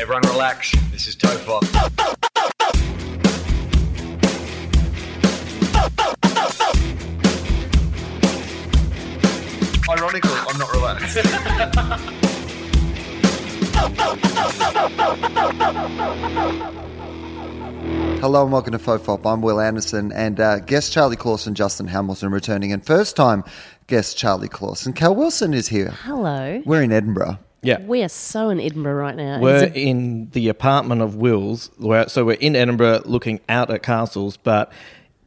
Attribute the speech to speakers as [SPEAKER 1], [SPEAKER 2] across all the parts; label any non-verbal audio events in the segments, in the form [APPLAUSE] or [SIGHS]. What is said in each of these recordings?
[SPEAKER 1] Everyone relax. This is Topop. Ironically, I'm not relaxed.
[SPEAKER 2] Hello and welcome to FOFOP. I'm Will Anderson and uh, guest Charlie Clausen, Justin Hamilton returning, and first time guest Charlie Clausen. Cal Wilson is here.
[SPEAKER 3] Hello.
[SPEAKER 2] We're in Edinburgh.
[SPEAKER 4] Yeah.
[SPEAKER 3] We are so in Edinburgh right now.
[SPEAKER 4] We're
[SPEAKER 3] It's a-
[SPEAKER 4] in the apartment of Will's. Where, so we're in Edinburgh looking out at castles, but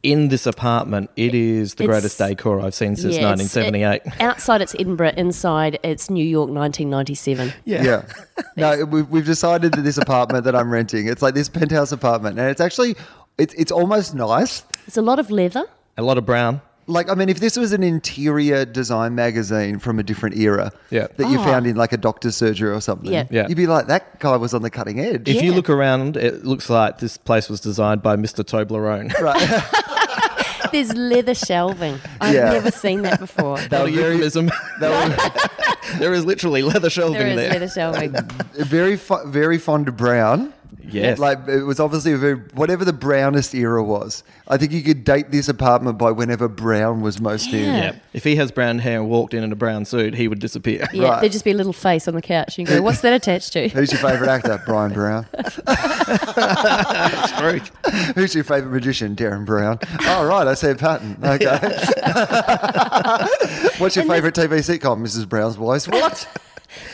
[SPEAKER 4] in this apartment, it is the
[SPEAKER 3] It's-
[SPEAKER 4] greatest decor I've seen since
[SPEAKER 3] yeah, it's- [LAUGHS]
[SPEAKER 4] 1978.
[SPEAKER 3] it- outside it's Edinburgh, inside it's New York 1997.
[SPEAKER 2] Yeah.
[SPEAKER 4] [LAUGHS]
[SPEAKER 2] no, we've, we've decided that this apartment that I'm renting, it's like this penthouse apartment, and it's actually, it's, it's almost nice.
[SPEAKER 3] It's a lot of leather.
[SPEAKER 4] a lot of brown.
[SPEAKER 2] Like, I mean, if this was an interior design magazine from a different era
[SPEAKER 4] Yeah.
[SPEAKER 2] that you
[SPEAKER 3] Ah.
[SPEAKER 2] found in like a doctor's surgery or something,
[SPEAKER 3] Yeah.
[SPEAKER 4] Yeah.
[SPEAKER 2] you'd be like, that guy was on the cutting edge.
[SPEAKER 4] If you
[SPEAKER 3] Yeah.
[SPEAKER 4] look around, it looks like this place was designed by Mr. Toblerone. [LAUGHS]
[SPEAKER 2] Right.
[SPEAKER 3] There's leather shelving. I've
[SPEAKER 2] Yeah.
[SPEAKER 3] never seen that before.
[SPEAKER 4] Not
[SPEAKER 2] [LAUGHS]
[SPEAKER 4] a euphemism. [LAUGHS] there is literally leather shelving
[SPEAKER 3] there is
[SPEAKER 4] there.
[SPEAKER 3] leather shelving.
[SPEAKER 2] very, fo- very fond of brown.
[SPEAKER 4] Yes.
[SPEAKER 2] Like it was obviously a very, whatever the brownest era was. I think you could date this apartment by whenever brown was most in.
[SPEAKER 3] Yeah.
[SPEAKER 4] yeah. If he has brown hair and walked in in a brown suit, he would disappear.
[SPEAKER 3] Yeah,
[SPEAKER 2] Right.
[SPEAKER 3] there'd just be a little face on the couch. You go, what's that attached to?
[SPEAKER 2] Who's your favourite actor? Brian Brown.
[SPEAKER 4] [LAUGHS] Right.
[SPEAKER 2] Who's your favourite magician? Darren Brown. All right, oh, right, I see a pattern. Okay. [LAUGHS] What's your favourite TV sitcom? Mrs. Brown's Boys. What?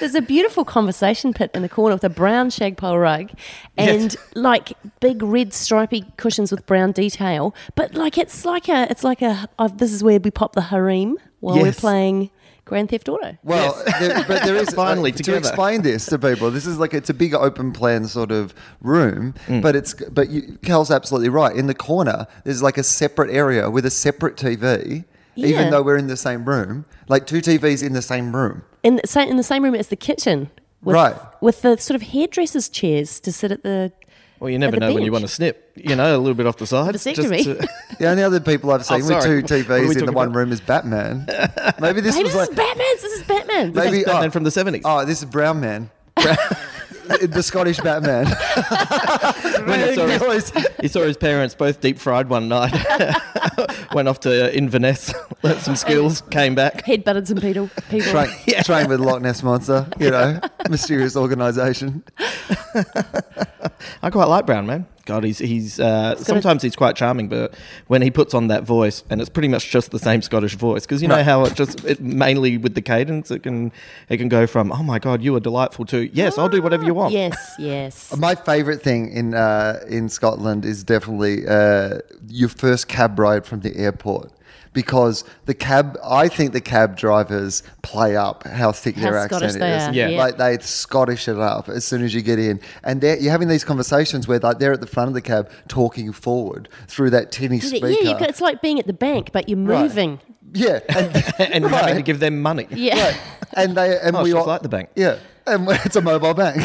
[SPEAKER 3] There's a beautiful conversation pit in the corner with a brown shagpole rug and like big red stripy cushions with brown detail. But like it's like a it's like a i this is where we pop the harem while we're
[SPEAKER 4] Yes.
[SPEAKER 3] playing Grand Theft Auto.
[SPEAKER 2] Well, there, but there
[SPEAKER 4] [LAUGHS]
[SPEAKER 2] is
[SPEAKER 4] Finally
[SPEAKER 2] like,
[SPEAKER 4] together.
[SPEAKER 2] to explain this to people. This is like it's a big open plan sort of room,
[SPEAKER 4] Mm.
[SPEAKER 2] but it's but you, Cal's absolutely right. In the corner, there's like a separate area with a separate TV, even
[SPEAKER 3] Yeah.
[SPEAKER 2] though we're in the same room, like two TVs in the same room.
[SPEAKER 3] In the same in the same room as the kitchen. With,
[SPEAKER 2] Right.
[SPEAKER 3] With the sort of hairdresser's chairs to sit at the
[SPEAKER 4] Well, you never
[SPEAKER 3] At the
[SPEAKER 4] know when you
[SPEAKER 3] bench.
[SPEAKER 4] want to snip, you know, a little bit off the side.
[SPEAKER 3] Vasectomy.
[SPEAKER 2] [LAUGHS] The only other people
[SPEAKER 4] [LAUGHS]
[SPEAKER 2] I've seen with
[SPEAKER 4] Oh, sorry.
[SPEAKER 2] two
[SPEAKER 4] What
[SPEAKER 2] TVs
[SPEAKER 4] are we
[SPEAKER 2] in the
[SPEAKER 4] talking
[SPEAKER 2] one
[SPEAKER 4] about?
[SPEAKER 2] room is Batman.
[SPEAKER 4] [LAUGHS]
[SPEAKER 2] Maybe this
[SPEAKER 3] Maybe
[SPEAKER 2] was
[SPEAKER 3] this
[SPEAKER 2] like
[SPEAKER 3] is Batman's this is Batman's.
[SPEAKER 2] Maybe-
[SPEAKER 4] Maybe, Batman
[SPEAKER 2] oh.
[SPEAKER 4] from the 70s.
[SPEAKER 2] oh, this is Brown [LAUGHS] Man, the Scottish Batman.
[SPEAKER 4] [LAUGHS] When it's always-
[SPEAKER 2] He always-
[SPEAKER 4] He saw his parents both deep fried one night. [LAUGHS] Went off to Inverness, [LAUGHS] learnt some skills, came back.
[SPEAKER 3] Head butted some people people.
[SPEAKER 4] [LAUGHS]
[SPEAKER 2] train, train with Loch Ness monster, you know, mysterious organisation.
[SPEAKER 4] I quite like Brown, man. God, he's he's uh, sometimes he's quite charming, but when he puts on that voice, and it's pretty much just the same Scottish voice, because you know how it just it, mainly with the cadence it can it can go from oh my god you are delightful to yes I'll do whatever you want
[SPEAKER 3] Yes, yes.
[SPEAKER 2] My favourite thing in uh, in Scotland is definitely uh, your first cab ride from the airport because the cab. I think the cab drivers play up how thick
[SPEAKER 3] How
[SPEAKER 2] their
[SPEAKER 3] Scottish
[SPEAKER 2] accent
[SPEAKER 3] they
[SPEAKER 2] is.
[SPEAKER 3] are,
[SPEAKER 4] Yeah. yeah.
[SPEAKER 2] like they Scottish it up as soon as you get in, and they're, you're having these conversations where like they're at the front of the cab talking forward through that tinny
[SPEAKER 3] Is it-
[SPEAKER 2] speaker.
[SPEAKER 3] yeah, you got, it's like being at the bank, but you're
[SPEAKER 2] Right.
[SPEAKER 3] moving.
[SPEAKER 2] [LAUGHS] Yeah, and,
[SPEAKER 4] [LAUGHS] and
[SPEAKER 2] Right.
[SPEAKER 4] having to give them money
[SPEAKER 2] [LAUGHS]
[SPEAKER 3] Yeah.
[SPEAKER 2] Right. And they and
[SPEAKER 4] Oh, it's
[SPEAKER 2] we
[SPEAKER 4] just
[SPEAKER 2] all,
[SPEAKER 4] like the bank.
[SPEAKER 2] Yeah, and [LAUGHS] it's a mobile bank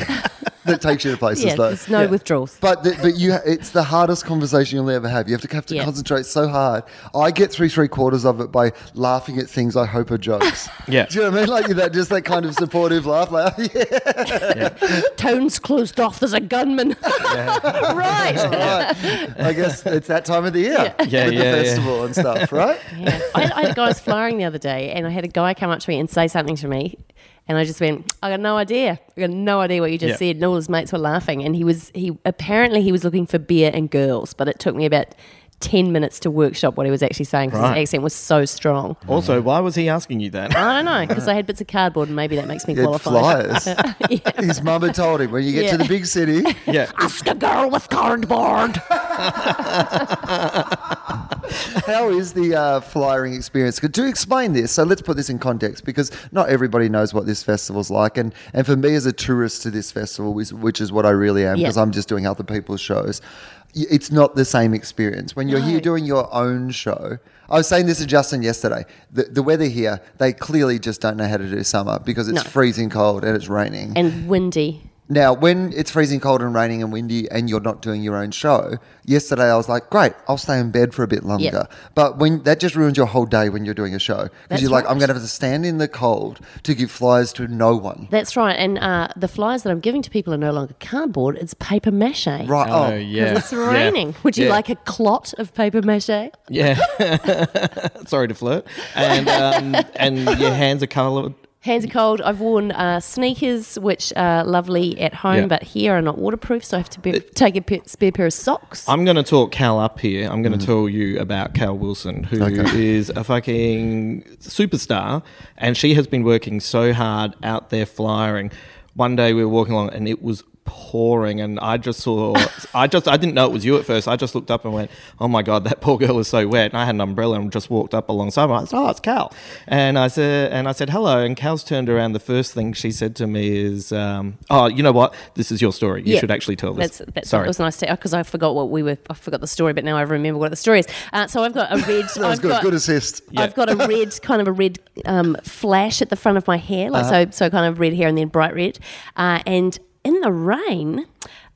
[SPEAKER 2] that takes you to places
[SPEAKER 3] Yeah,
[SPEAKER 2] though.
[SPEAKER 3] there's no withdrawals.
[SPEAKER 2] But the, but you it's the hardest conversation you'll ever have. You have to have to
[SPEAKER 3] Yeah.
[SPEAKER 2] concentrate so hard. I get through three quarters of it by laughing at things I hope are
[SPEAKER 3] [LAUGHS]
[SPEAKER 2] jokes.
[SPEAKER 4] Yeah.
[SPEAKER 2] Do you know what I mean? Like that, just that kind of supportive laugh. Like, "Oh, yeah,
[SPEAKER 3] Tone's closed off. There's a gunman. [LAUGHS] right.
[SPEAKER 2] right. I guess it's that time of the year
[SPEAKER 4] Yeah,
[SPEAKER 2] with
[SPEAKER 4] yeah,
[SPEAKER 2] the
[SPEAKER 4] yeah.
[SPEAKER 2] festival and stuff, right?
[SPEAKER 3] [LAUGHS] Yeah. I, had, I had guys flowering the other day, and I had a guy come up to me and say something to me, and I just went, "I got no idea. I got no idea what you just
[SPEAKER 4] Yeah.
[SPEAKER 3] said." And all his mates were laughing, and he was he apparently he was looking for beer and girls, but it took me about ten minutes to workshop what he was actually saying because
[SPEAKER 4] Right.
[SPEAKER 3] his accent was so strong.
[SPEAKER 4] also why was he asking you that
[SPEAKER 3] I don't know because I had bits of cardboard, and maybe that makes me
[SPEAKER 2] It
[SPEAKER 3] qualified.
[SPEAKER 2] flies.
[SPEAKER 3] [LAUGHS] yeah.
[SPEAKER 2] His mum had told him when you get to
[SPEAKER 3] Yeah.
[SPEAKER 2] the big
[SPEAKER 3] [LAUGHS]
[SPEAKER 2] city,
[SPEAKER 4] yeah
[SPEAKER 3] Ask a girl with cardboard.
[SPEAKER 2] How is the uh, flyering experience? Do explain this. So let's put this in context because not everybody knows what this festival's like. And, and for me as a tourist to this festival, which, which is what I really am
[SPEAKER 3] Yeah.
[SPEAKER 2] because I'm just doing other people's shows, y- it's not the same experience. When you're
[SPEAKER 3] No.
[SPEAKER 2] here doing your own show, I was saying this to Justin yesterday. The, the weather here, they clearly just don't know how to do summer because it's
[SPEAKER 3] No.
[SPEAKER 2] freezing cold and it's raining.
[SPEAKER 3] and windy.
[SPEAKER 2] Now, when it's freezing cold and raining and windy and you're not doing your own show, yesterday I was like, great, I'll stay in bed for a bit longer. But when that just ruins your whole day when you're doing a show because
[SPEAKER 3] That's
[SPEAKER 2] you're like,
[SPEAKER 3] right.
[SPEAKER 2] I'm going to have to stand in the cold to give flyers to no one.
[SPEAKER 3] That's right. And uh, the flyers that I'm giving to people are no longer cardboard; it's paper mache.
[SPEAKER 2] Right.
[SPEAKER 4] Oh,
[SPEAKER 2] Oh,
[SPEAKER 4] yeah.
[SPEAKER 3] It's raining. Would you
[SPEAKER 4] Yeah.
[SPEAKER 3] like a clot of paper mache?
[SPEAKER 4] Yeah. [LAUGHS] Sorry to flirt. And um, and your hands are coloured.
[SPEAKER 3] Hands are cold. I've worn uh, sneakers, which are lovely at home,
[SPEAKER 4] Yeah.
[SPEAKER 3] but here are not waterproof, so I have to be- take a pe- spare pair of socks.
[SPEAKER 4] I'm going to talk Cal up here. I'm
[SPEAKER 3] Mm.
[SPEAKER 4] going to tell you about Cal Wilson, who is a fucking superstar, and she has been working so hard out there flyering. One day we were walking along, and it was pouring, and I
[SPEAKER 3] [LAUGHS]
[SPEAKER 4] just saw, I just, I didn't know it was you at first. I just looked up and went, "Oh my god, that poor girl is so wet." And I had an umbrella and just walked up alongside her. I said, "Oh, it's Cal," and I said, and I said, "Hello." And Cal's turned around. The first thing she said to me is, um, "Oh, you know what? This is your story. You
[SPEAKER 3] Yeah.
[SPEAKER 4] should actually tell this."
[SPEAKER 3] That's, that's Sorry, it was nice to because I forgot what we were. I forgot the story, but now I remember what the story is. Uh, so I've got a red.
[SPEAKER 2] that was
[SPEAKER 3] I've
[SPEAKER 2] good.
[SPEAKER 3] got-
[SPEAKER 2] good assist.
[SPEAKER 3] I've got a
[SPEAKER 2] [LAUGHS]
[SPEAKER 3] red kind of a red um, flash at the front of my hair, like
[SPEAKER 2] Uh-huh.
[SPEAKER 3] so, so kind of red hair and then bright red. Uh, and in the rain,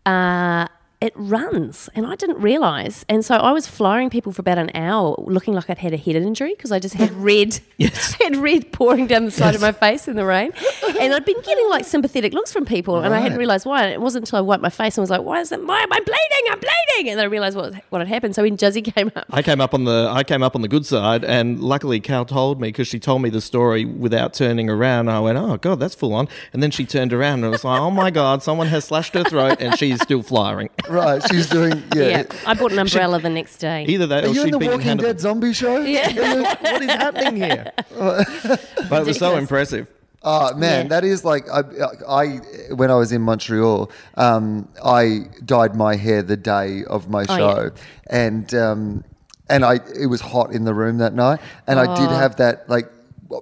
[SPEAKER 3] uh, it runs, and I didn't realise. And so I was flying people for about an hour, looking like I'd had a head injury because I
[SPEAKER 2] [LAUGHS]
[SPEAKER 3] just had red, [LAUGHS] had red pouring down the side of my face in the rain. And I'd been getting like sympathetic looks from people, and I hadn't
[SPEAKER 2] Right.
[SPEAKER 3] realised realised why. And it wasn't until I wiped my face and was like, "Why is it? Why am I bleeding? I'm bleeding!" And then I realised what what had happened. So when Juzzy [LAUGHS] came up,
[SPEAKER 4] I came up on the I came up on the good side, and luckily Cal told me because she told me the story without turning around. I went, "Oh God, that's full on!" And then she turned around and was like, "Oh my God, someone has slashed her throat, and she's still flying." [LAUGHS]
[SPEAKER 2] Right. She's
[SPEAKER 3] [LAUGHS]
[SPEAKER 2] doing, yeah.
[SPEAKER 3] yeah, I bought an umbrella the next day.
[SPEAKER 4] Either that,
[SPEAKER 2] Are
[SPEAKER 4] or
[SPEAKER 2] you in
[SPEAKER 4] she'd
[SPEAKER 2] the
[SPEAKER 4] been
[SPEAKER 2] Walking
[SPEAKER 4] handed-
[SPEAKER 2] Dead zombie show? Yeah.
[SPEAKER 4] What is happening [LAUGHS] here? but it was so
[SPEAKER 3] Ridiculous.
[SPEAKER 4] impressive.
[SPEAKER 2] Oh man,
[SPEAKER 3] Yeah.
[SPEAKER 2] that is like I, I when I was in Montreal, um, I dyed my hair the day of my
[SPEAKER 3] Oh,
[SPEAKER 2] show, and um, and I it was hot in the room that night, and I
[SPEAKER 3] Oh.
[SPEAKER 2] did have that like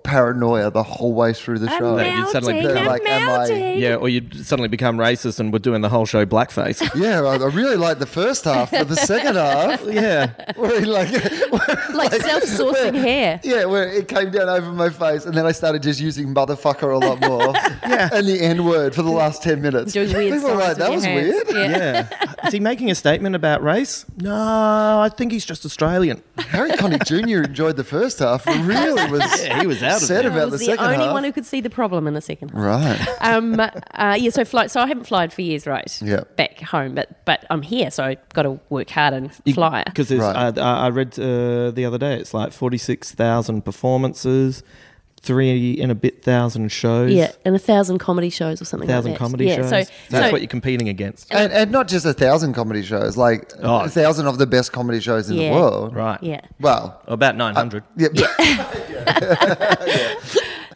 [SPEAKER 2] paranoia the whole way through the show.
[SPEAKER 4] mel- you'd suddenly
[SPEAKER 3] melting,
[SPEAKER 4] go
[SPEAKER 3] I'm
[SPEAKER 2] like, am I-
[SPEAKER 3] melting.
[SPEAKER 4] Yeah, or you'd suddenly become racist and were doing the whole show blackface.
[SPEAKER 2] Yeah, I, I really liked the first half, but the
[SPEAKER 3] [LAUGHS]
[SPEAKER 2] second half,
[SPEAKER 4] [LAUGHS] yeah.
[SPEAKER 2] where it, like, [LAUGHS] where-
[SPEAKER 3] [LAUGHS] Like
[SPEAKER 2] [LAUGHS]
[SPEAKER 3] self-sourcing hair.
[SPEAKER 2] yeah, where it came down over my face, and then I started just using motherfucker a lot
[SPEAKER 3] [LAUGHS]
[SPEAKER 2] more, yeah, and the N word for the last ten minutes.
[SPEAKER 3] Doing weird
[SPEAKER 2] People were like,
[SPEAKER 3] signs with
[SPEAKER 2] that
[SPEAKER 3] your
[SPEAKER 2] was
[SPEAKER 3] hands."
[SPEAKER 2] weird.
[SPEAKER 3] Yeah.
[SPEAKER 4] Yeah. Is he making a statement about race? No, I think he's just Australian.
[SPEAKER 2] Harry Connick Jr. enjoyed the first half. Really was
[SPEAKER 4] [LAUGHS] Yeah, he was out of
[SPEAKER 2] said
[SPEAKER 4] there.
[SPEAKER 3] I
[SPEAKER 2] about the
[SPEAKER 3] was the,
[SPEAKER 2] second
[SPEAKER 3] only
[SPEAKER 2] half.
[SPEAKER 3] one who could see the problem in the second half. [LAUGHS]
[SPEAKER 2] right. [LAUGHS]
[SPEAKER 3] Um, uh, yeah, so flight. So I haven't flied for years, right?
[SPEAKER 2] Yeah.
[SPEAKER 3] Back home, but but I'm here, so I got to work hard and fly.
[SPEAKER 4] Because there's,
[SPEAKER 2] Right.
[SPEAKER 4] I, I I read uh, the other day, it's like 46,000 performances, three and a bit thousand shows,
[SPEAKER 3] yeah, and a thousand comedy shows or something. like
[SPEAKER 4] thousand
[SPEAKER 3] that.
[SPEAKER 4] comedy
[SPEAKER 3] yeah,
[SPEAKER 4] shows.
[SPEAKER 3] So,
[SPEAKER 4] That's
[SPEAKER 3] so-
[SPEAKER 4] what you're competing against.
[SPEAKER 2] And, and not just a thousand comedy shows, like
[SPEAKER 4] Oh.
[SPEAKER 2] a thousand of the best comedy shows in
[SPEAKER 3] Yeah.
[SPEAKER 2] the world.
[SPEAKER 4] Right.
[SPEAKER 3] Yeah.
[SPEAKER 2] Well,
[SPEAKER 4] About 900.
[SPEAKER 2] yeah,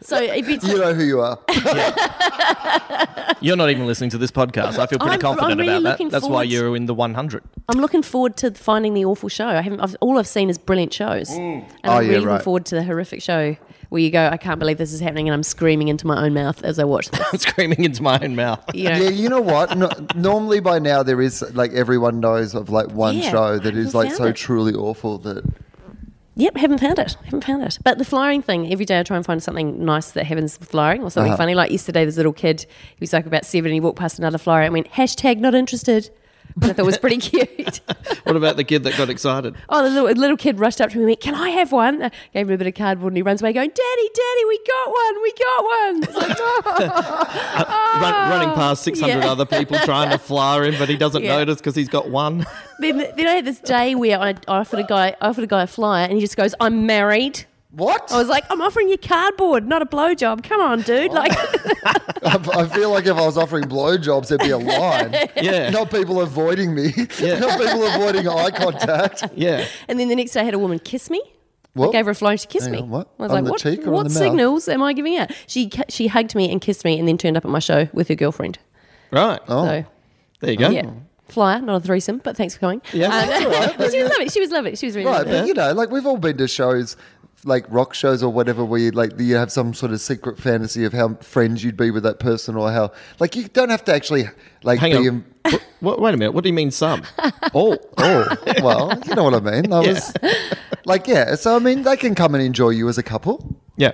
[SPEAKER 3] So if you
[SPEAKER 2] [LAUGHS] you know who you
[SPEAKER 3] [LAUGHS]
[SPEAKER 2] are.
[SPEAKER 4] You're not even listening to this podcast. I feel pretty
[SPEAKER 3] I'm-
[SPEAKER 4] confident
[SPEAKER 3] I'm really
[SPEAKER 4] about
[SPEAKER 3] looking
[SPEAKER 4] that. That's why
[SPEAKER 3] forward to-
[SPEAKER 4] you're in the 100.
[SPEAKER 3] I'm looking forward to finding the awful show. I haven't. I've, all I've seen is brilliant shows, and I'm
[SPEAKER 2] Oh, yeah,
[SPEAKER 3] really looking
[SPEAKER 2] right.
[SPEAKER 3] forward to the horrific show where you go, "I can't believe this is happening," and I'm screaming into my own mouth as I
[SPEAKER 2] [LAUGHS]
[SPEAKER 3] watch this.
[SPEAKER 4] [LAUGHS] Screaming into my own mouth.
[SPEAKER 3] You know?
[SPEAKER 2] Yeah, you know what? No, normally by now there is like everyone knows of like one
[SPEAKER 3] Yeah,
[SPEAKER 2] show
[SPEAKER 3] I
[SPEAKER 2] that is
[SPEAKER 3] haven't
[SPEAKER 2] like
[SPEAKER 3] found
[SPEAKER 2] so
[SPEAKER 3] it.
[SPEAKER 2] truly awful that
[SPEAKER 3] Yep, haven't found it. Haven't found it. But the flying thing, every day I try and find something nice that happens with flying or
[SPEAKER 2] Uh-huh.
[SPEAKER 3] something funny. Like yesterday, this little kid, he was like about seven, and he walked past another flyer and went, hashtag not interested. Which I thought was
[SPEAKER 2] [LAUGHS]
[SPEAKER 3] pretty [LAUGHS] cute.
[SPEAKER 4] What about the kid that got excited?
[SPEAKER 3] Oh, the little, the little kid rushed up to me and went, Can I have one? I gave him a bit of cardboard and he runs away going, Daddy, Daddy, we got one, we got one. It's like,
[SPEAKER 2] [LAUGHS]
[SPEAKER 3] "Oh."
[SPEAKER 4] Run, running past
[SPEAKER 3] [LAUGHS]
[SPEAKER 4] 600
[SPEAKER 3] yeah.
[SPEAKER 4] other people trying to flyer him, but he doesn't
[SPEAKER 3] Yeah.
[SPEAKER 4] notice because he's
[SPEAKER 3] [LAUGHS]
[SPEAKER 4] got one.
[SPEAKER 3] Then, then I had this day where I, I offered a guy, I offered a guy a flyer, and he just goes, "I'm married."
[SPEAKER 2] what?
[SPEAKER 3] I was like, "I'm offering you cardboard, not a blowjob. Come on, dude!" Like,
[SPEAKER 2] [LAUGHS] Oh. I, I feel like if I was offering blowjobs, there'd be a line.
[SPEAKER 3] [LAUGHS]
[SPEAKER 4] Yeah.
[SPEAKER 2] Not people avoiding me. [LAUGHS]
[SPEAKER 4] Yeah.
[SPEAKER 2] Not people avoiding eye contact.
[SPEAKER 4] Yeah.
[SPEAKER 3] [LAUGHS] and then the next day, I had a woman kiss me. I
[SPEAKER 2] What?
[SPEAKER 3] gave her a flyer. She kissed
[SPEAKER 2] Hang
[SPEAKER 3] me.
[SPEAKER 2] on, what?
[SPEAKER 3] I was
[SPEAKER 2] On
[SPEAKER 3] like,
[SPEAKER 2] the
[SPEAKER 3] "What?
[SPEAKER 2] cheek or on
[SPEAKER 3] what
[SPEAKER 2] the mouth?"
[SPEAKER 3] signals am I giving out?" She cu- she hugged me and kissed me, and then turned up at my show with her girlfriend.
[SPEAKER 4] Right.
[SPEAKER 2] Oh.
[SPEAKER 3] So
[SPEAKER 4] There you go.
[SPEAKER 3] yeah, flyer, not a threesome, but thanks for coming. Um,
[SPEAKER 4] Yeah. That's all right,
[SPEAKER 3] [LAUGHS] she was lovely. She was lovely. She was really
[SPEAKER 2] Right,
[SPEAKER 3] lovely.
[SPEAKER 2] but you know, like we've all been to shows, like rock shows or whatever, where you like you have some sort of secret fantasy of how friends you'd be with that person or how like you don't have to actually like
[SPEAKER 4] Hang
[SPEAKER 2] be.
[SPEAKER 4] on.
[SPEAKER 2] in-
[SPEAKER 4] Wh- wh- wait a minute. What do you
[SPEAKER 3] [LAUGHS]
[SPEAKER 4] mean some?
[SPEAKER 2] oh, oh, well, you know what I mean. I was like, yeah. So I mean, they can come and enjoy you as a couple.
[SPEAKER 4] Yeah.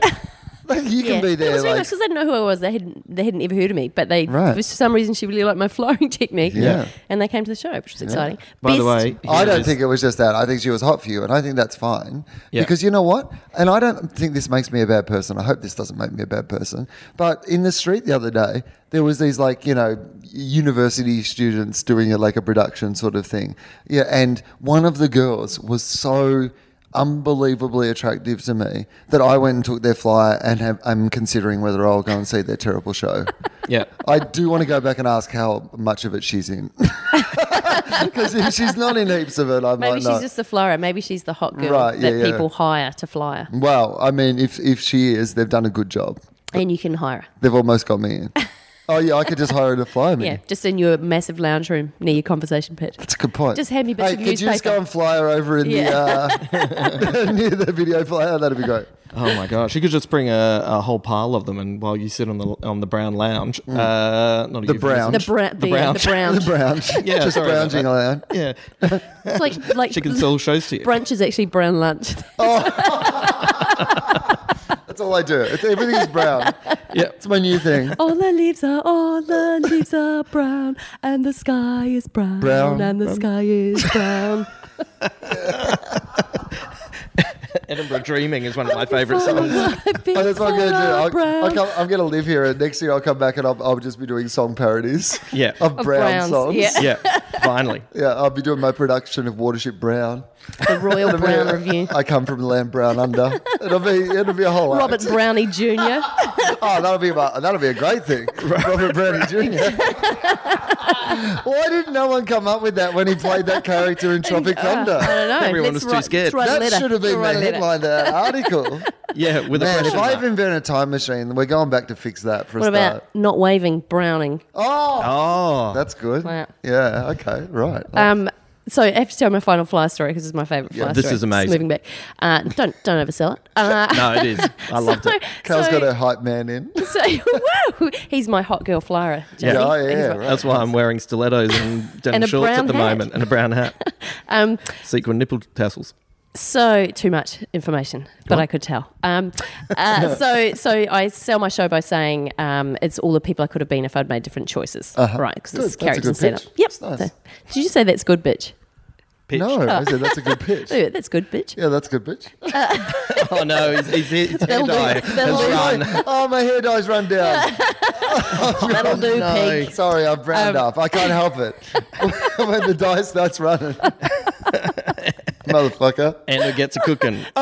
[SPEAKER 2] Like, you can be
[SPEAKER 3] It
[SPEAKER 2] there,
[SPEAKER 3] was really
[SPEAKER 2] like
[SPEAKER 3] nice because they didn't know who I was. They hadn't, they hadn't ever heard of me, but they,
[SPEAKER 2] Right.
[SPEAKER 3] for some reason, she really liked my [LAUGHS] flowing technique.
[SPEAKER 2] Yeah.
[SPEAKER 3] And they came to the show, which was exciting.
[SPEAKER 4] By the
[SPEAKER 3] Best-
[SPEAKER 4] way,
[SPEAKER 2] I
[SPEAKER 4] here
[SPEAKER 2] don't
[SPEAKER 4] is-
[SPEAKER 2] think it was just that. I think she was hot for you, and I think that's fine.
[SPEAKER 4] Yeah.
[SPEAKER 2] Because you know what? And I don't think this makes me a bad person. I hope this doesn't make me a bad person. But in the street the other day, there was these like you know university students doing a, like a production sort of thing. Yeah, and one of the girls was so unbelievably attractive to me that I went and took their flyer and have, I'm considering whether I'll go and see their terrible [LAUGHS] show.
[SPEAKER 4] Yeah.
[SPEAKER 2] I do want to go back and ask how much of it she's in. [LAUGHS] Because if she's not in heaps of it, I
[SPEAKER 3] Maybe
[SPEAKER 2] might
[SPEAKER 3] she's
[SPEAKER 2] not.
[SPEAKER 3] just the flyer. Maybe she's the hot girl
[SPEAKER 2] Right, yeah,
[SPEAKER 3] that
[SPEAKER 2] yeah.
[SPEAKER 3] people hire to flyer.
[SPEAKER 2] Well, I mean, if, if she is, they've done a good job.
[SPEAKER 3] And you can hire her.
[SPEAKER 2] They've almost got
[SPEAKER 3] [LAUGHS]
[SPEAKER 2] me in. oh, yeah, I could just hire her to fly me.
[SPEAKER 3] Yeah, just in your massive lounge room near your conversation pit.
[SPEAKER 2] That's a good point.
[SPEAKER 3] Just hand me bits
[SPEAKER 2] hey,
[SPEAKER 3] of
[SPEAKER 2] could you just
[SPEAKER 3] newspaper.
[SPEAKER 2] go and fly her over in the
[SPEAKER 3] [LAUGHS]
[SPEAKER 2] uh, [LAUGHS] near the video flyer? That'd be great.
[SPEAKER 4] Oh my gosh, you could just bring a, a whole pile of them, and while you sit on the on the brown lounge, uh, not a
[SPEAKER 2] The
[SPEAKER 4] euphemism.
[SPEAKER 2] brown. [LAUGHS]
[SPEAKER 3] The, bra- the, brown. the brown.
[SPEAKER 2] The
[SPEAKER 3] [LAUGHS]
[SPEAKER 2] browns.
[SPEAKER 4] Yeah,
[SPEAKER 2] just
[SPEAKER 4] sorry about
[SPEAKER 2] browsing
[SPEAKER 4] that.
[SPEAKER 2] around.
[SPEAKER 4] Yeah,
[SPEAKER 3] It's like, like
[SPEAKER 4] she can sell shows to you.
[SPEAKER 3] brunch is actually brown lunch. [LAUGHS]
[SPEAKER 2] That's all I do. It's, everything's brown.
[SPEAKER 4] Yeah,
[SPEAKER 2] It's my new thing.
[SPEAKER 3] all the leaves are, all the leaves are brown, and the sky is brown,
[SPEAKER 2] Brown,
[SPEAKER 3] and the
[SPEAKER 2] brown.
[SPEAKER 3] sky is
[SPEAKER 2] [LAUGHS]
[SPEAKER 3] brown.
[SPEAKER 4] Edinburgh Dreaming is one of my favourite
[SPEAKER 3] All
[SPEAKER 4] songs.
[SPEAKER 3] my
[SPEAKER 2] [LAUGHS] Oh, that's what I'm gonna do.
[SPEAKER 3] bits are
[SPEAKER 2] I'll,
[SPEAKER 3] brown.
[SPEAKER 2] I'll come, I'm gonna live here, and next year I'll come back and I'll, I'll just be doing song parodies.
[SPEAKER 4] [LAUGHS] Yeah.
[SPEAKER 2] of,
[SPEAKER 3] Of
[SPEAKER 2] Brown
[SPEAKER 3] Browns,
[SPEAKER 2] songs.
[SPEAKER 3] yeah.
[SPEAKER 4] Yeah, finally.
[SPEAKER 2] Yeah, I'll be doing my production of Watership Brown. [LAUGHS]
[SPEAKER 3] The Royal Brown Review.
[SPEAKER 2] I come from the land brown under. It'll be it'll be a whole act.
[SPEAKER 3] [LAUGHS] Robert
[SPEAKER 2] [LAUGHS]
[SPEAKER 3] Brownie Jr.
[SPEAKER 2] Oh, that'll be about, that'll be a great
[SPEAKER 4] [LAUGHS]
[SPEAKER 2] thing. Robert Brownie Jr. [LAUGHS] Why didn't no one come up with that when he played that character
[SPEAKER 3] [LAUGHS]
[SPEAKER 2] in Tropic Thunder?
[SPEAKER 3] I don't know.
[SPEAKER 4] Everyone
[SPEAKER 3] Let's
[SPEAKER 4] was too
[SPEAKER 3] write- let's
[SPEAKER 4] scared.
[SPEAKER 3] write a
[SPEAKER 2] that
[SPEAKER 3] letter.
[SPEAKER 2] should have been
[SPEAKER 3] We'll write
[SPEAKER 2] the
[SPEAKER 3] a letter.
[SPEAKER 2] headline of that
[SPEAKER 4] [LAUGHS]
[SPEAKER 2] article.
[SPEAKER 4] Yeah, with
[SPEAKER 2] Man,
[SPEAKER 4] a
[SPEAKER 2] if
[SPEAKER 4] question
[SPEAKER 2] I
[SPEAKER 4] mark.
[SPEAKER 2] even invented a time machine, we're going back to fix that for a
[SPEAKER 3] What
[SPEAKER 2] start.
[SPEAKER 3] about not waving, browning?
[SPEAKER 2] Oh,
[SPEAKER 4] Oh,
[SPEAKER 2] That's good.
[SPEAKER 3] Wow.
[SPEAKER 2] Yeah. Okay. Right. Oh.
[SPEAKER 3] Um, so I have to tell my final fly story because it's my favourite fly
[SPEAKER 4] this
[SPEAKER 3] story.
[SPEAKER 4] is amazing.
[SPEAKER 3] Just moving back, uh, don't don't oversell it. Uh,
[SPEAKER 4] no, it is. I loved
[SPEAKER 3] so,
[SPEAKER 4] it.
[SPEAKER 2] Cal's
[SPEAKER 3] so-
[SPEAKER 2] got her hype man in.
[SPEAKER 3] so, [LAUGHS] whoa, he's my hot girl flyer. Jesse.
[SPEAKER 2] Yeah, Oh, yeah,
[SPEAKER 3] He's my-
[SPEAKER 2] right.
[SPEAKER 4] That's why I'm wearing stilettos and denim
[SPEAKER 3] And a
[SPEAKER 4] shorts
[SPEAKER 3] brown
[SPEAKER 4] at the
[SPEAKER 3] hat.
[SPEAKER 4] moment and a brown hat.
[SPEAKER 3] [LAUGHS] Um,
[SPEAKER 4] Sequin nipple tassels.
[SPEAKER 3] So too much information, but I could tell. Um, uh,
[SPEAKER 2] [LAUGHS]
[SPEAKER 3] so so I sell my show by saying um, it's all the people I could have been if I'd made different choices, right? Because
[SPEAKER 2] Uh-huh. Good. That's
[SPEAKER 3] it's
[SPEAKER 2] a
[SPEAKER 3] character
[SPEAKER 2] good
[SPEAKER 3] and setup.
[SPEAKER 2] pitch.
[SPEAKER 3] Yep.
[SPEAKER 2] That's nice.
[SPEAKER 3] So- did you just say that's good, bitch?
[SPEAKER 4] Pitch.
[SPEAKER 2] No, I said that's a
[SPEAKER 3] [LAUGHS]
[SPEAKER 2] good pitch.
[SPEAKER 3] Ooh, that's good, bitch.
[SPEAKER 2] Yeah, that's a good pitch.
[SPEAKER 4] [LAUGHS] Oh no, he's, he's, he's, he's
[SPEAKER 3] That'll do.
[SPEAKER 4] dye
[SPEAKER 3] That'll
[SPEAKER 4] has
[SPEAKER 3] do.
[SPEAKER 4] run.
[SPEAKER 2] oh, my hair dye's run down.
[SPEAKER 3] [LAUGHS]
[SPEAKER 2] Oh,
[SPEAKER 3] That'll do, Um, pig.
[SPEAKER 2] [LAUGHS] Sorry, I've browned up. I can't help
[SPEAKER 3] [LAUGHS]
[SPEAKER 2] it. [LAUGHS] when the dye starts running. Motherfucker.
[SPEAKER 4] And it gets a cooking. [LAUGHS]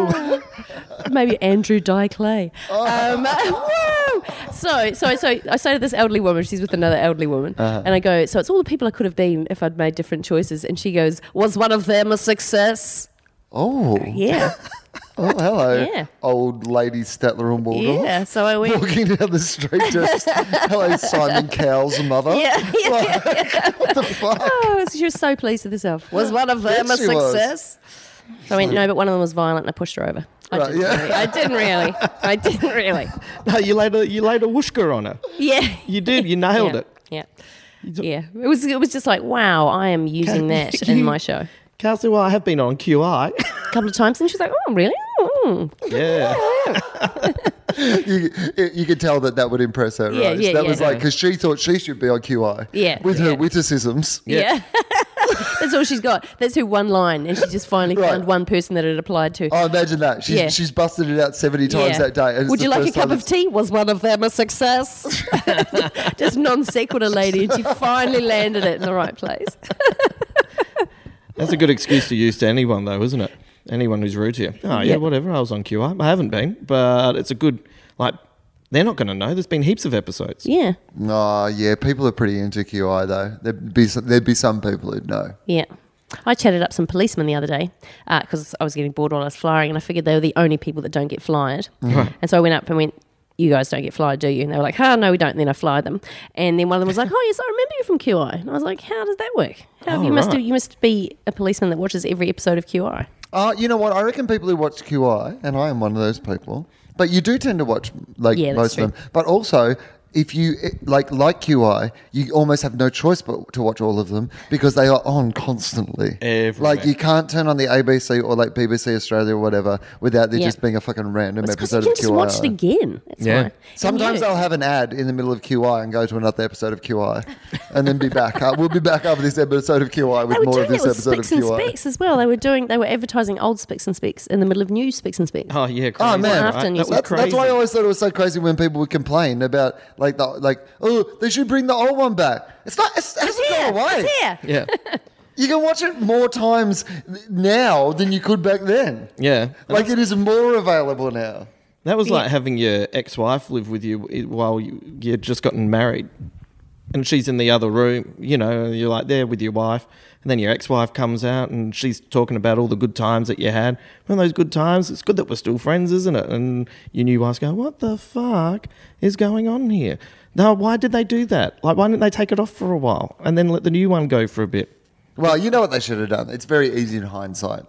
[SPEAKER 4] Oh,
[SPEAKER 3] Maybe Andrew Dye Clay.
[SPEAKER 2] Oh.
[SPEAKER 3] Um, [LAUGHS] woo! So, so, so I say to this elderly woman, she's with another elderly woman,
[SPEAKER 2] Uh-huh.
[SPEAKER 3] and I go, So it's all the people I could have been if I'd made different choices. And she goes, Was one of them
[SPEAKER 2] [LAUGHS]
[SPEAKER 3] a success?
[SPEAKER 2] Oh.
[SPEAKER 3] Yeah.
[SPEAKER 2] Oh, hello.
[SPEAKER 3] Yeah.
[SPEAKER 2] Old lady Statler and Waldorf.
[SPEAKER 3] yeah. So I went,
[SPEAKER 2] Walking down the street just,
[SPEAKER 3] [LAUGHS]
[SPEAKER 2] hello, Simon Cowell's mother.
[SPEAKER 3] yeah, yeah, yeah, yeah.
[SPEAKER 2] [LAUGHS] What the fuck?
[SPEAKER 3] [LAUGHS] Oh, she was so pleased with herself. Was one of them
[SPEAKER 2] Yes,
[SPEAKER 3] a
[SPEAKER 2] she was.
[SPEAKER 3] success? So I went, no, but one of them was violent and I pushed her over. I,
[SPEAKER 2] Right,
[SPEAKER 3] didn't,
[SPEAKER 2] yeah.
[SPEAKER 3] really. I didn't really. I
[SPEAKER 2] [LAUGHS]
[SPEAKER 3] didn't really.
[SPEAKER 4] no, you laid a you laid a whooshka on her.
[SPEAKER 3] Yeah.
[SPEAKER 4] You did. You nailed
[SPEAKER 3] yeah.
[SPEAKER 4] it.
[SPEAKER 3] Yeah. Yeah. It was it was just like, wow, I am using that in my show.
[SPEAKER 4] Cal said, "Well, I have been on QI."
[SPEAKER 3] A couple of times and she's like, Oh, really? Oh.
[SPEAKER 4] [LAUGHS] yeah.
[SPEAKER 2] you, you could tell that that would impress her,
[SPEAKER 3] Yeah,
[SPEAKER 2] right?
[SPEAKER 3] yeah,
[SPEAKER 2] that
[SPEAKER 3] yeah.
[SPEAKER 2] was like because she thought she should be on QI.
[SPEAKER 3] Yeah,
[SPEAKER 2] with her
[SPEAKER 3] yeah.
[SPEAKER 2] witticisms.
[SPEAKER 3] Yeah. [LAUGHS] That's all she's got. That's her one line and she just finally
[SPEAKER 2] Right.
[SPEAKER 3] found one person that it applied to.
[SPEAKER 2] Oh, imagine that. She's,
[SPEAKER 3] Yeah.
[SPEAKER 2] she's busted it out seventy times
[SPEAKER 3] Yeah.
[SPEAKER 2] that day. and it's
[SPEAKER 3] Would
[SPEAKER 2] the
[SPEAKER 3] you like a
[SPEAKER 2] first
[SPEAKER 3] cup
[SPEAKER 2] time
[SPEAKER 3] of
[SPEAKER 2] it's-
[SPEAKER 3] tea? Was one of them a success? [LAUGHS] Just non sequitur lady, and she finally landed it in the right place.
[SPEAKER 4] That's a good excuse to use to anyone, though, isn't it? Anyone who's rude to you. Oh, yeah,
[SPEAKER 3] Yeah.
[SPEAKER 4] whatever. I was on QI. I haven't been, but it's a good, like, they're not going to know. There's been heaps of episodes.
[SPEAKER 3] Yeah.
[SPEAKER 2] No, yeah. People are pretty into QI though. There'd be some, there'd be some people who'd know.
[SPEAKER 3] Yeah. I chatted up some policemen the other day uh,
[SPEAKER 2] Mm-hmm.
[SPEAKER 3] because I was getting bored while I was flying, and I figured they were the only people that don't get fired. And so I went up and went, you guys don't get flyed, do you? And they were like, oh, no, we don't. And then I fly them. And then one of them was like, oh, yes, I remember you from QI. And I was like, how does that work? How
[SPEAKER 4] Oh,
[SPEAKER 3] you must do,
[SPEAKER 4] right.
[SPEAKER 3] you must be a policeman that watches every episode of QI.
[SPEAKER 2] Uh, you know what? I reckon people who watch QI, and I am one of those people, but you do tend to watch like
[SPEAKER 3] Yeah, that's
[SPEAKER 2] most of
[SPEAKER 3] true.
[SPEAKER 2] them. But also, if you it- like like QI, you almost have no choice but to watch all of them because they are on constantly.
[SPEAKER 4] Everywhere.
[SPEAKER 2] Like you can't turn on the ABC or like BBC Australia or whatever without there
[SPEAKER 3] Yeah.
[SPEAKER 2] just being a fucking random
[SPEAKER 3] It's because you
[SPEAKER 2] episode
[SPEAKER 3] can
[SPEAKER 2] of
[SPEAKER 3] just
[SPEAKER 2] QI.
[SPEAKER 3] watch it again. That's
[SPEAKER 4] Yeah.
[SPEAKER 3] why. And
[SPEAKER 2] Sometimes
[SPEAKER 3] you-
[SPEAKER 2] they'll have an ad in the middle of QI and go to another episode of QI, and then be back. Uh, we'll be back after this episode of QI with
[SPEAKER 3] They were
[SPEAKER 2] more of
[SPEAKER 3] doing
[SPEAKER 2] this
[SPEAKER 3] that with
[SPEAKER 2] episode of
[SPEAKER 3] Spicks and
[SPEAKER 2] QI.
[SPEAKER 3] Specks as well. They were doing, they were advertising old Spicks and Specks in the middle of new Spicks and Specks.
[SPEAKER 4] Oh yeah, crazy.
[SPEAKER 2] Oh man,
[SPEAKER 3] After
[SPEAKER 4] right?
[SPEAKER 3] news.
[SPEAKER 4] that was
[SPEAKER 2] that's,
[SPEAKER 4] crazy.
[SPEAKER 2] that's why I always thought it was so crazy when people would complain about like the like oh they should bring the old one back. It's not it's, it
[SPEAKER 3] It's
[SPEAKER 2] hasn't
[SPEAKER 3] here,
[SPEAKER 2] gone away.
[SPEAKER 3] it's here.
[SPEAKER 4] yeah,
[SPEAKER 2] You can watch it more times now than you could back then.
[SPEAKER 4] yeah. [LAUGHS] And
[SPEAKER 2] Like it is more available now.
[SPEAKER 4] that was like
[SPEAKER 3] Yeah.
[SPEAKER 4] having your ex-wife live with you i- while you you'd just gotten married, and she's in the other room. You know, and you're like there with your wife, and then your ex-wife comes out and she's talking about all the good times that you had. One of those good times. It's good that we're still friends, isn't it? And your new wife's going, "What the fuck is going on here? Now, why did they do that? Like, why didn't they take it off for a while and then let the new one go for a bit?"
[SPEAKER 2] Well, you know what they should have done. It's very easy in hindsight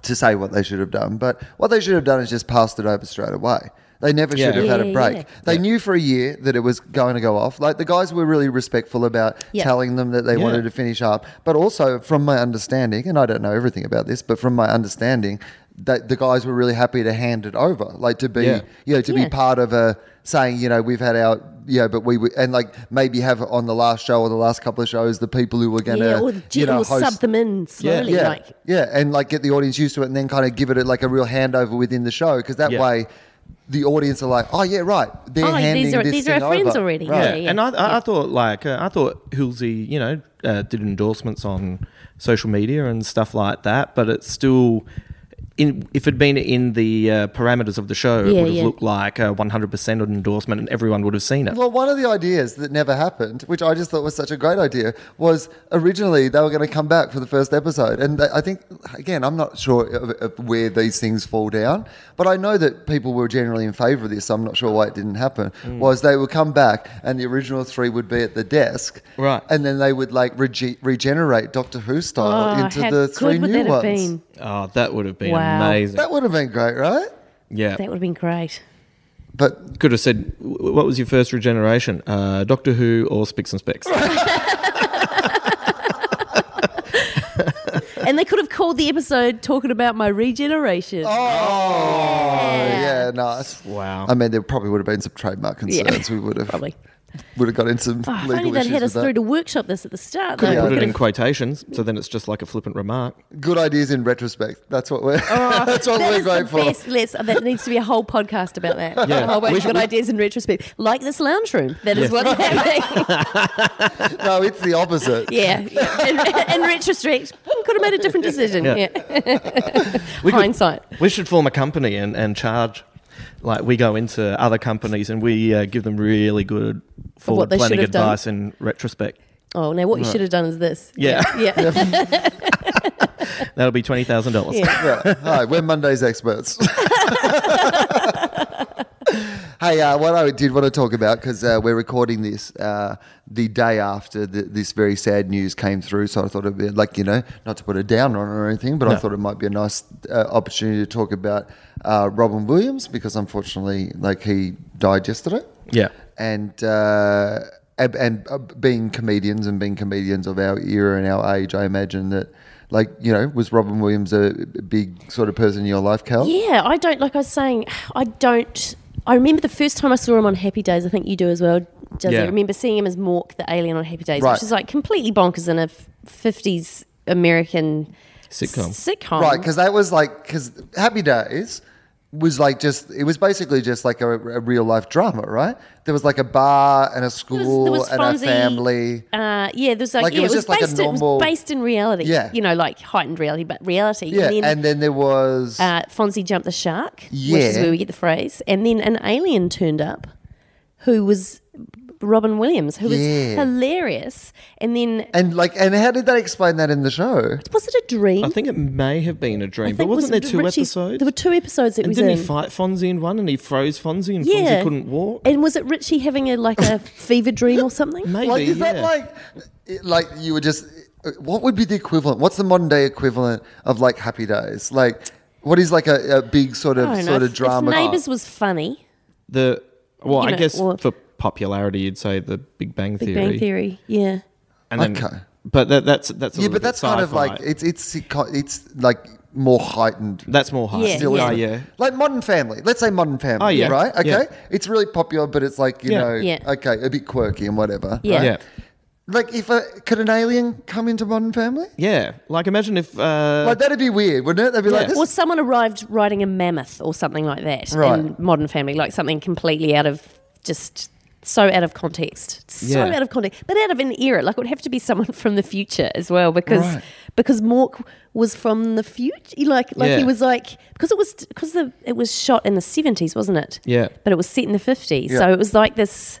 [SPEAKER 2] to say what they should have done, but what they should have done is just passed it over straight away. They never
[SPEAKER 4] Yeah.
[SPEAKER 2] should have
[SPEAKER 4] Yeah,
[SPEAKER 2] had a
[SPEAKER 3] yeah,
[SPEAKER 2] break.
[SPEAKER 3] yeah.
[SPEAKER 2] They knew for a year that it was going to go off. Like the guys were really respectful about
[SPEAKER 3] Yeah.
[SPEAKER 2] telling them that they
[SPEAKER 4] Yeah.
[SPEAKER 2] wanted to finish up. But also, from my understanding, and I don't know everything about this, but from my understanding, that the guys were really happy to hand it over, like to be,
[SPEAKER 4] Yeah.
[SPEAKER 2] you know, to
[SPEAKER 3] Yeah.
[SPEAKER 2] be part of a saying, you know, we've had our, you know, but we would, and like maybe have on the last show or the last couple of shows the people who were going
[SPEAKER 3] yeah,
[SPEAKER 2] to,
[SPEAKER 3] or,
[SPEAKER 2] uh, you know,
[SPEAKER 3] or
[SPEAKER 2] host
[SPEAKER 3] sub them in slowly.
[SPEAKER 2] yeah,
[SPEAKER 3] Like,
[SPEAKER 2] yeah, and like get the audience used to it, and then kind of give it a, like a real handover within the show because that
[SPEAKER 4] Yeah.
[SPEAKER 2] way the audience are like, oh yeah, right, they're
[SPEAKER 3] Oh, these
[SPEAKER 2] handing
[SPEAKER 3] are-
[SPEAKER 2] this
[SPEAKER 3] these are our
[SPEAKER 2] thing
[SPEAKER 3] friends
[SPEAKER 2] over.
[SPEAKER 3] already.
[SPEAKER 2] Right.
[SPEAKER 3] Yeah.
[SPEAKER 4] Yeah, and I, I, I thought like uh, I thought Hilsey, you know, uh, did endorsements on social media and stuff like that, but it's still. In, if it'd been in the uh, parameters of the show, it
[SPEAKER 3] Yeah,
[SPEAKER 4] would have
[SPEAKER 3] yeah.
[SPEAKER 4] looked like uh, a 100% endorsement and everyone would have seen it.
[SPEAKER 2] Well, one of the ideas that never happened, which I just thought was such a great idea, was originally they were going to come back for the first episode. And they, I think, again, I'm not sure of, of where these things fall down, but I know that people were generally in favour of this. So I'm not sure why it didn't happen.
[SPEAKER 4] Mm.
[SPEAKER 2] Was they would come back and the original three would be at the desk,
[SPEAKER 4] Right.
[SPEAKER 2] And then they would like rege- regenerate Doctor Who style
[SPEAKER 3] oh,
[SPEAKER 2] uh, into
[SPEAKER 3] how
[SPEAKER 2] the
[SPEAKER 3] good
[SPEAKER 2] three
[SPEAKER 3] would
[SPEAKER 2] new
[SPEAKER 3] that
[SPEAKER 2] ones.
[SPEAKER 3] have been?
[SPEAKER 4] oh, that would have been
[SPEAKER 3] Wow.
[SPEAKER 4] amazing.
[SPEAKER 2] That would have been great, right?
[SPEAKER 4] yeah.
[SPEAKER 3] That would have been great.
[SPEAKER 2] But
[SPEAKER 4] Could have said, "W- what was your first regeneration? Uh, Doctor Who or Spicks and
[SPEAKER 3] [LAUGHS]
[SPEAKER 4] Specks?
[SPEAKER 3] And they could have called the episode talking about my regeneration.
[SPEAKER 2] oh,
[SPEAKER 3] Yeah.
[SPEAKER 2] yeah, nice.
[SPEAKER 4] wow.
[SPEAKER 2] I mean, there probably would have been some trademark
[SPEAKER 3] Yeah.
[SPEAKER 2] concerns. We would have
[SPEAKER 3] Probably.
[SPEAKER 2] would have got into some
[SPEAKER 3] Oh, if
[SPEAKER 2] legal
[SPEAKER 3] only they'd
[SPEAKER 2] issues
[SPEAKER 3] had us
[SPEAKER 2] with
[SPEAKER 3] through
[SPEAKER 2] that.
[SPEAKER 3] to workshop this at the start.
[SPEAKER 4] Could
[SPEAKER 3] though.
[SPEAKER 4] have
[SPEAKER 3] We
[SPEAKER 4] put it
[SPEAKER 3] could
[SPEAKER 4] in
[SPEAKER 3] have-
[SPEAKER 4] quotations, so then it's just like a flippant remark.
[SPEAKER 2] Good ideas in retrospect. That's what we're. [LAUGHS] that's what
[SPEAKER 3] Oh, That
[SPEAKER 2] we're
[SPEAKER 3] is the
[SPEAKER 2] grateful.
[SPEAKER 3] best list. That needs to be a whole podcast about that. Oh, [LAUGHS]
[SPEAKER 4] Yeah.
[SPEAKER 3] A whole bunch
[SPEAKER 4] We
[SPEAKER 3] of
[SPEAKER 4] should-
[SPEAKER 3] good
[SPEAKER 4] we-
[SPEAKER 3] ideas in retrospect. Like this lounge room. That is
[SPEAKER 2] [LAUGHS]
[SPEAKER 3] what's happening.
[SPEAKER 2] No, it's the opposite.
[SPEAKER 3] yeah. In, in retrospect, could have made a different decision.
[SPEAKER 4] Yeah.
[SPEAKER 3] Yeah.
[SPEAKER 2] [LAUGHS]
[SPEAKER 4] We could-
[SPEAKER 3] Hindsight.
[SPEAKER 4] We should form a company and, and charge. Like we go into other companies and we uh, give them really good forward
[SPEAKER 3] what they should
[SPEAKER 4] planning
[SPEAKER 3] have done.
[SPEAKER 4] advice in retrospect.
[SPEAKER 3] Oh, now what you should have done is this.
[SPEAKER 4] Yeah.
[SPEAKER 2] [LAUGHS]
[SPEAKER 3] Yeah. yeah.
[SPEAKER 4] That'll be twenty thousand dollars.
[SPEAKER 3] [LAUGHS] Yeah.
[SPEAKER 2] Yeah. Hi, we're Monday's
[SPEAKER 3] [LAUGHS]
[SPEAKER 2] experts. hey, uh, what I did want to talk about because uh, we're recording this uh, the day after the, this very sad news came through, so I thought it'd be like you know not to put it down on or anything, but I
[SPEAKER 4] No.
[SPEAKER 2] thought it might be a nice uh, opportunity to talk about uh, Robin Williams because unfortunately, like he died yesterday
[SPEAKER 4] Yeah.
[SPEAKER 2] and uh, and, and uh, being comedians and being comedians of our era and our age, I imagine that, like you know, was Robin Williams a big sort of person in your life, Cal?
[SPEAKER 3] Yeah, I don't like I was saying, I don't I remember the first time I saw him on Happy Days, I think you do as well, Does
[SPEAKER 4] Yeah.
[SPEAKER 3] I remember seeing him as Mork the alien on Happy Days,
[SPEAKER 2] Right.
[SPEAKER 3] which is like completely bonkers in a fifties American
[SPEAKER 4] Sitcom.
[SPEAKER 3] Sitcom.
[SPEAKER 2] Right, because that was like because Happy Days was like just it was basically just like a, a real life drama, right? There was like a bar and a
[SPEAKER 3] There
[SPEAKER 2] school
[SPEAKER 3] there was
[SPEAKER 2] and
[SPEAKER 3] Fonzie,
[SPEAKER 2] a family.
[SPEAKER 3] Uh, yeah, there's like,
[SPEAKER 2] Like, it
[SPEAKER 3] yeah, it
[SPEAKER 2] was
[SPEAKER 3] was,
[SPEAKER 2] just like a
[SPEAKER 3] based in- it was
[SPEAKER 2] normal-
[SPEAKER 3] based in reality.
[SPEAKER 2] Yeah.
[SPEAKER 3] you know, like heightened reality, but reality.
[SPEAKER 2] Yeah,
[SPEAKER 3] and then,
[SPEAKER 2] and then there was
[SPEAKER 3] uh, Fonzie jumped the shark, which
[SPEAKER 2] Yeah.
[SPEAKER 3] is where we get the phrase. And then an alien turned up, who was Robin Williams, who was
[SPEAKER 2] Yeah.
[SPEAKER 3] hilarious. And then
[SPEAKER 2] And like, and how did they explain that in the show?
[SPEAKER 3] was it a dream?
[SPEAKER 4] I think it may have been a
[SPEAKER 3] I
[SPEAKER 4] dream,
[SPEAKER 3] think
[SPEAKER 4] but
[SPEAKER 3] it
[SPEAKER 4] wasn't
[SPEAKER 3] was
[SPEAKER 4] there two
[SPEAKER 3] Richie-
[SPEAKER 4] episodes?
[SPEAKER 3] There were two episodes that
[SPEAKER 4] and
[SPEAKER 3] was
[SPEAKER 4] didn't
[SPEAKER 3] in.
[SPEAKER 4] he fight Fonzie in one, and he froze Fonzie, and
[SPEAKER 3] Yeah,
[SPEAKER 4] Fonzie couldn't walk?
[SPEAKER 3] And was it Richie having a like
[SPEAKER 4] [LAUGHS]
[SPEAKER 3] a fever dream or something?
[SPEAKER 4] Maybe,
[SPEAKER 2] Like, is that
[SPEAKER 4] yeah.
[SPEAKER 2] like, it- like you were just, what would be the equivalent? What's the modern day equivalent of like Happy Days? Like, what is like a, a big sort
[SPEAKER 3] I
[SPEAKER 2] of
[SPEAKER 3] don't know.
[SPEAKER 2] sort
[SPEAKER 3] If-
[SPEAKER 2] of drama?
[SPEAKER 3] If Neighbours was funny.
[SPEAKER 4] the? Well,
[SPEAKER 3] You
[SPEAKER 4] I
[SPEAKER 3] know,
[SPEAKER 4] guess
[SPEAKER 3] well-
[SPEAKER 4] for popularity, you'd say the Big Bang
[SPEAKER 3] Big
[SPEAKER 4] Theory.
[SPEAKER 3] Bang Theory. Yeah.
[SPEAKER 4] And then,
[SPEAKER 2] Okay.
[SPEAKER 4] But that, that's that's a
[SPEAKER 2] yeah,
[SPEAKER 4] little
[SPEAKER 2] but
[SPEAKER 4] bit
[SPEAKER 2] that's kind of
[SPEAKER 4] sci-fi.
[SPEAKER 2] like it's it's sitco- it's like more heightened.
[SPEAKER 4] that's more high.
[SPEAKER 3] Yeah, Still yeah.
[SPEAKER 4] Oh,
[SPEAKER 3] is.
[SPEAKER 4] yeah. Oh,
[SPEAKER 2] Like Modern Family. Let's say Modern Family.
[SPEAKER 4] yeah.
[SPEAKER 2] Right? Okay.
[SPEAKER 4] Yeah.
[SPEAKER 2] It's really popular, but it's like, you
[SPEAKER 4] Yeah.
[SPEAKER 2] know,
[SPEAKER 3] Yeah.
[SPEAKER 2] okay, a bit quirky and whatever.
[SPEAKER 3] Yeah.
[SPEAKER 2] right?
[SPEAKER 4] Yeah.
[SPEAKER 2] Like, if a, could an alien come into Modern Family?
[SPEAKER 4] Yeah. Like imagine if uh,
[SPEAKER 2] Like, that'd be weird, wouldn't it? They'd be like,
[SPEAKER 4] Yeah.
[SPEAKER 2] this
[SPEAKER 3] Or someone arrived riding a mammoth or something like that in
[SPEAKER 2] Right.
[SPEAKER 3] Modern Family, like something completely out of just so out of context, so
[SPEAKER 4] Yeah.
[SPEAKER 3] out of context, but out of an era. Like it would have to be someone [LAUGHS] from the future as well, because
[SPEAKER 2] Right.
[SPEAKER 3] because Mork was from the future. Like like he
[SPEAKER 4] Yeah.
[SPEAKER 3] was like because it was because the it was shot in the seventies, wasn't it?
[SPEAKER 4] Yeah.
[SPEAKER 3] but it was set in the fifties, so
[SPEAKER 2] Yeah.
[SPEAKER 3] it was like this.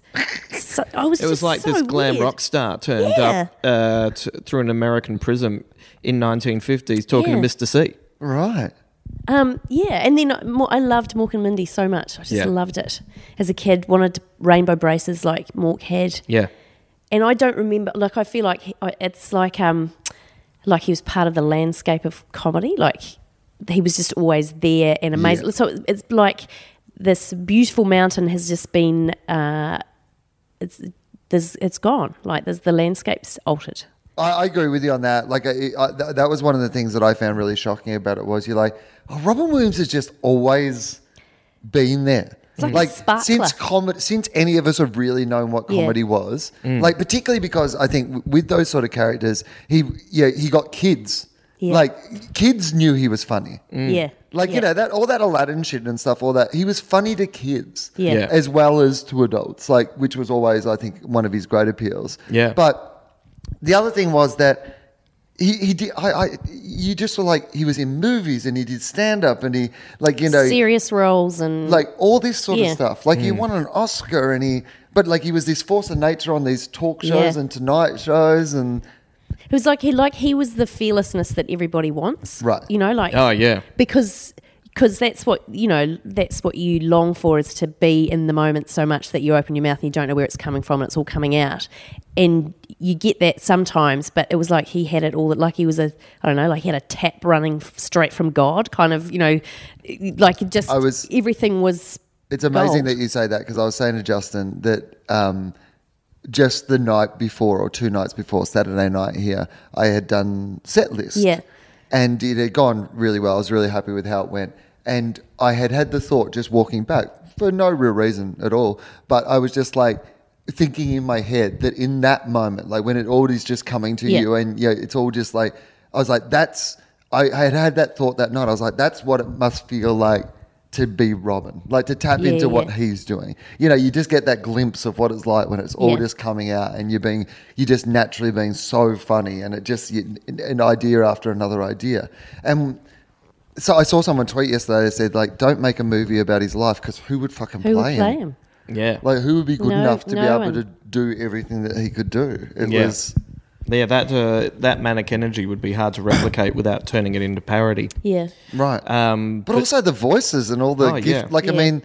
[SPEAKER 3] So, I was
[SPEAKER 4] it was
[SPEAKER 3] just
[SPEAKER 4] like
[SPEAKER 3] so
[SPEAKER 4] this glam
[SPEAKER 3] weird.
[SPEAKER 4] rock star turned
[SPEAKER 3] Yeah.
[SPEAKER 4] up uh, t- through an American prism in 1950s talking
[SPEAKER 3] Yeah.
[SPEAKER 4] to Mr. C.
[SPEAKER 2] Right.
[SPEAKER 3] Um, yeah, and then I- Mo- I loved Mork and Mindy so much. I just
[SPEAKER 4] Yeah.
[SPEAKER 3] loved it. As a kid, wanted rainbow braces like Mork had,
[SPEAKER 4] Yeah.
[SPEAKER 3] and I don't remember. Like I feel like he, I- it's like um, like he was part of the landscape of comedy. Like he was just always there and amazing.
[SPEAKER 2] Yeah.
[SPEAKER 3] So it's- it's like this beautiful mountain has just been uh, it's there's it's gone. Like there's the landscape's altered.
[SPEAKER 2] I, I agree with you on that. Like, I, I, th- that was one of the things that I found really shocking about it was you're like, oh, Robin Williams has just always been there.
[SPEAKER 3] It's like a sparkler.
[SPEAKER 2] since comedy, since any of us have really known what
[SPEAKER 3] Yeah.
[SPEAKER 2] comedy was, like particularly because I think w- with those sort of characters, he yeah he got kids.
[SPEAKER 3] Yeah.
[SPEAKER 2] Like kids knew he was funny.
[SPEAKER 3] Yeah,
[SPEAKER 2] Mm. Like
[SPEAKER 3] Yeah.
[SPEAKER 2] you know that all that Aladdin shit and stuff, all that he was funny to kids,
[SPEAKER 3] Yeah. Yeah.
[SPEAKER 2] as well as to adults. Like which was always, I think, one of his great appeals.
[SPEAKER 4] Yeah.
[SPEAKER 2] But the other thing was that he, he did. I, I you just were like he was in movies and he did stand up and he like you know
[SPEAKER 3] serious roles and
[SPEAKER 2] like all this sort
[SPEAKER 3] Yeah.
[SPEAKER 2] of stuff. Like he won an Oscar and he, but like he was this force of nature on these talk shows
[SPEAKER 3] Yeah.
[SPEAKER 2] and Tonight shows and
[SPEAKER 3] It was like he like he was the fearlessness that everybody wants,
[SPEAKER 2] Right.
[SPEAKER 3] You know, like
[SPEAKER 4] Oh yeah.
[SPEAKER 3] because because that's what you know that's what you long for is to be in the moment so much that you open your mouth and you don't know where it's coming from and it's all coming out, and you get that sometimes. But it was like he had it all. That like he was a I don't know, like he had a tap running f- straight from God, kind of you know, like it just
[SPEAKER 2] I was-
[SPEAKER 3] everything was
[SPEAKER 2] It's amazing
[SPEAKER 3] Gold.
[SPEAKER 2] that you say that because I was saying to Justin that um, just the night before or two nights before Saturday night here, I had done set list.
[SPEAKER 3] Yeah.
[SPEAKER 2] And it had gone really well. I was really happy with how it went. And I had had the thought just walking back for no real reason at all, but I was just like thinking in my head that in that moment, like when it all is just coming to
[SPEAKER 3] Yeah.
[SPEAKER 2] you and yeah, it's all just like I was like, that's I I had had that thought that night. I was like, that's what it must feel like to be Robin, like to tap
[SPEAKER 3] Yeah,
[SPEAKER 2] into what
[SPEAKER 3] yeah.
[SPEAKER 2] he's doing. You know, you just get that glimpse of what it's like when it's all
[SPEAKER 3] Yeah.
[SPEAKER 2] just coming out, and you're being you just naturally being so funny, and it just you, an idea after another idea. And so I saw someone tweet yesterday. They said like, don't make a movie about his life because who would fucking
[SPEAKER 3] who
[SPEAKER 2] play,
[SPEAKER 3] would play
[SPEAKER 2] him?
[SPEAKER 3] him.
[SPEAKER 4] Yeah.
[SPEAKER 2] Like who would be good
[SPEAKER 3] No-
[SPEAKER 2] enough to be
[SPEAKER 3] no
[SPEAKER 2] able
[SPEAKER 3] one.
[SPEAKER 2] to do everything that he could do? It
[SPEAKER 4] Yeah.
[SPEAKER 2] was
[SPEAKER 4] yeah, that uh, that manic energy would be hard to replicate without turning it into parody.
[SPEAKER 3] Yeah,
[SPEAKER 2] right.
[SPEAKER 4] Um,
[SPEAKER 2] But, also the voices and all the
[SPEAKER 4] Oh,
[SPEAKER 2] gift.
[SPEAKER 4] yeah.
[SPEAKER 2] Like, I
[SPEAKER 3] Yeah.
[SPEAKER 2] mean,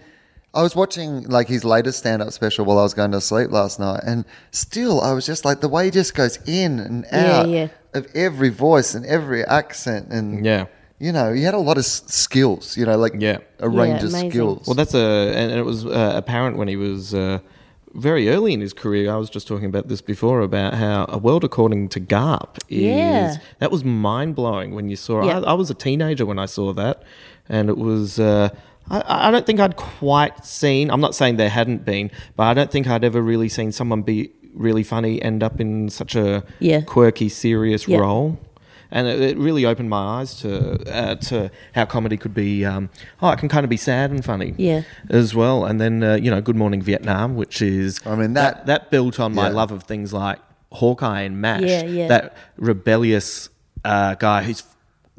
[SPEAKER 2] I was watching like his latest stand-up special while I was going to sleep last night, and still I was just like the way he just goes in and
[SPEAKER 3] Yeah,
[SPEAKER 2] out
[SPEAKER 3] yeah.
[SPEAKER 2] of every voice and every accent, and
[SPEAKER 4] Yeah.
[SPEAKER 2] you know, he had a lot of s- skills. You know, like
[SPEAKER 4] Yeah.
[SPEAKER 2] a range
[SPEAKER 3] Yeah,
[SPEAKER 2] of
[SPEAKER 3] amazing.
[SPEAKER 2] skills.
[SPEAKER 4] Well, that's a, and and it was uh, apparent when he was uh, very early in his career. I was just talking about this before about how a world according to Garp is
[SPEAKER 3] Yeah.
[SPEAKER 4] that was mind blowing when you saw.
[SPEAKER 3] Yeah.
[SPEAKER 4] I, I was a teenager when I saw that, and it was. Uh, I, I don't think I'd quite seen. I'm not saying there hadn't been, but I don't think I'd ever really seen someone be really funny end up in such a
[SPEAKER 3] Yeah.
[SPEAKER 4] quirky, serious
[SPEAKER 3] Yeah.
[SPEAKER 4] role. And it, it really opened my eyes to uh, to how comedy could be. Um, oh, it can kind of be sad and funny
[SPEAKER 3] Yeah.
[SPEAKER 4] as well. And then uh, you know, Good Morning Vietnam, which is
[SPEAKER 2] I mean, that-
[SPEAKER 4] that that built on my
[SPEAKER 2] yeah.
[SPEAKER 4] love of things like Hawkeye and Mash.
[SPEAKER 3] Yeah, yeah.
[SPEAKER 4] That rebellious uh, guy who's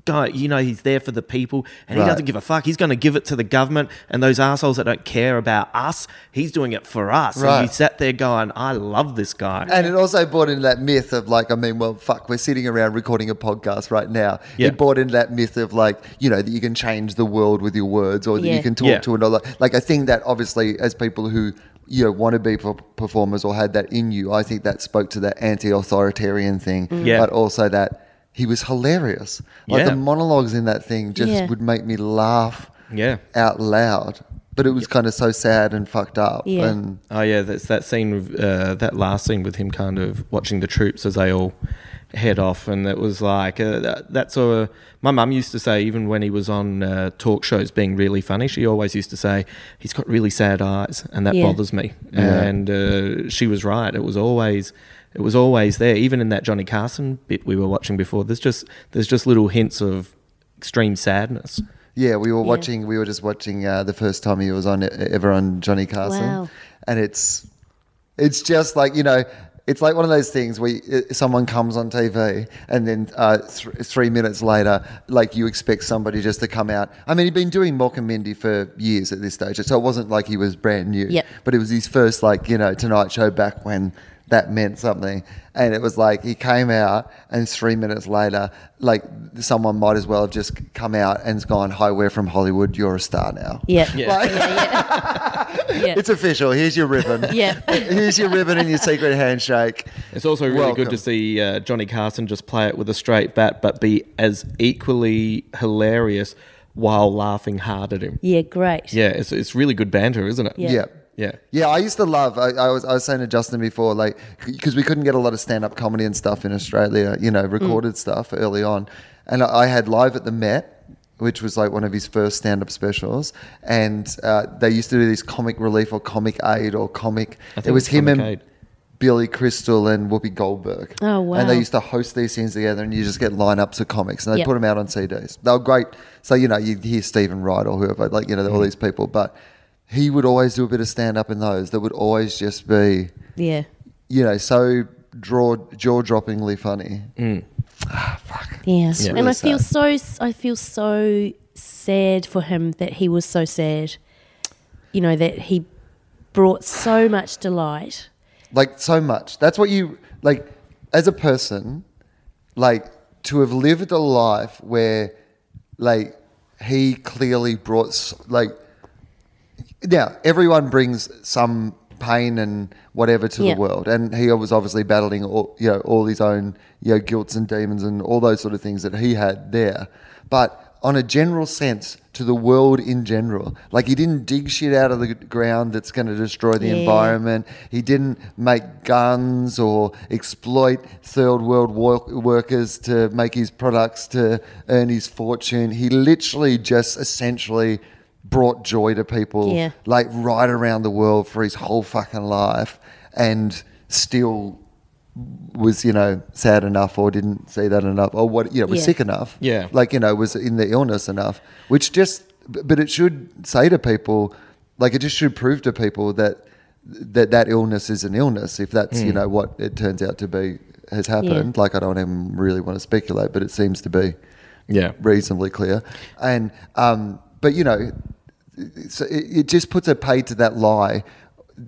[SPEAKER 4] guy, you know, he's there for the people and
[SPEAKER 2] Right.
[SPEAKER 4] he doesn't give a fuck. He's going to give it to the government and those assholes that don't care about us. He's doing it for us.
[SPEAKER 2] Right.
[SPEAKER 4] And you sat there going, I love this guy.
[SPEAKER 2] And it also brought in that myth of like, I mean, well, fuck, we're sitting around recording a podcast right now.
[SPEAKER 4] Yeah.
[SPEAKER 2] It brought in that myth of like, you know, that you can change the world with your words or that you
[SPEAKER 3] Yeah.
[SPEAKER 2] can talk
[SPEAKER 4] Yeah.
[SPEAKER 2] to another. Like, I think that obviously, as people who, you know, want to be per- performers or had that in you, I think that spoke to that anti authoritarian thing.
[SPEAKER 4] Yeah.
[SPEAKER 2] But also that he was hilarious. Like,
[SPEAKER 4] Mm. Yeah.
[SPEAKER 2] the monologues in that thing just
[SPEAKER 3] Yeah.
[SPEAKER 2] would make me laugh
[SPEAKER 4] Yeah.
[SPEAKER 2] out loud. But it was kind of so sad and fucked up.
[SPEAKER 3] Yeah.
[SPEAKER 2] And
[SPEAKER 4] Oh yeah, that's that scene. of, Uh, that last scene with him, kind of watching the troops as they all head off, and it was like uh, that, that's a. My mum used to say, even when he was on uh, talk shows, being really funny, she always used to say, "He's got really sad eyes," and that
[SPEAKER 3] Yeah.
[SPEAKER 4] bothers me.
[SPEAKER 2] Yeah.
[SPEAKER 4] And uh, she was right. It was always. It was always there, even in that Johnny Carson bit we were watching before. There's just there's just little hints of extreme sadness.
[SPEAKER 2] Yeah, we were watching. We were just watching uh, the first time he was on e- ever on Johnny Carson,
[SPEAKER 3] Wow.
[SPEAKER 2] and it's it's just like you know, it's like one of those things where you- uh, someone comes on TV, and then uh, th- three minutes later, like you expect somebody just to come out. I mean, he'd been doing Mock and Mindy for years at this stage, so it wasn't like he was brand new.
[SPEAKER 3] Yep.
[SPEAKER 2] but it was his first like you know Tonight Show back when. That meant something, and it was like he came out, and three minutes later, like someone might as well have just come out and gone, "Hi, we're from Hollywood. You're a star now."
[SPEAKER 3] Yeah.
[SPEAKER 4] Yeah.
[SPEAKER 2] Like-
[SPEAKER 3] yeah, yeah. yeah.
[SPEAKER 2] It's official. Here's your ribbon.
[SPEAKER 3] Yeah.
[SPEAKER 2] [LAUGHS] Here's your ribbon and your secret handshake.
[SPEAKER 4] It's also really
[SPEAKER 2] Welcome.
[SPEAKER 4] good to see uh, Johnny Carson just play it with a straight bat, but be as equally hilarious while laughing hard at him.
[SPEAKER 3] yeah, great.
[SPEAKER 4] Yeah, it's, it's really good banter, isn't it?
[SPEAKER 3] Yeah.
[SPEAKER 2] Yeah.
[SPEAKER 4] Yeah.
[SPEAKER 2] Yeah, I used to love. I, I was I was saying to Justin before, like, because we couldn't get a lot of stand up comedy and stuff in Australia, you know, recorded
[SPEAKER 4] Mm.
[SPEAKER 2] stuff early on, and I, I had live at the Met, which was like one of his first stand up specials, and uh, they used to do these comic relief or comic aid or comic.
[SPEAKER 4] think
[SPEAKER 2] It was
[SPEAKER 4] it's
[SPEAKER 2] him
[SPEAKER 4] Comic
[SPEAKER 2] and
[SPEAKER 4] Aid.
[SPEAKER 2] Billy Crystal and Whoopi Goldberg.
[SPEAKER 3] Oh, wow.
[SPEAKER 2] And they used to host these things together, and you just get lineups of comics, and they
[SPEAKER 3] Yep.
[SPEAKER 2] put them out on CDs. They were great. So you know, you hear Stephen Wright or whoever, like you know, all these people, but he would always do a bit of stand up in those. That would always just be,
[SPEAKER 3] Yeah.
[SPEAKER 2] you know, so draw jaw droppingly funny.
[SPEAKER 3] Yeah.
[SPEAKER 4] Yeah.
[SPEAKER 3] And
[SPEAKER 2] really
[SPEAKER 3] I feel
[SPEAKER 2] sad.
[SPEAKER 3] so s- I feel so sad for him that he was so sad. You know that he brought so much delight.
[SPEAKER 2] like so much. That's what you like as a person, like to have lived a life where, like, he clearly brought s- like. Now everyone brings some pain and whatever to
[SPEAKER 3] Yeah.
[SPEAKER 2] the world, and he was obviously battling all you know all his own you know guilts and demons and all those sort of things that he had there, but. On a general sense, to the world in general, like he didn't dig shit out of the ground that's going to destroy the
[SPEAKER 3] Yeah.
[SPEAKER 2] environment environment. He didn't make guns or exploit third world wo- workers to make his products to earn his fortune. He literally just essentially brought joy to people
[SPEAKER 3] Yeah.
[SPEAKER 2] like right around the world for his whole fucking life and still was you know sad enough or didn't see that enough or what you know was
[SPEAKER 3] Yeah.
[SPEAKER 2] sick enough
[SPEAKER 4] Yeah.
[SPEAKER 2] like you know was in the illness enough which just b- but it should say to people like it just should prove to people that that that illness is an illness if that's
[SPEAKER 3] Hmm.
[SPEAKER 2] you know what it turns out to be has happened like i don't even really want to speculate but it seems to be
[SPEAKER 4] Yeah.
[SPEAKER 2] reasonably clear. And um, but you know, so it, it just puts a pay to that lie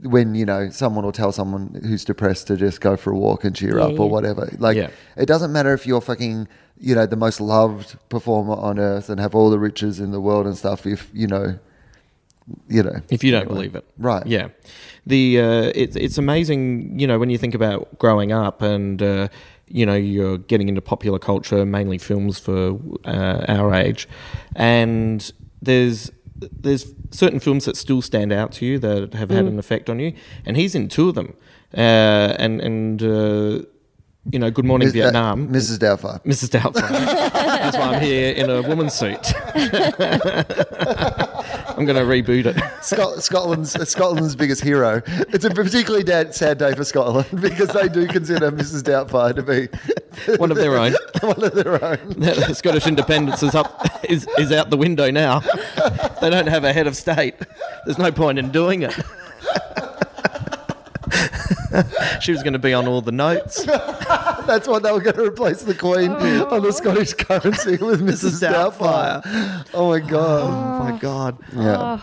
[SPEAKER 2] when you know someone will tell someone who's depressed to just go for a walk and cheer
[SPEAKER 3] Yeah,
[SPEAKER 2] up or
[SPEAKER 3] yeah.
[SPEAKER 2] whatever. Like
[SPEAKER 4] Yeah.
[SPEAKER 2] it doesn't matter if you're fucking you know the most loved performer on earth and have all the riches in the world and stuff. If you know, you know,
[SPEAKER 4] If you don't believe it.
[SPEAKER 2] Right.
[SPEAKER 4] Yeah. The uh, it's it's amazing, you know, when you think about growing up and uh, you know you're getting into popular culture, mainly films for uh, our age, and there's there's certain films that still stand out to you that have had an effect on you, and he's in two of them, uh, and and uh, you know, Good Morning
[SPEAKER 2] Miss- uh,
[SPEAKER 4] Vietnam,
[SPEAKER 2] [LAUGHS] Mrs. Doubtfire.
[SPEAKER 4] Mrs. Doubtfire. That's why I'm here in a woman's suit. [LAUGHS] I'm going to reboot it.
[SPEAKER 2] Scot- Scotland's [LAUGHS] Scotland's biggest hero. It's a particularly dad, sad day for Scotland [LAUGHS] because they do consider Mrs. Doubtfire to be
[SPEAKER 4] [LAUGHS] One of their own.
[SPEAKER 2] [LAUGHS] one of their own.
[SPEAKER 4] [LAUGHS] The Scottish independence is up [LAUGHS] is, is out the window now. [LAUGHS] They don't have a head of state. There's no point in doing it. [LAUGHS]
[SPEAKER 2] [LAUGHS]
[SPEAKER 4] she was going to be on all the notes.
[SPEAKER 2] That's why they were going to replace the Queen on the Scottish currency with Mrs. Doubtfire. Oh my god.
[SPEAKER 4] Oh my god.
[SPEAKER 2] Yeah.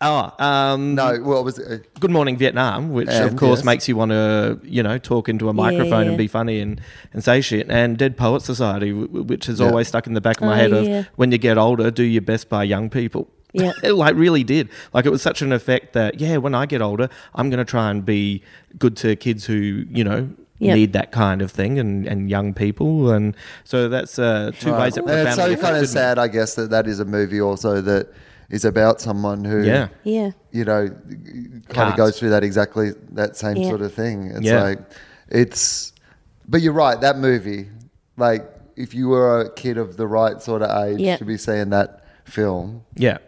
[SPEAKER 4] Oh, um,
[SPEAKER 2] No, well, it was uh,
[SPEAKER 4] Good Morning Vietnam, which of
[SPEAKER 2] And,
[SPEAKER 4] course
[SPEAKER 2] yes.
[SPEAKER 4] makes you want to, you know, talk into a microphone
[SPEAKER 3] Um, yeah.
[SPEAKER 4] and be funny and, and say shit. And Dead Poet Society, w- w- which is always stuck in the back of my
[SPEAKER 3] Oh,
[SPEAKER 4] head
[SPEAKER 3] yeah.
[SPEAKER 4] of when you get older, do your best by young people.
[SPEAKER 3] Yeah.
[SPEAKER 4] [LAUGHS] it like really did. Like it was such an effect that yeah, when I get older, I'm going to try and be good to kids who you know.
[SPEAKER 3] Yep.
[SPEAKER 4] Need that kind of thing and, and young people and so that's uh, two ways that
[SPEAKER 2] And it's so
[SPEAKER 4] profoundly
[SPEAKER 2] kind
[SPEAKER 4] affected me.
[SPEAKER 2] of sad, I guess, that that is a movie also that is about someone who,
[SPEAKER 4] Yeah.
[SPEAKER 3] Yeah.
[SPEAKER 2] you know, kind of
[SPEAKER 4] Can't.
[SPEAKER 2] goes through that exactly that same
[SPEAKER 3] Yeah.
[SPEAKER 2] sort of thing. It's
[SPEAKER 4] Yeah.
[SPEAKER 2] like, it's, but you're right, that movie, like, if you were a kid of the right sort of age
[SPEAKER 3] Yeah.
[SPEAKER 2] to be seeing that film,
[SPEAKER 4] Yeah.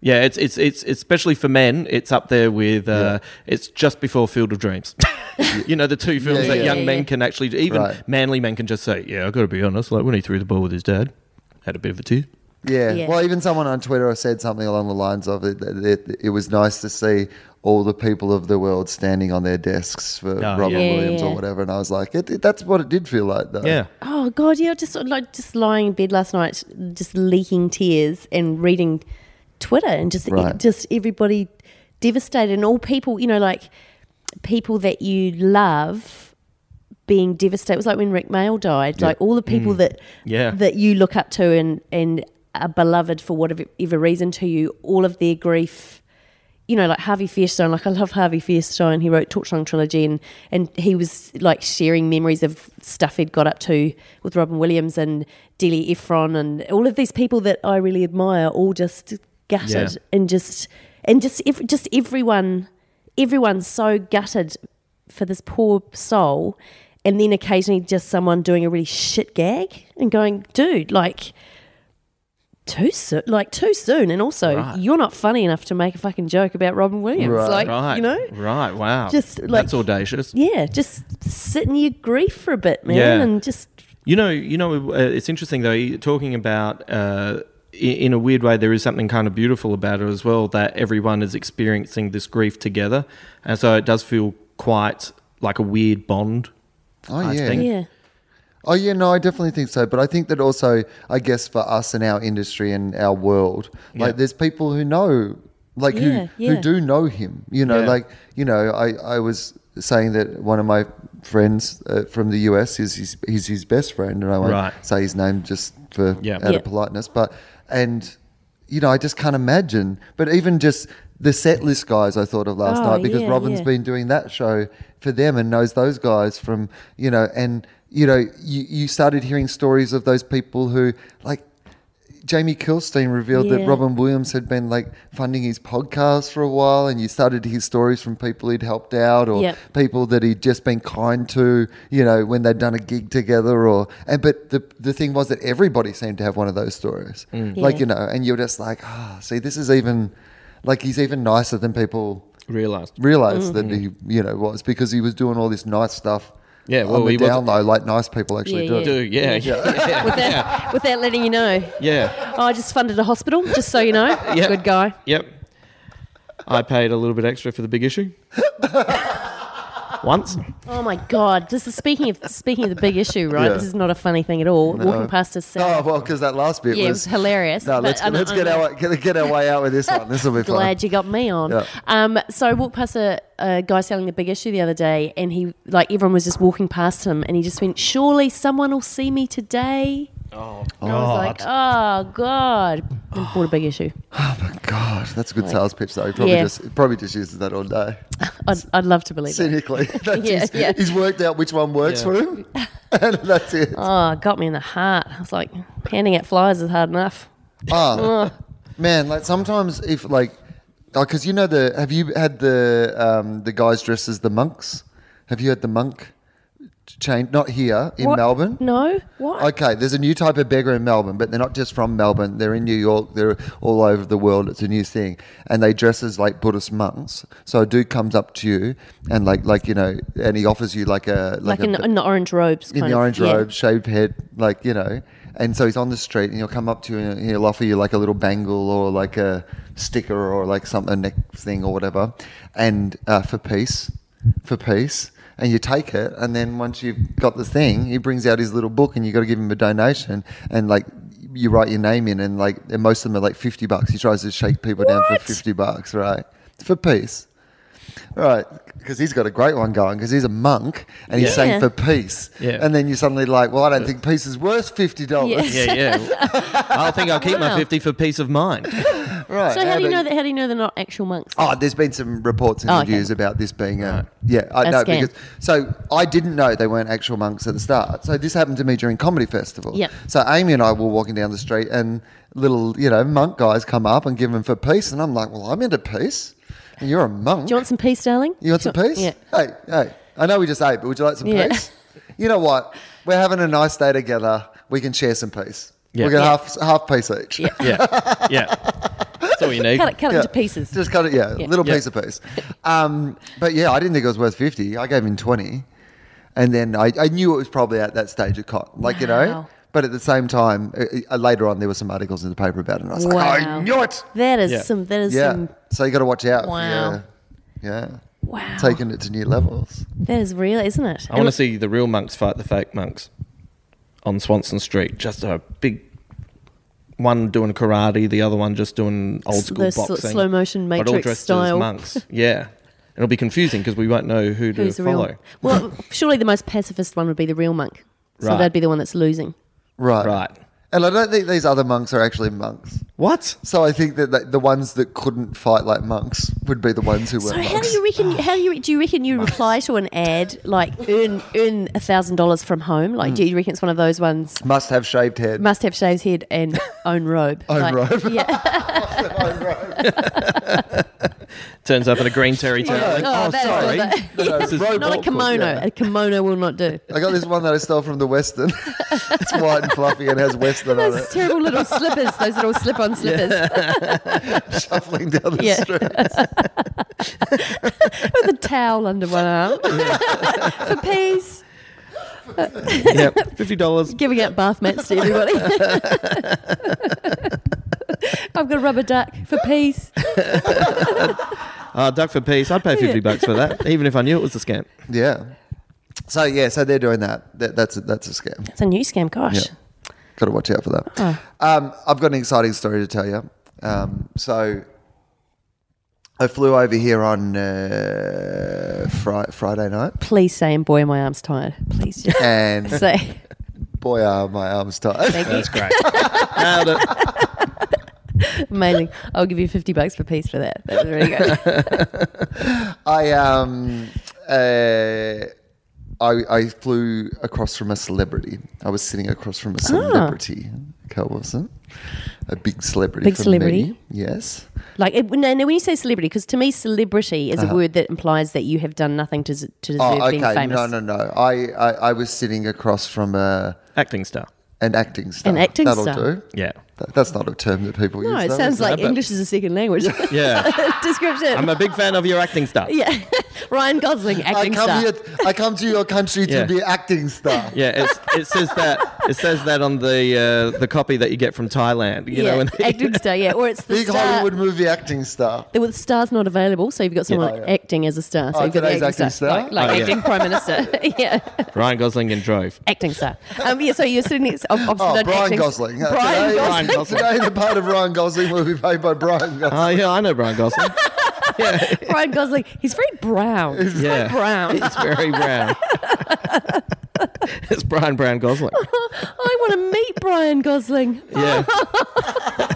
[SPEAKER 4] Yeah, it's it's it's especially for men. It's up there with uh, it's just before Field
[SPEAKER 2] [LAUGHS]
[SPEAKER 4] of Dreams. you know, the two films
[SPEAKER 2] Yeah,
[SPEAKER 4] that
[SPEAKER 2] yeah.
[SPEAKER 4] young
[SPEAKER 3] Yeah,
[SPEAKER 4] men
[SPEAKER 3] yeah.
[SPEAKER 4] can actually even
[SPEAKER 2] Right.
[SPEAKER 4] manly men can just say, "Yeah, I got to be honest. Like when he threw the ball with his dad, had a bit of a tear."
[SPEAKER 2] Yeah.
[SPEAKER 3] Yeah.
[SPEAKER 2] Well, even someone on Twitter said something along the lines of it, that it, it was nice to see all the people of the world standing on their desks for
[SPEAKER 4] Oh, yeah.
[SPEAKER 2] Robin
[SPEAKER 3] Yeah,
[SPEAKER 2] Williams
[SPEAKER 3] yeah.
[SPEAKER 2] or whatever. And I was like, it, it- that's what it did feel like, though.
[SPEAKER 4] Yeah,
[SPEAKER 3] Oh God, yeah, just like just lying in bed last night, just leaking tears and reading Twitter and just
[SPEAKER 2] Right.
[SPEAKER 3] just everybody devastated and all people, you know, like people that you love being devastated. It was like when Rick Mail died, like all the people that
[SPEAKER 4] Yeah.
[SPEAKER 3] that you look up to and and are beloved for whatever ever reason to you, all of their grief you know, like Harvey Fairstein, like I love Harvey Fairstein. He wrote Torch Song Trilogy and, and he was like sharing memories of stuff he'd got up to with Robin Williams and Deli Efron and all of these people that I really admire all just gutted
[SPEAKER 4] Yeah.
[SPEAKER 3] and just and just ev- just everyone everyone's so gutted for this poor soul and then occasionally just someone doing a really shit gag and going, dude, like too soon, like too soon, and also
[SPEAKER 4] Right.
[SPEAKER 3] you're not funny enough to make a fucking joke about Robin Williams,
[SPEAKER 2] Right.
[SPEAKER 3] like
[SPEAKER 4] right.
[SPEAKER 3] you know,
[SPEAKER 4] right. Wow,
[SPEAKER 3] Just, like-
[SPEAKER 4] that's audacious.
[SPEAKER 3] yeah, just sit in your grief for a bit, man,
[SPEAKER 4] Yeah.
[SPEAKER 3] and just
[SPEAKER 4] You know, you know, uh, it's interesting though. you talking about uh, i- in a weird way, there is something kind of beautiful about it as well. That everyone is experiencing this grief together, and so it does feel quite like a weird bond.
[SPEAKER 2] Oh,
[SPEAKER 4] I
[SPEAKER 2] yeah.
[SPEAKER 4] think. [LAUGHS]
[SPEAKER 3] yeah,
[SPEAKER 2] Oh, yeah. No, I definitely think so. But I think that also, I guess, for us and our industry and our world, like,
[SPEAKER 4] Yeah.
[SPEAKER 2] there's people who know, like,
[SPEAKER 3] Yeah,
[SPEAKER 2] who,
[SPEAKER 3] yeah.
[SPEAKER 2] who do know him. You know,
[SPEAKER 4] Yeah.
[SPEAKER 2] like, you know, I, I was saying that one of my friends uh, from the US is his, he's his best friend, and I won't
[SPEAKER 4] Right.
[SPEAKER 2] say his name just for
[SPEAKER 4] Yeah.
[SPEAKER 2] out
[SPEAKER 3] Yeah.
[SPEAKER 2] of politeness, but and you know, I just can't imagine. But even just the set list guys, I thought of last
[SPEAKER 3] Oh,
[SPEAKER 2] night because
[SPEAKER 3] yeah,
[SPEAKER 2] Robin's
[SPEAKER 3] yeah.
[SPEAKER 2] been doing that show for them and knows those guys from you know, and you know, you, you started hearing stories of those people who like. Jamie Kilstein revealed that
[SPEAKER 3] Yeah.
[SPEAKER 2] Robin Williams had been like funding his podcast for a while, and you started to hear stories from people he'd helped out or
[SPEAKER 3] Yep.
[SPEAKER 2] people that he'd just been kind to, you know, when they'd done a gig together or and but the the thing was that everybody seemed to have one of those stories. Like,
[SPEAKER 3] Mm. Yeah.
[SPEAKER 2] you know, and you're just like, ah, see this is even like he's even nicer than people
[SPEAKER 4] Realized.
[SPEAKER 2] realized that he,
[SPEAKER 3] Mm-hmm.
[SPEAKER 2] you know, was because he was doing all this nice stuff.
[SPEAKER 4] Yeah,
[SPEAKER 2] on
[SPEAKER 4] well,
[SPEAKER 2] the
[SPEAKER 4] he
[SPEAKER 2] down
[SPEAKER 4] wasn't-
[SPEAKER 2] low, like nice people actually
[SPEAKER 3] Yeah,
[SPEAKER 2] do.
[SPEAKER 3] yeah.
[SPEAKER 2] it.
[SPEAKER 4] Do yeah, [LAUGHS] yeah,
[SPEAKER 3] without without letting you know.
[SPEAKER 4] yeah,
[SPEAKER 3] Oh, I just funded a hospital, just so you know.
[SPEAKER 4] [LAUGHS] Yeah.
[SPEAKER 3] Good guy.
[SPEAKER 4] yep. I paid a little bit extra for the big issue. Once.
[SPEAKER 3] Oh my God! This is speaking of speaking of the big issue, right?
[SPEAKER 2] Yeah.
[SPEAKER 3] This is not a funny thing at all. Walking past a
[SPEAKER 2] Oh
[SPEAKER 3] cell,
[SPEAKER 2] well, because that last bit
[SPEAKER 3] yeah, it was
[SPEAKER 2] was
[SPEAKER 3] hilarious.
[SPEAKER 2] No,
[SPEAKER 3] but
[SPEAKER 2] let's,
[SPEAKER 3] I'm-
[SPEAKER 2] let's
[SPEAKER 3] I'm
[SPEAKER 2] get
[SPEAKER 3] not-
[SPEAKER 2] our get, get our way out with this one. This will be fun.
[SPEAKER 3] glad you got me on.
[SPEAKER 2] Yeah.
[SPEAKER 3] Um, so I walked past a, a guy selling the big issue the other day, and he like everyone was just walking past him, and he just went, "Surely someone will see me today." Oh, I was like, "Oh God!" And bought a big issue.
[SPEAKER 2] Oh God, that's a good sales pitch though. He probably
[SPEAKER 3] Yeah.
[SPEAKER 2] just probably just uses that all day.
[SPEAKER 3] I'd, I'd love to believe it.
[SPEAKER 2] Cynically, [LAUGHS] that's
[SPEAKER 3] Yeah,
[SPEAKER 2] his-
[SPEAKER 3] yeah.
[SPEAKER 2] he's worked out which one works
[SPEAKER 4] Yeah.
[SPEAKER 2] for him, [LAUGHS] and that's it.
[SPEAKER 3] Oh, got me in the heart. I was like, handing out flyers is hard enough.
[SPEAKER 2] Ah, man, like sometimes if like, because you know the have you had the um, the guys dressed as the monks? Have you had the monk chain? Not here in
[SPEAKER 3] What?
[SPEAKER 2] Melbourne.
[SPEAKER 3] No, what?
[SPEAKER 2] Okay, there's a new type of beggar in Melbourne, but they're not just from Melbourne. They're in New York. They're all over the world. It's a new thing, and they dress as like Buddhist monks. So a dude comes up to you and like like you know, and he offers you like a
[SPEAKER 3] like in,
[SPEAKER 2] a,
[SPEAKER 3] in the orange robes.
[SPEAKER 2] in
[SPEAKER 3] kind
[SPEAKER 2] the
[SPEAKER 3] of-
[SPEAKER 2] orange
[SPEAKER 3] yeah.
[SPEAKER 2] robe, shaved head, like you know. And so he's on the street, and he'll come up to you, and he'll offer you like a little bangle or like a sticker or like some a neck thing or whatever, and uh, for peace, for peace. and you take it. And then once you've got the thing, he brings out his little book and you got to give him a donation. And like, you write your name in, and like, and most of them are like 50 bucks. He tries to shake people down for
[SPEAKER 3] What?
[SPEAKER 2] 50 bucks, right? For peace. Right, because he's got a great one going because he's a monk and he's
[SPEAKER 3] Yeah.
[SPEAKER 2] saying for peace.
[SPEAKER 4] Yeah.
[SPEAKER 2] And then you're suddenly like, well, I don't think peace is worth $50.
[SPEAKER 3] Yeah. [LAUGHS]
[SPEAKER 4] Yeah, yeah. I think I'll keep
[SPEAKER 3] Wow.
[SPEAKER 4] my 50 for peace of mind.
[SPEAKER 2] Right.
[SPEAKER 3] So how do you know
[SPEAKER 2] that?
[SPEAKER 3] that? How do you know they're not actual monks?
[SPEAKER 2] Oh, there's been some reports and
[SPEAKER 3] Oh, okay.
[SPEAKER 2] reviews about this being a yeah. I
[SPEAKER 3] A
[SPEAKER 2] know
[SPEAKER 3] scam.
[SPEAKER 2] because so I didn't know they weren't actual monks at the start. So this happened to me during comedy festival.
[SPEAKER 3] Yep.
[SPEAKER 2] So Amy and I were walking down the street and little you know monk guys come up and give them for peace, and I'm like, well, I'm into peace, and you're a monk.
[SPEAKER 3] Do you want some peace, darling?
[SPEAKER 2] You want some
[SPEAKER 3] Do
[SPEAKER 2] peace?
[SPEAKER 3] Yeah.
[SPEAKER 2] Hey, hey. I know we just ate, but would you like some
[SPEAKER 3] Yeah.
[SPEAKER 2] peace? You know what? We're having a nice day together. We can share some peace.
[SPEAKER 4] Yeah.
[SPEAKER 2] We get
[SPEAKER 4] Yeah.
[SPEAKER 2] half half piece each.
[SPEAKER 3] Yeah.
[SPEAKER 4] Yeah, yeah. That's all you need.
[SPEAKER 3] Cut it, cut it
[SPEAKER 2] Yeah.
[SPEAKER 3] into pieces.
[SPEAKER 2] [LAUGHS] Just cut it, yeah,
[SPEAKER 3] Yeah.
[SPEAKER 2] little
[SPEAKER 4] Yeah.
[SPEAKER 2] piece of piece. Um, but yeah, I didn't think it was worth fifty. I gave him twenty, and then I, I knew it was probably at that stage of cotton, like you know.
[SPEAKER 3] Wow.
[SPEAKER 2] But at the same time, uh, uh, later on, there were some articles in the paper about it, and I was like, I
[SPEAKER 3] Wow.
[SPEAKER 2] knew it.
[SPEAKER 3] That is
[SPEAKER 4] Yeah.
[SPEAKER 3] some. That is
[SPEAKER 2] Yeah,
[SPEAKER 3] some.
[SPEAKER 2] so you got to watch out. for
[SPEAKER 3] Wow.
[SPEAKER 2] your- yeah,
[SPEAKER 3] Wow.
[SPEAKER 2] taking it to new levels.
[SPEAKER 3] That is real, isn't it?
[SPEAKER 4] I want to see the real monks fight the fake monks on Swanson Street. Just a big one doing karate, the other one just doing old
[SPEAKER 3] S-
[SPEAKER 4] school
[SPEAKER 3] the sl-
[SPEAKER 4] boxing.
[SPEAKER 3] slow motion
[SPEAKER 4] but all
[SPEAKER 3] Matrix
[SPEAKER 4] dressed as
[SPEAKER 3] style.
[SPEAKER 4] monks. Yeah. It'll be confusing because we won't know who to
[SPEAKER 3] Who's the
[SPEAKER 4] follow.
[SPEAKER 3] real? Well, surely the most pacifist one would be the real monk. So
[SPEAKER 4] Right.
[SPEAKER 3] that'd be the one that's losing.
[SPEAKER 2] Right,
[SPEAKER 4] Right.
[SPEAKER 2] And I don't think these other monks are actually monks.
[SPEAKER 4] What?
[SPEAKER 2] So I think that the, the ones that couldn't fight like monks would be the ones who were.
[SPEAKER 3] So
[SPEAKER 2] monks.
[SPEAKER 3] how do you reckon? How do you do? You reckon you reply to an ad like earn earn a thousand dollars from home? Like, do you reckon it's one of those ones?
[SPEAKER 2] Must have shaved head. [LAUGHS]
[SPEAKER 3] Must have shaved head and own robe.
[SPEAKER 2] Own
[SPEAKER 3] Like,
[SPEAKER 2] robe.
[SPEAKER 3] Yeah.
[SPEAKER 4] Turns up in a green terry towel.
[SPEAKER 3] [LAUGHS] Oh, that is
[SPEAKER 2] sorry.
[SPEAKER 3] not the-
[SPEAKER 2] No, no,
[SPEAKER 3] [LAUGHS]
[SPEAKER 2] robe
[SPEAKER 3] Not a
[SPEAKER 2] awkward,
[SPEAKER 3] kimono.
[SPEAKER 2] yeah.
[SPEAKER 3] A kimono will not do.
[SPEAKER 2] I got this one that I stole from the Western. [LAUGHS] it's white and fluffy and has Western on
[SPEAKER 3] Those
[SPEAKER 2] it,
[SPEAKER 3] terrible little slippers. Those little slip-on slippers.
[SPEAKER 2] shuffling down the
[SPEAKER 3] Yeah.
[SPEAKER 2] street.
[SPEAKER 3] [LAUGHS] with a towel under one arm [LAUGHS] for peace.
[SPEAKER 4] yep. $50.
[SPEAKER 3] Giving out bath mats to [LAUGHS] everybody. I've got a rubber duck for peace.
[SPEAKER 4] Uh, duck for peace. I'd pay 50 bucks for that, even if I knew it was a scam.
[SPEAKER 2] Yeah. So yeah, so they're doing that. that that's a, that's a scam.
[SPEAKER 3] It's a new scam, gosh.
[SPEAKER 2] Yeah. Got to watch out for that.
[SPEAKER 3] Oh.
[SPEAKER 2] Um, I've got an exciting story to tell you. Um, so I flew over here on uh, fri- Friday night,
[SPEAKER 3] Please say, and boy, my arm's tired. Please just
[SPEAKER 2] and
[SPEAKER 3] say.
[SPEAKER 2] boy, are my arms tired.
[SPEAKER 3] Thank you.
[SPEAKER 4] great. Nailed it.
[SPEAKER 3] Amazing. I'll give you 50 bucks for peace for that. That was really
[SPEAKER 2] [LAUGHS]
[SPEAKER 3] good.
[SPEAKER 2] [LAUGHS] I um uh, I I flew across from a celebrity. I was sitting across from a
[SPEAKER 3] Ah.
[SPEAKER 2] celebrity, Carl Wilson, a big celebrity.
[SPEAKER 3] Big
[SPEAKER 2] for Me.
[SPEAKER 3] celebrity.
[SPEAKER 2] Yes.
[SPEAKER 3] Like, it, no, no, when you say celebrity, because to me, celebrity is a word that implies that you have done nothing to, z- to deserve
[SPEAKER 2] Uh-huh. Oh,
[SPEAKER 3] being
[SPEAKER 2] okay.
[SPEAKER 3] famous.
[SPEAKER 2] No, no, no. I, I I was sitting across from a
[SPEAKER 4] Acting star.
[SPEAKER 2] an acting star.
[SPEAKER 3] An acting
[SPEAKER 2] That'll
[SPEAKER 3] star.
[SPEAKER 2] do.
[SPEAKER 4] Yeah.
[SPEAKER 2] That- that's not a term that people
[SPEAKER 3] No,
[SPEAKER 2] use.
[SPEAKER 3] it
[SPEAKER 2] though,
[SPEAKER 3] sounds
[SPEAKER 2] is it?
[SPEAKER 3] like
[SPEAKER 4] but-
[SPEAKER 3] English is a second language.
[SPEAKER 4] Yeah.
[SPEAKER 3] [LAUGHS] Description.
[SPEAKER 4] I'm a big fan of your acting star.
[SPEAKER 3] yeah. Ryan Gosling,
[SPEAKER 2] I
[SPEAKER 3] acting
[SPEAKER 2] come
[SPEAKER 3] star.
[SPEAKER 2] here. I come to your country
[SPEAKER 4] Yeah.
[SPEAKER 2] to be acting star.
[SPEAKER 4] Yeah, it's, it says that it says that on the uh, the copy that you get from Thailand. You know,
[SPEAKER 3] yeah,
[SPEAKER 4] when
[SPEAKER 2] [LAUGHS]
[SPEAKER 4] they-
[SPEAKER 3] acting star. Yeah, or it's the
[SPEAKER 2] Big
[SPEAKER 3] star.
[SPEAKER 2] Hollywood movie acting star.
[SPEAKER 3] There were the stars not available, so you've got someone
[SPEAKER 2] Oh, yeah.
[SPEAKER 3] acting as a star. So
[SPEAKER 2] Oh,
[SPEAKER 3] you've got the
[SPEAKER 2] today's
[SPEAKER 3] acting,
[SPEAKER 2] acting
[SPEAKER 3] star,
[SPEAKER 2] star?
[SPEAKER 3] like, like
[SPEAKER 4] Oh, yeah.
[SPEAKER 3] acting
[SPEAKER 2] [LAUGHS]
[SPEAKER 3] prime minister. yeah,
[SPEAKER 4] [LAUGHS] Ryan Gosling and Drove.
[SPEAKER 3] acting star. Um, yeah, so you're sitting next. ob- Obviously
[SPEAKER 2] Oh,
[SPEAKER 3] not
[SPEAKER 2] Brian
[SPEAKER 3] acting-
[SPEAKER 2] Gosling. Uh,
[SPEAKER 3] [LAUGHS] Brian
[SPEAKER 2] today, [LAUGHS]
[SPEAKER 3] Gosling.
[SPEAKER 2] Today, the part of Ryan Gosling will be played by Brian Gosling.
[SPEAKER 4] Oh yeah, I know Ryan
[SPEAKER 3] [LAUGHS]
[SPEAKER 4] Gosling. yeah,
[SPEAKER 3] Brian Gosling. He's very brown. He's very
[SPEAKER 4] yeah,
[SPEAKER 3] brown.
[SPEAKER 4] It's very
[SPEAKER 3] [LAUGHS]
[SPEAKER 4] brown. it's Brian Brown Gosling.
[SPEAKER 3] I want to meet Brian Gosling. [LAUGHS]
[SPEAKER 4] Yeah. [LAUGHS]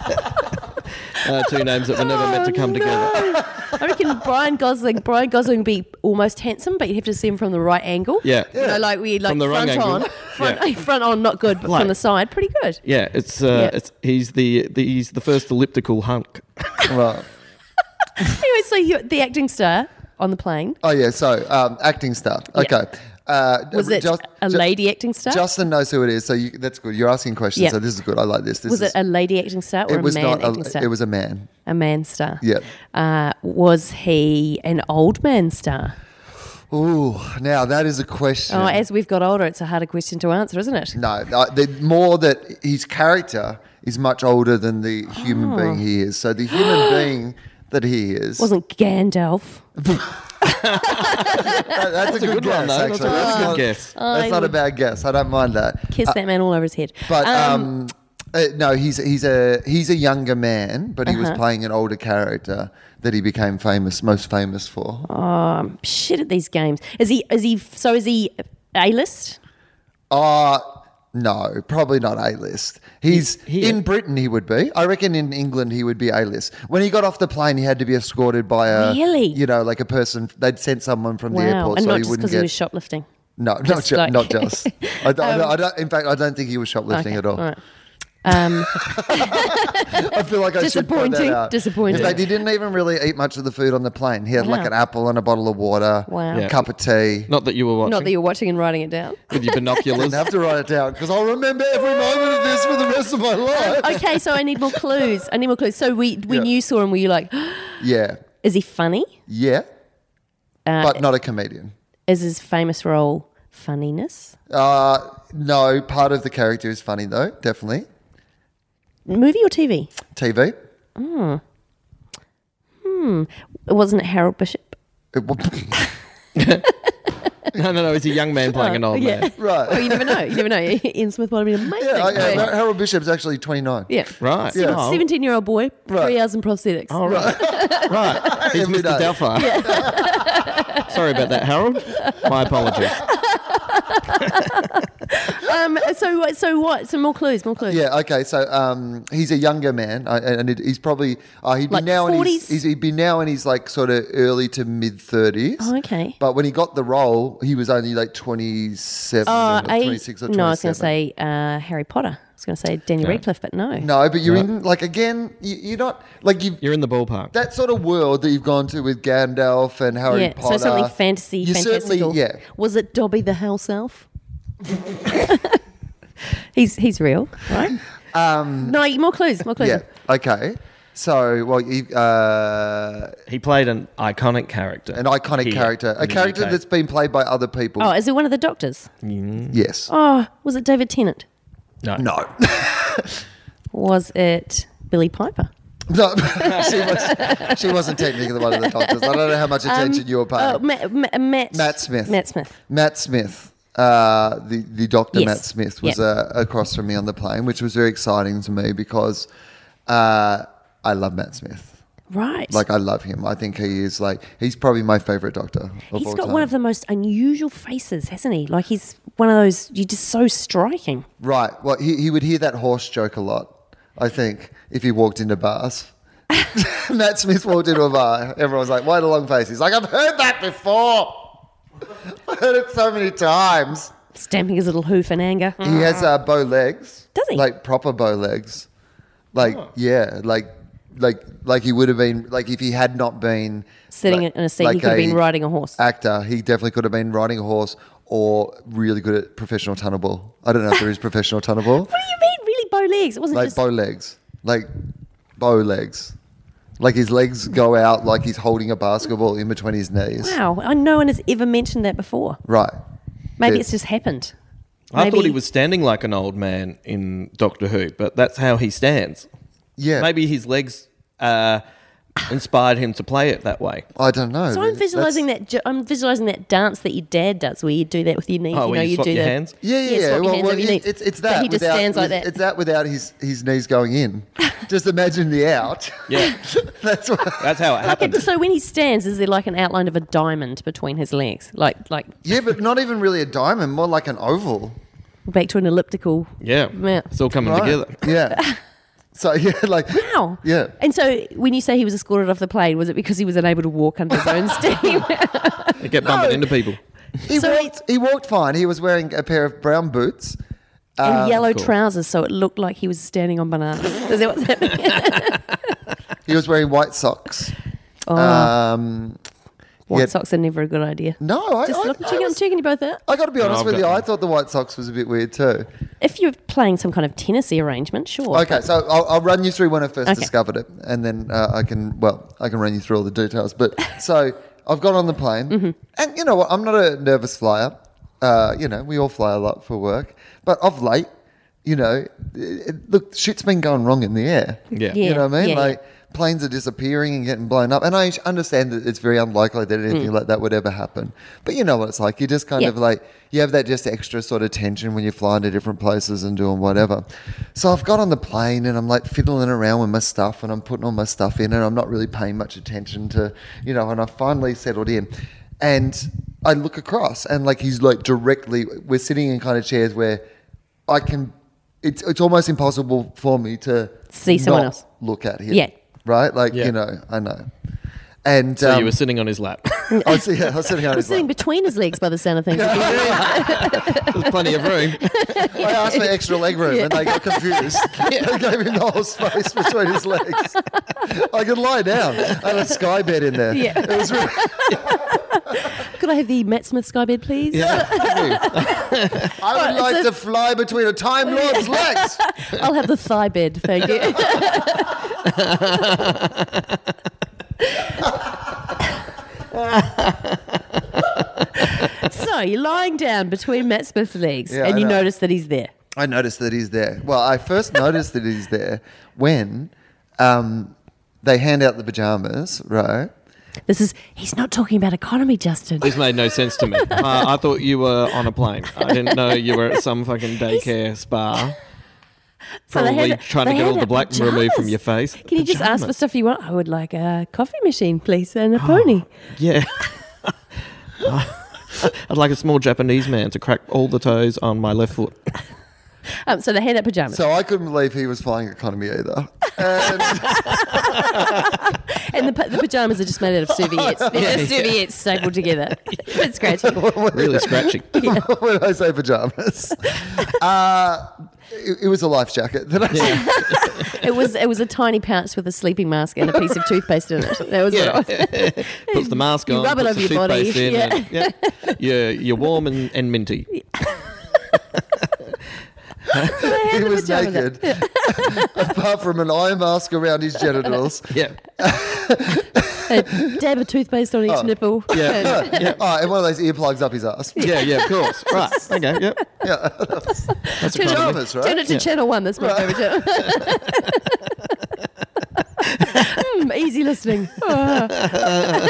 [SPEAKER 4] Uh, two names that were never meant to come together.
[SPEAKER 3] Oh, I reckon Brian Gosling. Brian Gosling would be almost handsome, but you have to see him from the right angle.
[SPEAKER 4] Yeah.
[SPEAKER 3] You know, like we like
[SPEAKER 4] From the wrong
[SPEAKER 3] front
[SPEAKER 4] angle.
[SPEAKER 3] on, front, [LAUGHS]
[SPEAKER 4] Yeah.
[SPEAKER 3] front on, not good, but
[SPEAKER 4] Like-
[SPEAKER 3] from the side, pretty
[SPEAKER 4] [LAUGHS]
[SPEAKER 3] good.
[SPEAKER 4] Yeah, it's uh,
[SPEAKER 3] Yeah.
[SPEAKER 4] it's he's the, the he's the first elliptical hunk.
[SPEAKER 2] Right.
[SPEAKER 3] Anyway, so you, the acting star on the plane
[SPEAKER 2] Oh yeah. So um, acting star. Okay. Uh,
[SPEAKER 3] was it a
[SPEAKER 2] ju-
[SPEAKER 3] lady acting star?
[SPEAKER 2] Justin knows who it is, so you, that's good. You're asking questions,
[SPEAKER 3] Yeah.
[SPEAKER 2] so this is good. I like this. This
[SPEAKER 3] was
[SPEAKER 2] is,
[SPEAKER 3] it a lady acting star or
[SPEAKER 2] it was
[SPEAKER 3] a man
[SPEAKER 2] not
[SPEAKER 3] acting star?
[SPEAKER 2] a, it was a man.
[SPEAKER 3] a man star.
[SPEAKER 2] Yeah.
[SPEAKER 3] Uh, was he an old man star?
[SPEAKER 2] Ooh, now that is a question.
[SPEAKER 3] Oh, as we've got older, it's a harder question to answer, isn't it?
[SPEAKER 2] no, uh, the more
[SPEAKER 3] Oh. [GASPS]
[SPEAKER 2] that his character is much older than the human being he is. So the human being that he is.
[SPEAKER 3] Wasn't Gandalf?
[SPEAKER 2] That- that's, a good, guess,
[SPEAKER 4] one, though. That's
[SPEAKER 2] actually.
[SPEAKER 4] a
[SPEAKER 2] That's,
[SPEAKER 4] good
[SPEAKER 2] not,
[SPEAKER 4] guess.
[SPEAKER 3] I
[SPEAKER 2] that's not a
[SPEAKER 3] would-
[SPEAKER 2] bad guess. I don't mind that.
[SPEAKER 3] Kiss that man all over his head.
[SPEAKER 2] Uh, But um, uh, no, he's he's a he's a younger man, but he
[SPEAKER 3] Uh-huh.
[SPEAKER 2] was playing an older character that he became famous, most famous for.
[SPEAKER 3] Oh.
[SPEAKER 2] um,
[SPEAKER 3] shit at these games. Is he? Is he? So is he a list?
[SPEAKER 2] Uh no, probably not A list. He's in Britain. He would be. I reckon in England he would be A list. When he got off the plane, he had to be escorted by a
[SPEAKER 3] Really?
[SPEAKER 2] you know, like a person. They'd sent someone from
[SPEAKER 3] Wow,
[SPEAKER 2] the airport,
[SPEAKER 3] and
[SPEAKER 2] so
[SPEAKER 3] not
[SPEAKER 2] he
[SPEAKER 3] just
[SPEAKER 2] wouldn't
[SPEAKER 3] because
[SPEAKER 2] get.
[SPEAKER 3] he was shoplifting.
[SPEAKER 2] no, not
[SPEAKER 3] just
[SPEAKER 2] ju-
[SPEAKER 3] like- Um,
[SPEAKER 2] not just.
[SPEAKER 3] [LAUGHS]
[SPEAKER 2] I don't, I don't- I don't- in fact, I don't think he was shoplifting at
[SPEAKER 3] Okay,
[SPEAKER 2] all.
[SPEAKER 3] right. Um,
[SPEAKER 2] I feel like I should point that
[SPEAKER 3] Disappointing,
[SPEAKER 2] out.
[SPEAKER 3] disappointing.
[SPEAKER 2] In fact, he didn't even really eat much of the food on the plane. He had like
[SPEAKER 3] Wow.
[SPEAKER 2] an apple and a bottle of water,
[SPEAKER 3] Wow.
[SPEAKER 2] a
[SPEAKER 3] Yeah.
[SPEAKER 2] cup of tea.
[SPEAKER 4] Not that you were watching
[SPEAKER 3] not that you're watching and writing it
[SPEAKER 2] [LAUGHS]
[SPEAKER 3] down. [LAUGHS]
[SPEAKER 4] with your binoculars.
[SPEAKER 2] I have to write it down because I'll remember every moment of this for the rest of my life.
[SPEAKER 3] Okay, so I need more clues. I need more clues. So we, when
[SPEAKER 2] Yeah.
[SPEAKER 3] you saw him, were you like, [GASPS]
[SPEAKER 2] Yeah,
[SPEAKER 3] is he funny?
[SPEAKER 2] yeah,
[SPEAKER 3] Uh,
[SPEAKER 2] but not a comedian.
[SPEAKER 3] is his famous role funniness?
[SPEAKER 2] Uh, no, part of the character is funny though, definitely.
[SPEAKER 3] Movie or TV?
[SPEAKER 2] TV.
[SPEAKER 3] Wasn't it Harold Bishop?
[SPEAKER 2] It w- [LAUGHS]
[SPEAKER 4] no, no, no. It's a young man playing an old man.
[SPEAKER 2] right.
[SPEAKER 3] Well, [LAUGHS] you never know. You never know. [LAUGHS] Ian Smith would have been amazing.
[SPEAKER 2] Yeah, yeah,
[SPEAKER 3] Yeah.
[SPEAKER 2] no, Harold Bishop's actually 29.
[SPEAKER 3] Yeah.
[SPEAKER 4] Right.
[SPEAKER 2] Yeah.
[SPEAKER 4] Oh,
[SPEAKER 3] 17 year old boy, three
[SPEAKER 2] Right.
[SPEAKER 3] hours in prosthetics.
[SPEAKER 4] All right.
[SPEAKER 3] [LAUGHS]
[SPEAKER 4] right. He's
[SPEAKER 2] Every
[SPEAKER 4] Mr.
[SPEAKER 2] day.
[SPEAKER 4] Delphi. [LAUGHS] Sorry about that, Harold. My apologies.
[SPEAKER 3] Um, so, what- so what? Some more clues, more clues.
[SPEAKER 2] Yeah, okay. So um, he's a younger man, uh, and it, he's probably uh, he'd be
[SPEAKER 3] Like
[SPEAKER 2] now in
[SPEAKER 3] 40s?
[SPEAKER 2] his, he's, he'd be now in his like sort of early to mid thirties.
[SPEAKER 3] Oh, okay.
[SPEAKER 2] But when he got the role, he was only like twenty seven,
[SPEAKER 3] Uh,
[SPEAKER 2] or
[SPEAKER 3] I-
[SPEAKER 2] twenty six, or twenty seven.
[SPEAKER 3] no, I was going to say uh, Harry Potter. I was going to say Daniel Radcliffe, but no.
[SPEAKER 2] no, but you're in like again, you, you're not like you.
[SPEAKER 4] You're in the ballpark.
[SPEAKER 2] That sort of world that you've gone to with Gandalf and Harry
[SPEAKER 3] yeah,
[SPEAKER 2] Potter.
[SPEAKER 3] so something fantasy,
[SPEAKER 2] You certainly-
[SPEAKER 3] fantastical.
[SPEAKER 2] yeah.
[SPEAKER 3] Was it Dobby the house elf? [LAUGHS] he's he's real, right? Um, no, more clues, more clues.
[SPEAKER 2] Yeah. Okay. So, well, you, uh,
[SPEAKER 4] he played an iconic character.
[SPEAKER 2] an iconic
[SPEAKER 4] here
[SPEAKER 2] character,
[SPEAKER 4] in
[SPEAKER 2] a
[SPEAKER 4] the
[SPEAKER 2] character
[SPEAKER 4] UK.
[SPEAKER 2] that's been played by other people.
[SPEAKER 3] Oh, is it one of the doctors?
[SPEAKER 2] yes.
[SPEAKER 3] Oh, was it David Tennant?
[SPEAKER 4] no.
[SPEAKER 2] No. [LAUGHS]
[SPEAKER 3] Was it Billy Piper?
[SPEAKER 2] No, [LAUGHS] she, was, she wasn't technically one of the doctors. I don't know how much
[SPEAKER 3] Um,
[SPEAKER 2] attention you were paying.
[SPEAKER 3] Oh, Ma- Ma- Matt.
[SPEAKER 2] Matt Smith.
[SPEAKER 3] Matt Smith.
[SPEAKER 2] Matt Smith, uh, the, the doctor
[SPEAKER 3] Yes.
[SPEAKER 2] Matt Smith, was
[SPEAKER 3] Yeah.
[SPEAKER 2] uh, across from me on the plane, which was very exciting to me because uh, I love Matt Smith.
[SPEAKER 3] Right.
[SPEAKER 2] Like, I love him. I think he is like, he's probably my favorite doctor. Of
[SPEAKER 3] he's
[SPEAKER 2] all
[SPEAKER 3] got
[SPEAKER 2] time.
[SPEAKER 3] one of the most unusual faces, hasn't he? Like he's one of those. You're just so striking.
[SPEAKER 2] Right. Well, he, he would hear that horse joke a lot, I think, if he walked into bars. [LAUGHS] Matt Smith walked into a bar. Everyone's like, why the long face? He's like, I've heard that before. [LAUGHS] I've heard it so many times.
[SPEAKER 3] Stamping his little hoof in anger.
[SPEAKER 2] He has uh, bow legs.
[SPEAKER 3] Uh-uh. Does he?
[SPEAKER 2] Like proper bow legs. Like, yeah, like. Like, like he would have been, like if he had not been
[SPEAKER 3] Sitting
[SPEAKER 2] like-
[SPEAKER 3] in a seat, he could have been riding a horse.
[SPEAKER 2] Actor, he definitely could have been riding a horse or really good at professional tunnel ball. I don't know if there is professional tunnel ball.
[SPEAKER 3] What do you mean, [LAUGHS] really bow legs? It wasn't
[SPEAKER 2] like
[SPEAKER 3] just
[SPEAKER 2] bow legs, like bow legs, like his legs go out like he's holding a basketball in between his knees.
[SPEAKER 3] Wow, I no one has ever mentioned that before.
[SPEAKER 2] Right.
[SPEAKER 3] Maybe
[SPEAKER 2] Yeah.
[SPEAKER 3] it's just happened.
[SPEAKER 4] I thought
[SPEAKER 3] Maybe-
[SPEAKER 4] he was standing like an old man in Doctor Who, but that's how he stands.
[SPEAKER 2] Yeah.
[SPEAKER 4] Maybe his legs uh, inspired him to play it that way.
[SPEAKER 2] I don't know.
[SPEAKER 3] So I'm
[SPEAKER 2] That's-
[SPEAKER 3] visualizing that. ju- I'm visualizing that dance that your dad does, where you do that with your knees.
[SPEAKER 4] Oh,
[SPEAKER 3] you
[SPEAKER 4] where
[SPEAKER 3] know,
[SPEAKER 4] you
[SPEAKER 3] you,
[SPEAKER 4] swap
[SPEAKER 3] do
[SPEAKER 4] your
[SPEAKER 3] the-
[SPEAKER 4] hands?
[SPEAKER 2] Yeah, yeah, yeah.
[SPEAKER 3] swap your
[SPEAKER 2] Well,
[SPEAKER 3] hands
[SPEAKER 2] well,
[SPEAKER 3] over your
[SPEAKER 2] it-
[SPEAKER 3] knees.
[SPEAKER 2] it's, it's
[SPEAKER 3] But
[SPEAKER 2] that.
[SPEAKER 3] he just
[SPEAKER 2] without,
[SPEAKER 3] stands like
[SPEAKER 2] it's-
[SPEAKER 3] that.
[SPEAKER 2] It's that without his, his knees going
[SPEAKER 3] [LAUGHS]
[SPEAKER 2] in. Just imagine the out.
[SPEAKER 4] Yeah,
[SPEAKER 2] [LAUGHS] That's what.
[SPEAKER 4] that's how
[SPEAKER 3] Like
[SPEAKER 4] it happened.
[SPEAKER 3] it- so when he stands, is there like an outline of a diamond between his legs, like like
[SPEAKER 2] Yeah, but not even really a diamond, more like an oval.
[SPEAKER 3] back to an elliptical?
[SPEAKER 4] yeah.
[SPEAKER 3] Yeah.
[SPEAKER 4] it's all coming
[SPEAKER 2] Right.
[SPEAKER 4] together.
[SPEAKER 2] Yeah. So [LAUGHS] yeah, like
[SPEAKER 3] Wow.
[SPEAKER 2] Yeah.
[SPEAKER 3] And so when you say he was escorted off the plane, was it because he was unable to walk under his own steam?
[SPEAKER 4] You get bumping into people.
[SPEAKER 2] he
[SPEAKER 3] So
[SPEAKER 2] walked. He walked fine. He was wearing a pair of brown boots.
[SPEAKER 3] [LAUGHS] and yellow
[SPEAKER 4] cool.
[SPEAKER 3] trousers, so it looked like he was standing on bananas. [LAUGHS] Is that what's happening?
[SPEAKER 2] He was wearing white socks.
[SPEAKER 3] Oh,
[SPEAKER 2] Um,
[SPEAKER 3] white
[SPEAKER 2] yeah.
[SPEAKER 3] socks are never a good idea.
[SPEAKER 2] No, I,
[SPEAKER 3] Just
[SPEAKER 2] I,
[SPEAKER 3] look,
[SPEAKER 2] I,
[SPEAKER 3] checking, I'm
[SPEAKER 2] was-
[SPEAKER 3] checking you both out.
[SPEAKER 2] I got to be honest
[SPEAKER 4] I've
[SPEAKER 2] with
[SPEAKER 4] got
[SPEAKER 2] you. I
[SPEAKER 4] them.
[SPEAKER 2] thought the White Sox was a bit weird too.
[SPEAKER 3] If you're playing some kind of Tennessee arrangement, sure.
[SPEAKER 2] Okay, so I'll, I'll run you through when I first
[SPEAKER 3] Okay.
[SPEAKER 2] discovered it, and then uh, I can well, I can run you through all the details.
[SPEAKER 3] [LAUGHS]
[SPEAKER 2] But so I've got on the plane,
[SPEAKER 3] Mm-hmm.
[SPEAKER 2] and you know what? I'm not a nervous flyer. Uh, you know, we all fly a lot for work, but of late, you know, it, it- look, shit's been going wrong in the air.
[SPEAKER 4] Yeah.
[SPEAKER 3] Yeah,
[SPEAKER 2] you know what I mean.
[SPEAKER 3] yeah,
[SPEAKER 2] like planes are disappearing and getting blown up. And I understand that it's very unlikely that anything like that would ever happen. But you know what it's like. You just kind
[SPEAKER 3] Mm. Yeah.
[SPEAKER 2] of like, you have that just extra sort of tension when you're flying to different places and doing whatever. So I've got on the plane and I'm like fiddling around with my stuff and I'm putting all my stuff in and I'm not really paying much attention to, you know, and I finally settled in. And I look across and like he's like directly, we're sitting in kind of chairs where I can, it's, it's almost impossible for me to
[SPEAKER 3] See someone
[SPEAKER 2] not
[SPEAKER 3] else.
[SPEAKER 2] Look at him.
[SPEAKER 3] Yeah.
[SPEAKER 2] Right? Like,
[SPEAKER 4] Yeah.
[SPEAKER 2] you know, I know. And
[SPEAKER 4] So
[SPEAKER 2] um,
[SPEAKER 4] you were sitting on his lap.
[SPEAKER 2] I was, yeah, I was
[SPEAKER 3] [LAUGHS]
[SPEAKER 2] sitting on
[SPEAKER 3] We're
[SPEAKER 2] his lap.
[SPEAKER 3] sitting between his legs by the sound of things.
[SPEAKER 4] There's plenty of room.
[SPEAKER 2] I asked
[SPEAKER 3] [LAUGHS]
[SPEAKER 2] for extra leg room and they got confused. They gave him the whole space between his legs. I could lie down. I had a sky bed in there.
[SPEAKER 3] Yeah.
[SPEAKER 2] It was really
[SPEAKER 3] Could I have the Matt Smith sky bed, please?
[SPEAKER 2] I would like to fly between a Time Lord's legs.
[SPEAKER 3] I'll have the thigh bed, thank you. [LAUGHS] so you're lying down between Matt Smith's legs
[SPEAKER 2] Yeah,
[SPEAKER 3] and
[SPEAKER 2] I
[SPEAKER 3] you
[SPEAKER 2] know.
[SPEAKER 3] notice that he's there.
[SPEAKER 2] I noticed that he's there. Well, I first noticed that he's there when um, they hand out the pajamas, right?
[SPEAKER 3] This is, he's not talking about economy, Justin.
[SPEAKER 4] This made no sense to me. Uh, I thought you were on a plane. I didn't know you were at some fucking daycare spa.
[SPEAKER 3] So they
[SPEAKER 4] Probably
[SPEAKER 3] had-
[SPEAKER 4] trying to
[SPEAKER 3] they
[SPEAKER 4] get
[SPEAKER 3] had
[SPEAKER 4] all the
[SPEAKER 3] our
[SPEAKER 4] black removed from
[SPEAKER 3] pajamas.
[SPEAKER 4] your face.
[SPEAKER 3] Can you just ask for
[SPEAKER 4] Pajamas.
[SPEAKER 3] stuff you want? I would like a coffee machine, please, and a pony.
[SPEAKER 4] Yeah. [LAUGHS] I'd like a small Japanese man to crack all the toes on my left foot.
[SPEAKER 3] Um, so they hand out pajamas.
[SPEAKER 2] So I couldn't believe he was flying economy either. And
[SPEAKER 3] and the, pa- the pajamas are just made out of
[SPEAKER 4] [LAUGHS]
[SPEAKER 3] serviettes. They're just serviettes stapled together. it's great.
[SPEAKER 4] [LAUGHS] Really scratchy.
[SPEAKER 2] [LAUGHS] when I say pajamas, uh, it, it was a life jacket that I
[SPEAKER 4] [LAUGHS]
[SPEAKER 3] It was it was a tiny pouch with a sleeping mask and a piece of toothpaste in it. That was
[SPEAKER 4] Yeah.
[SPEAKER 3] what it was.
[SPEAKER 4] [LAUGHS] puts the mask
[SPEAKER 3] You
[SPEAKER 4] on.
[SPEAKER 3] rub it
[SPEAKER 4] puts
[SPEAKER 3] over
[SPEAKER 4] the
[SPEAKER 3] your body,
[SPEAKER 4] toothpaste In
[SPEAKER 3] yeah.
[SPEAKER 4] and- yeah. You're, you're warm and, and minty.
[SPEAKER 2] [LAUGHS] he
[SPEAKER 3] the
[SPEAKER 2] was
[SPEAKER 3] pajamas
[SPEAKER 2] naked, [LAUGHS] apart from an eye mask around his genitals.
[SPEAKER 4] Yeah.
[SPEAKER 3] A dab of toothpaste on each nipple. [LAUGHS]
[SPEAKER 4] Yeah.
[SPEAKER 3] And-
[SPEAKER 4] yeah.
[SPEAKER 2] Oh, and one of those earplugs up his ass.
[SPEAKER 4] Yeah, yeah,
[SPEAKER 3] [LAUGHS]
[SPEAKER 4] of course. Right. Okay. Yep. Yeah. That's a
[SPEAKER 3] Turn it,
[SPEAKER 4] compliment.
[SPEAKER 2] Pajamas,
[SPEAKER 3] turn
[SPEAKER 2] right?
[SPEAKER 3] it to
[SPEAKER 4] Yeah.
[SPEAKER 3] channel one. That's my favourite channel. [LAUGHS] Hmm,
[SPEAKER 2] [LAUGHS]
[SPEAKER 3] easy listening. [LAUGHS] Ah.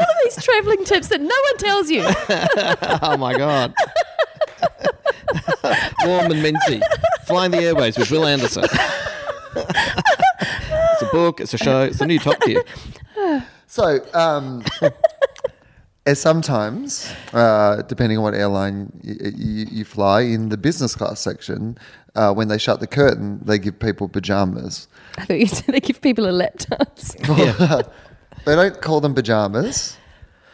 [SPEAKER 3] All of these travelling tips that no one tells you.
[SPEAKER 4] Oh my god. [LAUGHS] Warm and minty. Flying the airways with Will Anderson. [LAUGHS] it's a book. It's a show. It's a new Top Gear.
[SPEAKER 2] So, um, [LAUGHS] as sometimes, uh, depending on what airline you, you, you fly, in the business class section, uh, when they shut the curtain, they give people pajamas.
[SPEAKER 3] I thought you said they give people a lap dance.
[SPEAKER 4] Yeah.
[SPEAKER 2] They don't call them pajamas;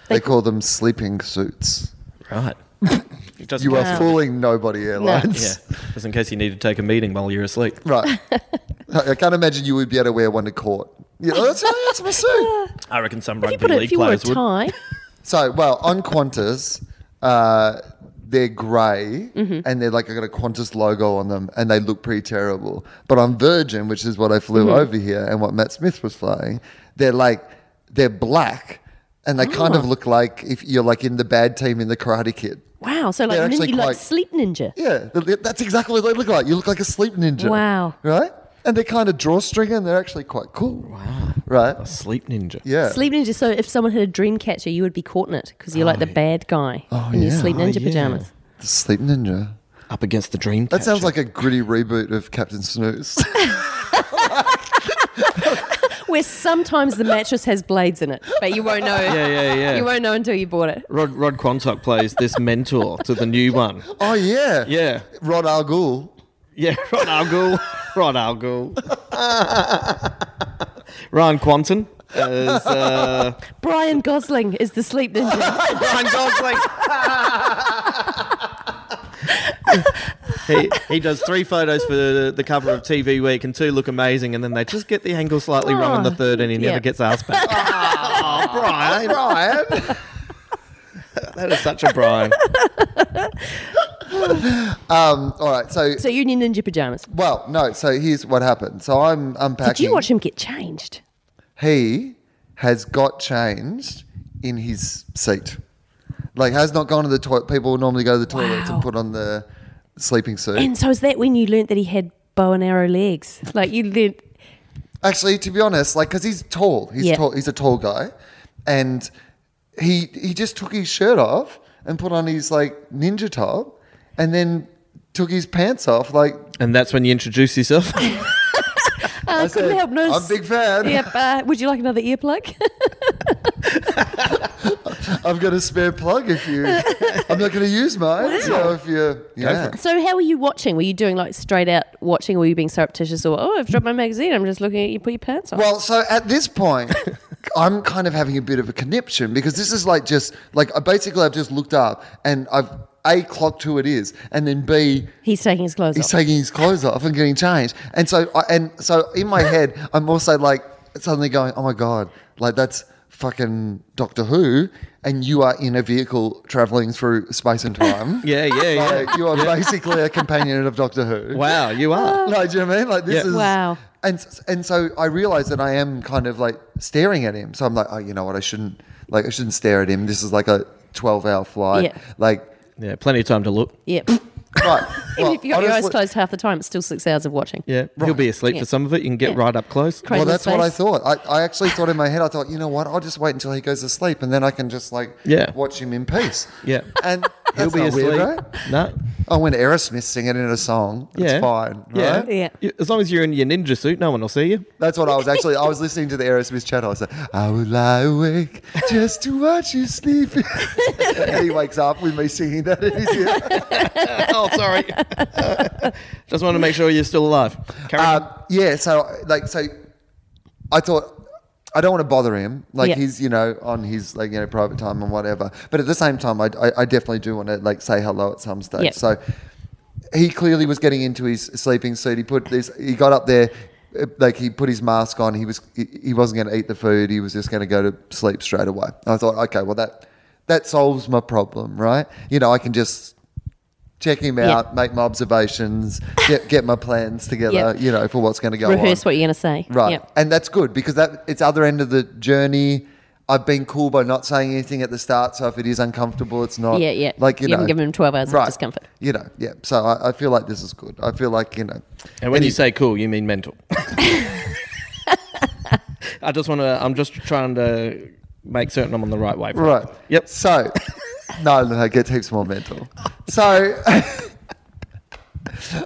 [SPEAKER 2] they, call them sleeping suits.
[SPEAKER 4] Right. It doesn't
[SPEAKER 2] You
[SPEAKER 4] count.
[SPEAKER 2] are fooling nobody,
[SPEAKER 4] Yeah.
[SPEAKER 2] airlines.
[SPEAKER 4] Just in case you need to take a meeting while you're asleep.
[SPEAKER 2] [LAUGHS] Right. I I can't imagine you would be able to wear one to court. You know, that's, that's my suit.
[SPEAKER 4] I reckon some
[SPEAKER 3] If you
[SPEAKER 4] rugby
[SPEAKER 3] put it,
[SPEAKER 4] league
[SPEAKER 3] if you wore a
[SPEAKER 4] players would.
[SPEAKER 3] tie,
[SPEAKER 2] So, well, on Qantas, uh, they're grey and they're like, I got a Qantas logo on them and they look pretty terrible. But on Virgin, which is what I flew over here and what Matt Smith was flying, they're like, they're black and they kind of look like if you're like in the bad team in the Karate Kid.
[SPEAKER 3] wow. So like,
[SPEAKER 2] They're
[SPEAKER 3] nin-
[SPEAKER 2] actually
[SPEAKER 3] you like
[SPEAKER 2] quite-
[SPEAKER 3] sleep ninja.
[SPEAKER 2] Yeah, th- th- that's exactly what they look like. You look like a sleep ninja.
[SPEAKER 3] Wow.
[SPEAKER 2] Right? And they're kind of drawstring and they're actually quite cool. Wow. Right?
[SPEAKER 4] A sleep ninja.
[SPEAKER 2] Yeah.
[SPEAKER 3] Sleep ninja. So if someone had a dream catcher, you would be caught in it because you're like the bad guy in your
[SPEAKER 2] yeah.
[SPEAKER 3] sleep
[SPEAKER 4] Oh,
[SPEAKER 3] ninja
[SPEAKER 4] yeah.
[SPEAKER 3] pajamas.
[SPEAKER 2] Sleep Ninja.
[SPEAKER 4] Up against the dream.
[SPEAKER 2] That sounds like a gritty reboot of Captain
[SPEAKER 3] [LAUGHS]
[SPEAKER 2] Snooze.
[SPEAKER 3] Where sometimes the mattress has blades in it, but you won't know.
[SPEAKER 4] Yeah, yeah, yeah.
[SPEAKER 3] You won't know until you bought it.
[SPEAKER 4] Rod Rod Quantock plays this mentor to the new one.
[SPEAKER 2] oh yeah.
[SPEAKER 4] Yeah.
[SPEAKER 2] Rod Al Ghul.
[SPEAKER 4] Yeah, Rod Al Ghul. Rod Al Ghul. [LAUGHS] Ryan Quanton as uh,
[SPEAKER 3] Brian Gosling is the sleep ninja.
[SPEAKER 4] [LAUGHS] Ryan Gosling. he, he does three photos for the, the cover of TV Week, and two look amazing, and then they just get the angle slightly wrong on the
[SPEAKER 3] Oh,
[SPEAKER 4] third, and he
[SPEAKER 3] yeah.
[SPEAKER 4] never gets asked [LAUGHS] back. oh,
[SPEAKER 2] [LAUGHS]
[SPEAKER 4] Brian.
[SPEAKER 2] Brian.
[SPEAKER 4] That is such a Brian.
[SPEAKER 2] um, all right. So,
[SPEAKER 3] so you need ninja pajamas.
[SPEAKER 2] well, no. So here's what happened. So I'm unpacking.
[SPEAKER 3] Did you watch him get changed?
[SPEAKER 2] He has got changed in his seat. Like has not gone to the toilet. People normally go to the toilets
[SPEAKER 3] Wow.
[SPEAKER 2] and put on the sleeping suit.
[SPEAKER 3] And so is that when you learnt that he had bow and arrow legs. Like you then
[SPEAKER 2] Actually, to be honest, like because he's tall, he's
[SPEAKER 3] Yeah.
[SPEAKER 2] tall, he's a tall guy, and he he just took his shirt off and put on his like ninja top, and then took his pants off. Like
[SPEAKER 4] And that's when you introduce [LAUGHS] yourself.
[SPEAKER 3] I couldn't
[SPEAKER 2] said,
[SPEAKER 3] help no.
[SPEAKER 2] I'm a big fan.
[SPEAKER 3] Yep. Uh, would you like another earplug?
[SPEAKER 2] [LAUGHS]
[SPEAKER 3] [LAUGHS]
[SPEAKER 2] I've got a spare plug if
[SPEAKER 3] [LAUGHS]
[SPEAKER 2] you. I'm not going to use mine. So if you, yeah,
[SPEAKER 3] so how were you watching? Were you doing like straight out watching? Or were you being surreptitious or oh I've dropped my magazine. I'm just looking at you. Put your pants on.
[SPEAKER 2] Well, so at this point, I'm kind of having a bit of a conniption because this is like just like I basically I've just looked up and I've a clocked who it is, and then b
[SPEAKER 3] he's taking his clothes
[SPEAKER 2] he's
[SPEAKER 3] off.
[SPEAKER 2] taking his clothes off and getting changed, and so I, and so in my head I'm also like suddenly going, oh my god, like that's fucking Doctor Who, and you are in a vehicle traveling through space and time.
[SPEAKER 4] [LAUGHS] yeah, yeah, yeah.
[SPEAKER 2] Like, you are basically a companion of Doctor Who.
[SPEAKER 4] Wow, you are.
[SPEAKER 2] No, do you know what I mean? [LAUGHS] Like this
[SPEAKER 4] Yeah.
[SPEAKER 2] is
[SPEAKER 3] Wow.
[SPEAKER 2] And and so I realized that I am kind of like staring at him. So I'm like, oh, you know what? I shouldn't like I shouldn't stare at him. This is like a twelve hour flight.
[SPEAKER 3] Yeah.
[SPEAKER 2] Like
[SPEAKER 4] Yeah, plenty of time to look.
[SPEAKER 3] Yep. Even
[SPEAKER 2] right. well,
[SPEAKER 3] [LAUGHS] if you got your eyes
[SPEAKER 2] honestly-
[SPEAKER 3] closed half the time, it's still six hours of watching.
[SPEAKER 4] Yeah, he'll be asleep
[SPEAKER 3] Yeah.
[SPEAKER 4] for some of it. You can get
[SPEAKER 3] Yeah.
[SPEAKER 4] right up close.
[SPEAKER 3] Crazy
[SPEAKER 2] Well, that's what I
[SPEAKER 3] space.
[SPEAKER 2] thought. I, I actually thought in my head, I thought, you know what? I'll just wait until he goes to sleep, and then I can just like
[SPEAKER 4] Yeah.
[SPEAKER 2] watch him in peace.
[SPEAKER 3] [LAUGHS]
[SPEAKER 4] Yeah.
[SPEAKER 2] and
[SPEAKER 4] [LAUGHS] He'll
[SPEAKER 2] that's
[SPEAKER 4] be
[SPEAKER 2] not
[SPEAKER 4] asleep.
[SPEAKER 2] weird, right?
[SPEAKER 4] No.
[SPEAKER 2] Oh, when Aerosmith sing it in a song,
[SPEAKER 4] Yeah.
[SPEAKER 2] it's fine.
[SPEAKER 4] Yeah.
[SPEAKER 2] right?
[SPEAKER 3] Yeah.
[SPEAKER 4] You- As long as you're in your ninja suit, no one will see you.
[SPEAKER 2] That's what I was actually. I was listening to the Aerosmith chat. I was like, I would lie awake just to watch you sleep. [LAUGHS] and he wakes up with me singing that [LAUGHS] in his ear.
[SPEAKER 4] oh, sorry. [LAUGHS] Just want to make sure you're still alive. Uh, Carry on.
[SPEAKER 2] Um, yeah. So like, so I thought I don't want to bother him. Like
[SPEAKER 3] Yeah.
[SPEAKER 2] he's you know on his like you know private time and whatever. But at the same time, I I, I definitely do want to like say hello at some stage.
[SPEAKER 3] Yeah.
[SPEAKER 2] So he clearly was getting into his sleeping suit. He put this. He got up there. uh, Like he put his mask on, he was he he wasn't going to eat the food. He was just going to go to sleep straight away. I thought, okay, well that that solves my problem, right? You know, I can just check him
[SPEAKER 3] Yeah.
[SPEAKER 2] out, make my observations, get get my plans together.
[SPEAKER 3] Yeah.
[SPEAKER 2] You know, for what's going to go on.
[SPEAKER 3] Rehearse what you're going to say.
[SPEAKER 2] Right.
[SPEAKER 3] Yep.
[SPEAKER 2] And that's good because that it's other end of the journey. I've been cool by not saying anything at the start, so if it is uncomfortable, it's not.
[SPEAKER 3] Yeah, yeah.
[SPEAKER 2] Like you,
[SPEAKER 3] You
[SPEAKER 2] know,
[SPEAKER 3] haven't given him 12 hours of discomfort.
[SPEAKER 2] You know, yeah. So I, I feel like this is good. I feel like you know.
[SPEAKER 4] and when you say cool, you mean
[SPEAKER 3] [LAUGHS]
[SPEAKER 4] mental. [LAUGHS] I just want to. I'm just trying to make certain I'm on the right way.
[SPEAKER 2] Right.
[SPEAKER 4] Yep. [LAUGHS]
[SPEAKER 2] So, no, no, no, it gets heaps more mental. So, [LAUGHS]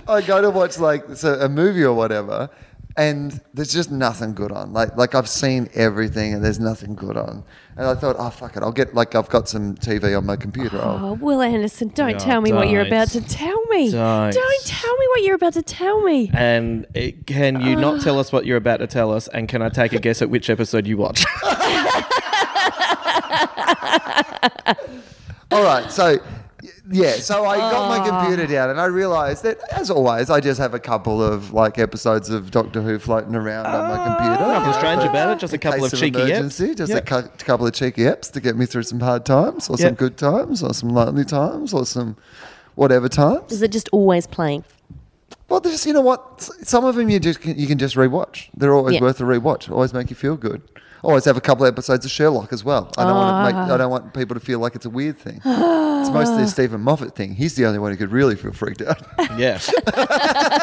[SPEAKER 2] I go to watch like so a movie or whatever, and there's just nothing good on. Like, like I've seen everything, and there's nothing good on. And I thought, oh fuck it, I'll get like I've got some TV on my computer. I'll,
[SPEAKER 3] Oh, Will Anderson, don't
[SPEAKER 4] Yeah,
[SPEAKER 3] tell me what you're
[SPEAKER 4] don't.
[SPEAKER 3] about to tell me.
[SPEAKER 4] Don't.
[SPEAKER 3] Don't tell me what you're about to tell me.
[SPEAKER 4] And it, can you not tell us what you're about to tell us? And can I take a guess at which episode you watch?
[SPEAKER 2] All right, so y- yeah, so I got my
[SPEAKER 4] Oh.
[SPEAKER 2] computer down and I realized that, as always, I just have a couple of like episodes of Doctor Who floating around on my computer.
[SPEAKER 4] Nothing Oh. strange about it. Just a
[SPEAKER 2] In
[SPEAKER 4] couple
[SPEAKER 2] case
[SPEAKER 4] of cheeky eps.
[SPEAKER 2] emergency, Just a
[SPEAKER 4] Yep.
[SPEAKER 2] cou- couple of cheeky apps to get me through some hard times or some
[SPEAKER 4] Yep.
[SPEAKER 2] good times or some lonely times or some whatever times.
[SPEAKER 3] Is it just always playing?
[SPEAKER 2] Well, there's you know what? S- Some of them you just can, you can just rewatch. They're always
[SPEAKER 3] Yeah.
[SPEAKER 2] worth a rewatch. Always make you feel good. Always have a couple of episodes of Sherlock as well. I don't want to make, I don't want people to feel like it's a weird thing. it's mostly a Stephen Moffat thing. He's the only one who could really feel freaked out. [LAUGHS]
[SPEAKER 4] [LAUGHS] yeah.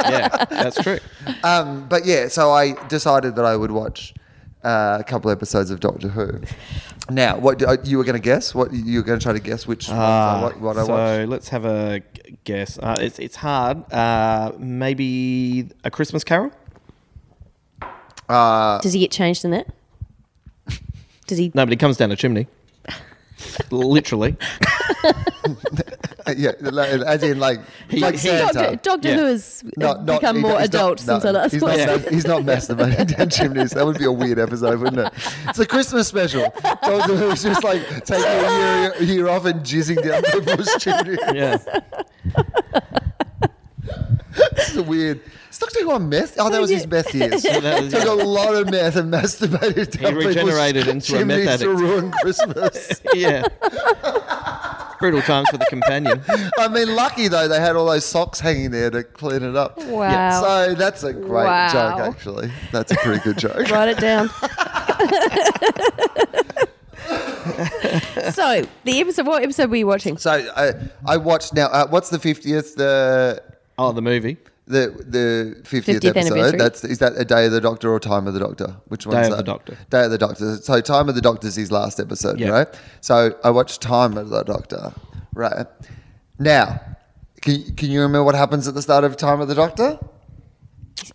[SPEAKER 4] yeah, that's true.
[SPEAKER 2] um, but yeah, so I decided that I would watch uh, a couple episodes of Doctor Who. Now, what uh, you were going to guess? What you were going to try to guess which ones I, wa- what I
[SPEAKER 4] Ah, so
[SPEAKER 2] watched?
[SPEAKER 4] let's have a g- guess. Uh, it's, it's hard. Uh, maybe A Christmas Carol?
[SPEAKER 2] Uh,
[SPEAKER 3] Does he get changed in that? Does he?
[SPEAKER 4] Nobody comes down a [LAUGHS] chimney. Literally.
[SPEAKER 2] Uh, yeah, like, as in like like
[SPEAKER 4] he-
[SPEAKER 2] Santa.
[SPEAKER 3] Doctor, Doctor
[SPEAKER 4] Yeah.
[SPEAKER 3] Who has uh,
[SPEAKER 2] No, no,
[SPEAKER 3] become
[SPEAKER 2] he-
[SPEAKER 3] more
[SPEAKER 2] he's not-
[SPEAKER 3] adult
[SPEAKER 2] no,
[SPEAKER 3] since I last
[SPEAKER 2] he's
[SPEAKER 3] watched
[SPEAKER 2] Not,
[SPEAKER 3] it.
[SPEAKER 2] ma-
[SPEAKER 3] [LAUGHS]
[SPEAKER 2] he's not masturbating down chimneys. That would be a weird episode, wouldn't it? It's a Christmas special. Doctor Who's just like taking a year, year off and jizzing down people's chimneys.
[SPEAKER 4] Yeah.
[SPEAKER 2] It's weird. Is Doctor Who on meth? Oh, that was his meth
[SPEAKER 3] [LAUGHS]
[SPEAKER 2] years.
[SPEAKER 4] [LAUGHS] that was-
[SPEAKER 2] Took a lot of meth and masturbated down people's
[SPEAKER 4] regenerated into a meth
[SPEAKER 2] chimneys to
[SPEAKER 4] addict.
[SPEAKER 2] ruin Christmas.
[SPEAKER 4] [LAUGHS] Yeah. Brutal times for the companion.
[SPEAKER 2] I mean, lucky though they had all those socks hanging there to clean it up.
[SPEAKER 3] Wow.
[SPEAKER 2] So that's a great
[SPEAKER 3] Wow.
[SPEAKER 2] joke, actually. That's a pretty good joke. [LAUGHS]
[SPEAKER 3] Write it down. [LAUGHS] so the episode. What episode were you watching?
[SPEAKER 2] So I I watched now. Uh, what's the fiftieth? The
[SPEAKER 4] Oh, the movie.
[SPEAKER 2] the the 50th,
[SPEAKER 3] 50th
[SPEAKER 2] episode
[SPEAKER 3] anniversary.
[SPEAKER 2] that's is that a day of the doctor or time of the doctor which one's
[SPEAKER 4] of
[SPEAKER 2] that?
[SPEAKER 4] the Doctor.
[SPEAKER 2] day of the doctor so time of the doctor is his last episode
[SPEAKER 4] Yeah.
[SPEAKER 2] right so i watched time of the doctor right now can, can you remember what happens at the start of time of the doctor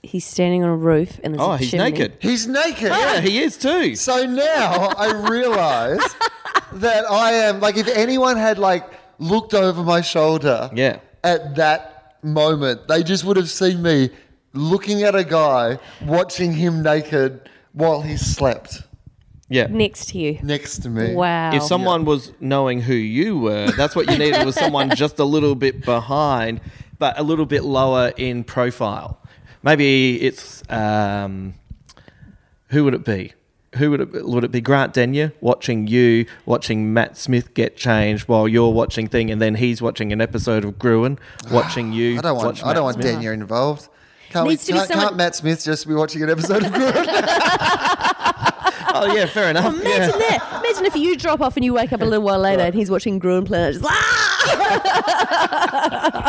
[SPEAKER 3] He's standing on a roof and there's
[SPEAKER 4] Oh,
[SPEAKER 3] a
[SPEAKER 4] he's
[SPEAKER 3] chimney.
[SPEAKER 4] naked.
[SPEAKER 2] he's naked
[SPEAKER 4] Yeah, he is too.
[SPEAKER 2] So now I realize that I am like if anyone had like looked over my shoulder
[SPEAKER 4] Yeah.
[SPEAKER 2] at that moment, they just would have seen me looking at a guy watching him naked while he slept
[SPEAKER 4] Yeah.
[SPEAKER 3] next to you.
[SPEAKER 2] next to me.
[SPEAKER 3] Wow.
[SPEAKER 4] If someone was knowing who you were, that's what
[SPEAKER 3] [LAUGHS]
[SPEAKER 4] you needed was someone just a little bit behind, but a little bit lower in profile. Maybe it's um, who would it be? Who would it be? would it be? Grant Denyer watching you watching Matt Smith get changed while you're watching thing, and then he's watching an episode
[SPEAKER 2] [SIGHS]
[SPEAKER 4] of Gruen, watching you.
[SPEAKER 2] I don't want
[SPEAKER 4] watch
[SPEAKER 2] I don't
[SPEAKER 4] Matt
[SPEAKER 2] want
[SPEAKER 4] Smith.
[SPEAKER 2] Daniel involved. Can't,
[SPEAKER 3] Needs to
[SPEAKER 2] we,
[SPEAKER 3] be
[SPEAKER 2] can't,
[SPEAKER 3] someone-
[SPEAKER 2] can't Matt Smith just be watching an episode of Good?
[SPEAKER 4] [LAUGHS]
[SPEAKER 3] [LAUGHS]
[SPEAKER 4] Oh yeah, fair enough.
[SPEAKER 3] Imagine
[SPEAKER 4] yeah.
[SPEAKER 3] that. Imagine if you drop off and you wake up a little [LAUGHS] while later and he's watching Gruen Planet. Just, ah!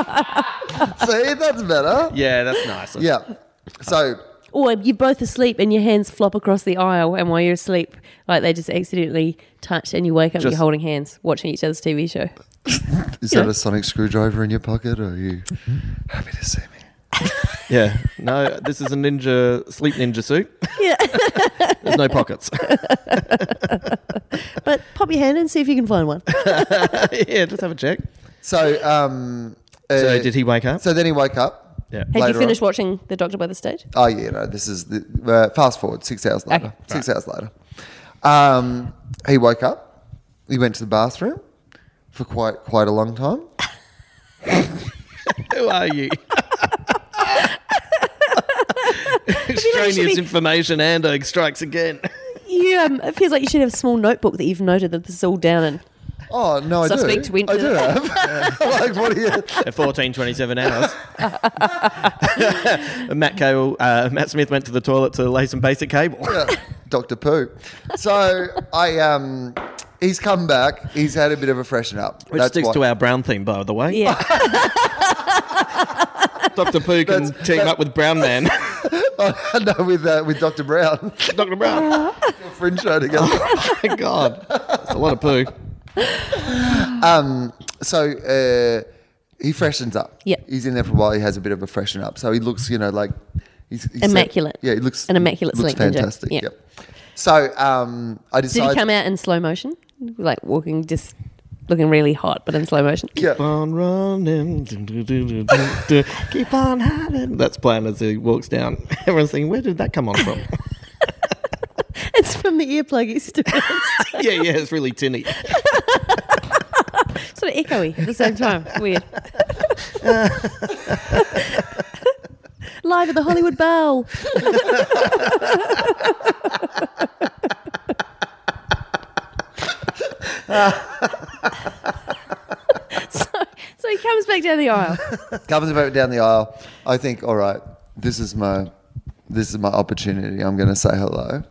[SPEAKER 2] See, that's better.
[SPEAKER 4] Yeah, that's nice.
[SPEAKER 2] Yeah. So
[SPEAKER 3] Or you're both asleep and your hands flop across the aisle, and while you're asleep, like they just accidentally touch, and you wake up and
[SPEAKER 4] Just-
[SPEAKER 3] you're holding hands, watching each other's TV show.
[SPEAKER 2] is
[SPEAKER 3] Yeah.
[SPEAKER 2] that a sonic screwdriver in your pocket or are you happy to see me?
[SPEAKER 4] Yeah. No, this is a ninja sleep ninja suit.
[SPEAKER 3] Yeah.
[SPEAKER 4] [LAUGHS] There's no
[SPEAKER 3] [LAUGHS]
[SPEAKER 4] pockets.
[SPEAKER 3] but pop your hand in and see if you can find one.
[SPEAKER 4] [LAUGHS] yeah, let's have a check.
[SPEAKER 2] So, um,
[SPEAKER 4] So
[SPEAKER 2] uh,
[SPEAKER 4] did he wake up?
[SPEAKER 2] So then he woke up.
[SPEAKER 4] [LAUGHS] yeah.
[SPEAKER 3] Had you
[SPEAKER 2] Later
[SPEAKER 3] finished
[SPEAKER 2] on.
[SPEAKER 3] watching The Doctor by the Stage?
[SPEAKER 2] Oh yeah, no. This is the uh, fast forward six hours
[SPEAKER 4] Ah,
[SPEAKER 2] later.
[SPEAKER 3] Okay.
[SPEAKER 2] Six hours later, um, he woke up. He went to the bathroom for quite quite a long
[SPEAKER 4] [LAUGHS]
[SPEAKER 2] time.
[SPEAKER 4] Who are [LAUGHS] you?
[SPEAKER 3] like you should
[SPEAKER 4] Extraneous
[SPEAKER 3] be-
[SPEAKER 4] information and strikes again.
[SPEAKER 3] You, um, it feels like you should have a small notebook that you've noted that this is all down in.
[SPEAKER 2] Oh no, I do.
[SPEAKER 3] Suspect went
[SPEAKER 2] I
[SPEAKER 3] to-
[SPEAKER 2] do [LAUGHS] have. like what are you?
[SPEAKER 4] [LAUGHS] At 14, 27 hours. [LAUGHS] Matt, Cable, uh, Matt Smith went to the toilet to lay some basic cable.
[SPEAKER 2] Doctor Poo. So I um, he's come back. He's had a bit of a freshen up.
[SPEAKER 4] Which sticks
[SPEAKER 2] why-
[SPEAKER 4] to our brown theme, by the way.
[SPEAKER 3] Yeah.
[SPEAKER 4] Dr. Poo can
[SPEAKER 2] That's-
[SPEAKER 4] team up with Brown Man. [LAUGHS]
[SPEAKER 2] Oh, [LAUGHS] no, with uh, with Doctor Brown, [LAUGHS]
[SPEAKER 4] Dr. [LAUGHS] Brown.
[SPEAKER 2] fringe show
[SPEAKER 4] [LAUGHS]
[SPEAKER 2] together.
[SPEAKER 4] My God. That's a lot of poo.
[SPEAKER 2] Um, so uh, he freshens up.
[SPEAKER 3] Yeah.
[SPEAKER 2] he's in there for a while. He has a bit of a freshen up. So he looks, you know, like he's, he's
[SPEAKER 3] Immaculate.
[SPEAKER 2] yeah, he looks
[SPEAKER 3] An immaculate
[SPEAKER 2] Looks
[SPEAKER 3] sleep ninja.
[SPEAKER 2] fantastic.
[SPEAKER 3] Yeah.
[SPEAKER 2] Yep. So um, I
[SPEAKER 3] Did you
[SPEAKER 2] decided.
[SPEAKER 3] come out in slow motion? Like walking, just looking really hot, but in slow motion?
[SPEAKER 4] Keep on running. do, do, do, do, do, do. Keep on hiding. That's playing as he walks down. [LAUGHS] Everyone's thinking, where did that come on [LAUGHS] from?
[SPEAKER 3] It's from the earplug experience.
[SPEAKER 4] yeah, yeah, it's really tinny. [LAUGHS]
[SPEAKER 3] sort of echoey at the same time. Weird. Live at the Hollywood Bowl. [LAUGHS] so, so he comes back down the aisle.
[SPEAKER 2] comes about down the aisle. I think, all right, this is my this is my opportunity. I'm going to say hello.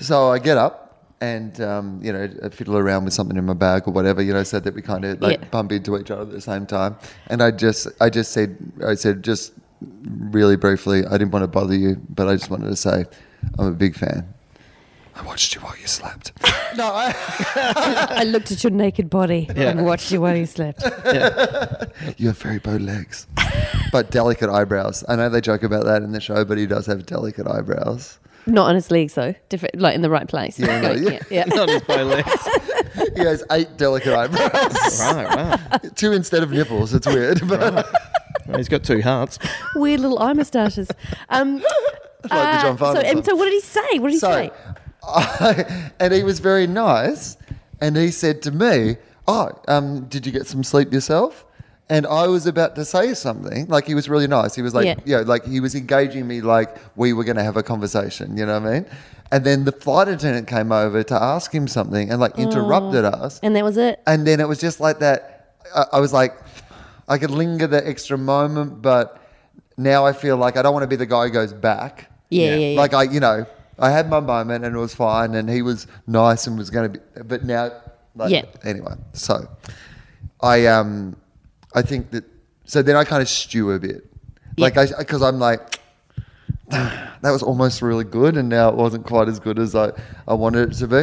[SPEAKER 2] So I get up and um, you know I fiddle around with something in my bag or whatever, you know, so that we kind of like
[SPEAKER 3] Yeah.
[SPEAKER 2] bump into each other at the same time. And I just I just said I said just really briefly, I didn't want to bother you, but I just wanted to say I'm a big fan. I watched you while you slept. [LAUGHS] no, I,
[SPEAKER 3] I looked at your naked body
[SPEAKER 4] Yeah.
[SPEAKER 3] and watched you while you slept.
[SPEAKER 2] You have very bow legs, but delicate eyebrows. I know they joke about that in the show, but he does have delicate eyebrows.
[SPEAKER 3] Not on his legs though, Different, like in the right place.
[SPEAKER 2] Yeah, no, yeah.
[SPEAKER 3] [LAUGHS] yeah.
[SPEAKER 4] Not his bow legs.
[SPEAKER 2] He has eight delicate eyebrows, [LAUGHS]
[SPEAKER 4] Right, wow.
[SPEAKER 2] two instead of nipples. It's weird, [LAUGHS] but
[SPEAKER 4] Well, He's got two hearts.
[SPEAKER 3] Weird little eye moustaches.
[SPEAKER 2] [LAUGHS]
[SPEAKER 3] Um, uh,
[SPEAKER 2] like the John
[SPEAKER 3] so,
[SPEAKER 2] Farnham
[SPEAKER 3] and
[SPEAKER 2] song.
[SPEAKER 3] so what did he say? What did he
[SPEAKER 2] so.
[SPEAKER 3] say?
[SPEAKER 2] I, and he was very nice, and he said to me, "Oh, um, did you get some sleep yourself?" And I was about to say something. Like he was really nice. He was like,
[SPEAKER 3] Yeah.
[SPEAKER 2] yeah, like he was engaging me like we were going to have a conversation. You know what I mean? And then the flight attendant came over to ask him something and like interrupted us.
[SPEAKER 3] And that was it.
[SPEAKER 2] and then it was just like that. I, I was like, I could linger that extra moment, but now I feel like I don't want to be the guy who goes back.
[SPEAKER 3] Yeah, yeah,
[SPEAKER 4] Yeah.
[SPEAKER 3] yeah.
[SPEAKER 2] Like I, you know, I had my moment and it was fine, and he was nice and was going to be, but now, like,
[SPEAKER 3] Yeah.
[SPEAKER 2] Anyway, so I um, I think that so then I kind of stew a bit. Like, I because I'm like, that was almost really good, and now it wasn't quite as good as I, I wanted it to be.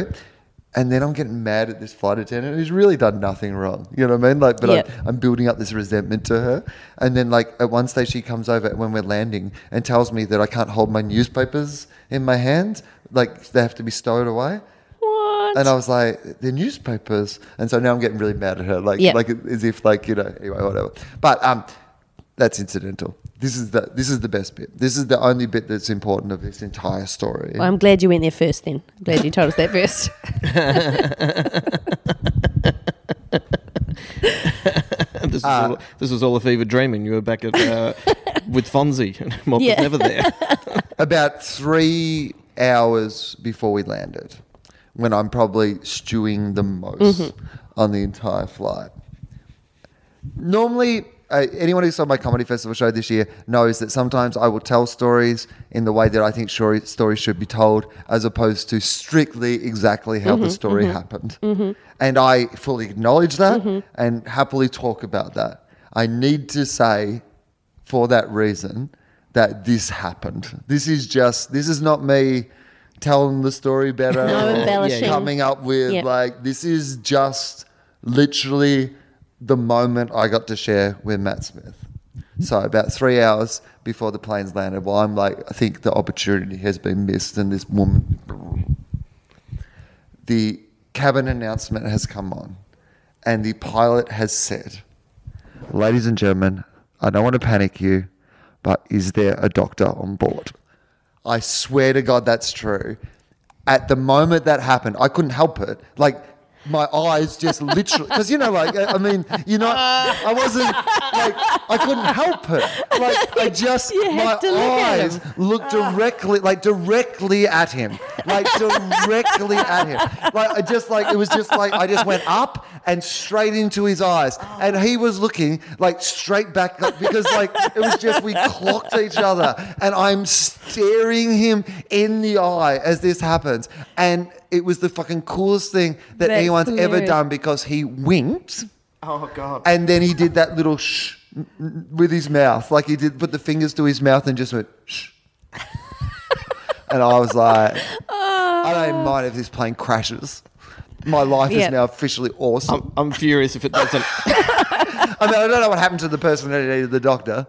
[SPEAKER 2] And then I'm getting mad at this flight attendant who's really done nothing wrong. You know what I mean? Like, but
[SPEAKER 3] Yeah.
[SPEAKER 2] I'm, I'm building up this resentment to her. And then, like, at one stage, she comes over when we're landing and tells me that I can't hold my newspapers in my hand. Like, they have to be stowed away.
[SPEAKER 3] What?
[SPEAKER 2] And I was like, they're newspapers. And so now I'm getting really mad at her, like,
[SPEAKER 3] Yeah.
[SPEAKER 2] like as if, like, you know, anyway, whatever. But um, that's incidental. This is the this is the best bit. This is the only bit that's important of this entire story.
[SPEAKER 3] Well, I'm glad you went there first then. I'm glad you told us
[SPEAKER 2] [LAUGHS]
[SPEAKER 3] that first.
[SPEAKER 4] And this, was all, this was all a fever dreaming. You were back at uh, with Fonzie. [LAUGHS] Mob
[SPEAKER 3] Yeah.
[SPEAKER 4] was never there.
[SPEAKER 2] About three hours before we landed, when I'm probably stewing the most
[SPEAKER 3] Mm-hmm.
[SPEAKER 2] on the entire flight. Normally, uh, anyone who saw my comedy festival show this year knows that sometimes I will tell stories in the way that I think story, stories should be told, as opposed to strictly exactly how
[SPEAKER 3] Mm-hmm,
[SPEAKER 2] the story happened. And I fully acknowledge that
[SPEAKER 3] Mm-hmm.
[SPEAKER 2] and happily talk about that. I need to say, for that reason, that this happened. This is just, this is not me telling the story better
[SPEAKER 3] No
[SPEAKER 2] or
[SPEAKER 3] embellishing.
[SPEAKER 2] coming up with
[SPEAKER 3] Yeah.
[SPEAKER 2] like this is just literally the moment I got to share with Matt Smith. So about three hours before the planes landed, well, I'm like, I think the opportunity has been missed, and this woman, the cabin announcement has come on, and the pilot has said, "Ladies and gentlemen, I don't want to panic you, but is there a doctor on board?" I swear to God, that's true. At the moment that happened, I couldn't help it. Like, my eyes [LAUGHS] just literally, because you know, like, I I mean, you know, I wasn't, like, I couldn't help it. Like, [LAUGHS] I just,
[SPEAKER 3] You had
[SPEAKER 2] my
[SPEAKER 3] to look at
[SPEAKER 2] eyes looked directly, like, directly at him. Like, directly at him. Like, I just, like, it was just like, I just went up and straight into his eyes. And he was looking, like, straight back up because, like, it was just, we clocked each other. And I'm staring him in the eye as this happens. And it was the fucking coolest thing that
[SPEAKER 3] That's
[SPEAKER 2] anyone's ever
[SPEAKER 3] hilarious.
[SPEAKER 2] done because he winked
[SPEAKER 4] Oh God!
[SPEAKER 2] and then he did that little shh n- n- with his mouth. Like he did put the fingers to his mouth and just went shh. and I was like, I don't mind if this plane crashes. My life
[SPEAKER 3] Yeah.
[SPEAKER 2] is now officially awesome.
[SPEAKER 4] I'm, I'm furious if it doesn't. [LAUGHS]
[SPEAKER 2] I mean, I don't know what happened to the person that needed the doctor.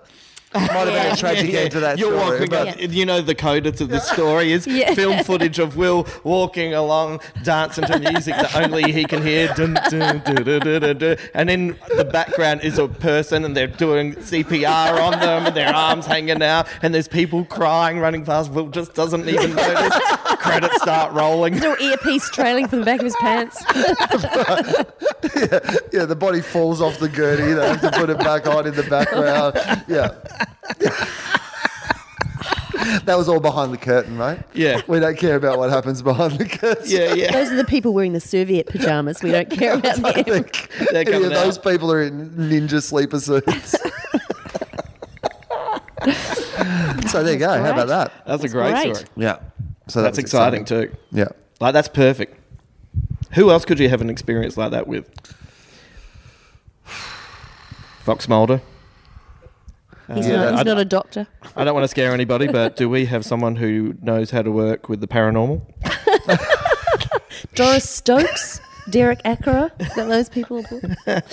[SPEAKER 2] Might have been a tragic end to that
[SPEAKER 4] You're
[SPEAKER 2] story.
[SPEAKER 4] walking.
[SPEAKER 2] but-
[SPEAKER 4] up- You know the coda to this story is
[SPEAKER 3] Yeah. [LAUGHS]
[SPEAKER 4] film footage of Will walking along, dancing to music that only he can hear. Dun, dun, dun, dun, dun, dun, dun. And in the background is a person, and they're doing CPR on them, and their arms hanging out, and there's people crying, running past. Will just doesn't
[SPEAKER 3] [LAUGHS]
[SPEAKER 4] even notice. Credits start rolling.
[SPEAKER 3] Little earpiece trailing from the back of his pants.
[SPEAKER 2] yeah, the body falls off the gurney. They have to put it back on in the background. Yeah. that was all behind the curtain, right?
[SPEAKER 4] Yeah.
[SPEAKER 2] We don't care about what happens behind the curtain.
[SPEAKER 4] Yeah, yeah.
[SPEAKER 3] Those are the people wearing the serviette pajamas. We don't care about
[SPEAKER 2] I
[SPEAKER 3] them.
[SPEAKER 2] think any
[SPEAKER 4] They're
[SPEAKER 2] of
[SPEAKER 4] coming
[SPEAKER 2] those
[SPEAKER 4] out.
[SPEAKER 2] people are in ninja sleeper suits. [LAUGHS] so there you go. How about
[SPEAKER 3] Great.
[SPEAKER 2] that?
[SPEAKER 4] That's, a
[SPEAKER 3] That's
[SPEAKER 4] great,
[SPEAKER 3] great.
[SPEAKER 4] story.
[SPEAKER 2] Yeah. So that
[SPEAKER 4] That's
[SPEAKER 2] was
[SPEAKER 4] exciting too.
[SPEAKER 2] Yeah.
[SPEAKER 4] Like that's perfect. Who else could you have an experience like that with? [SIGHS] Fox Mulder. Uh,
[SPEAKER 3] He's,
[SPEAKER 2] Yeah,
[SPEAKER 3] not,
[SPEAKER 4] I-
[SPEAKER 3] he's not
[SPEAKER 2] [LAUGHS]
[SPEAKER 3] a doctor.
[SPEAKER 4] I don't want to scare anybody, but do we have someone who knows how to work with the paranormal?
[SPEAKER 3] [LAUGHS] Doris Stokes, Derek Akara. Got those people aboard.
[SPEAKER 2] [LAUGHS]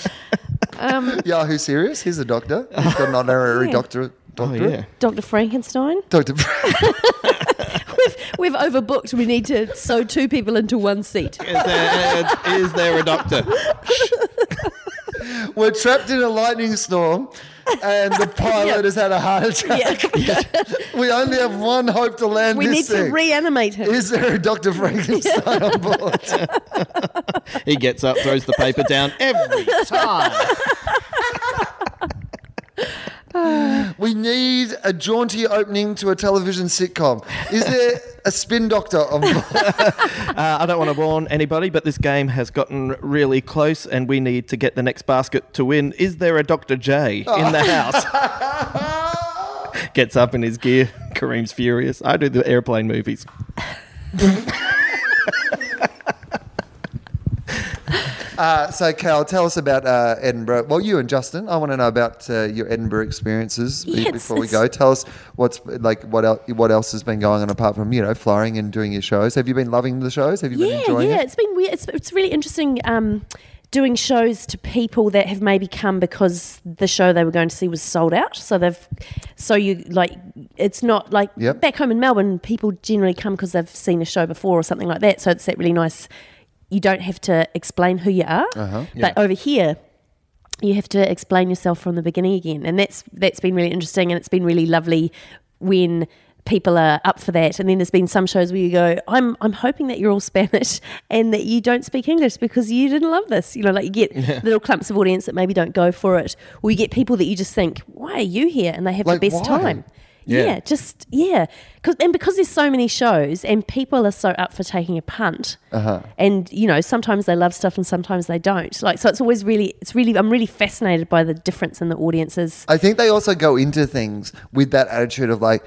[SPEAKER 3] Um,
[SPEAKER 2] Yahoo Serious. He's a doctor. He's got an honorary
[SPEAKER 4] [LAUGHS]
[SPEAKER 3] Yeah.
[SPEAKER 4] Oh,
[SPEAKER 2] doctorate. Doctor.
[SPEAKER 3] Dr. Frankenstein.
[SPEAKER 2] Doctor. [LAUGHS]
[SPEAKER 3] We've overbooked. We need to sew two people into one
[SPEAKER 2] [LAUGHS]
[SPEAKER 3] seat.
[SPEAKER 4] Is there, is there a doctor?
[SPEAKER 2] We're trapped in a lightning storm, and [LAUGHS] the pilot
[SPEAKER 3] Yeah.
[SPEAKER 2] has had a heart attack.
[SPEAKER 3] Yeah.
[SPEAKER 2] We only have one hope to land
[SPEAKER 3] [LAUGHS] We need
[SPEAKER 2] this
[SPEAKER 3] to
[SPEAKER 2] thing.
[SPEAKER 3] reanimate him.
[SPEAKER 2] Is there a Dr. Frankenstein on board?
[SPEAKER 4] He gets up, throws the paper down every time.
[SPEAKER 2] We need a jaunty opening to a television sitcom.
[SPEAKER 3] [LAUGHS]
[SPEAKER 2] Is there a spin doctor on board?
[SPEAKER 4] Uh, I don't want to warn anybody, but this game has gotten really close, and we need to get the next basket to win. Is there a Doctor J in
[SPEAKER 2] Oh.
[SPEAKER 4] the house?
[SPEAKER 2] [LAUGHS]
[SPEAKER 4] Gets up in his gear. Kareem's furious. I do the airplane movies.
[SPEAKER 2] Uh, so, Cal, tell us about uh, Edinburgh. Well, you and Justin, I want to know about uh, your Edinburgh experiences be-
[SPEAKER 3] Yeah, it's-
[SPEAKER 2] before we
[SPEAKER 3] it's-
[SPEAKER 2] go. Tell us what's like what else what else has been going on apart from you know flying and doing your shows. Have you been loving the shows? Have you been
[SPEAKER 3] yeah,
[SPEAKER 2] enjoying
[SPEAKER 3] yeah.
[SPEAKER 2] it?
[SPEAKER 3] It's been weird. It's, it's really interesting um, doing shows to people that have maybe come because the show they were going to see was sold out. So they've, so you like, it's not like
[SPEAKER 2] Yep.
[SPEAKER 3] back home in Melbourne, people generally come because they've seen a show before or something like that. So it's that really nice. You don't have to explain who you are,
[SPEAKER 2] Uh-huh.
[SPEAKER 3] but over here. You have to explain yourself from the beginning again, and that's that's been really interesting, and it's been really lovely when people are up for that. And then there's been some shows where you go, I'm I'm hoping that you're all [LAUGHS] Spanish and that you don't speak English because you didn't love this. You know, like you get
[SPEAKER 2] [LAUGHS]
[SPEAKER 3] little clumps of audience that maybe don't go for it, or you get people that you just think, why are you here? And they have
[SPEAKER 2] Like,
[SPEAKER 3] the best
[SPEAKER 2] why?
[SPEAKER 3] time.
[SPEAKER 4] Yeah.
[SPEAKER 3] Yeah. just yeah, 'Cause- and because there's so many shows and people are so up for taking a punt,
[SPEAKER 2] Uh-huh.
[SPEAKER 3] and you know sometimes they love stuff and sometimes they don't. Like so, it's always really, it's really, I'm really fascinated by the difference in the audiences.
[SPEAKER 2] I think they also go into things with that attitude of like,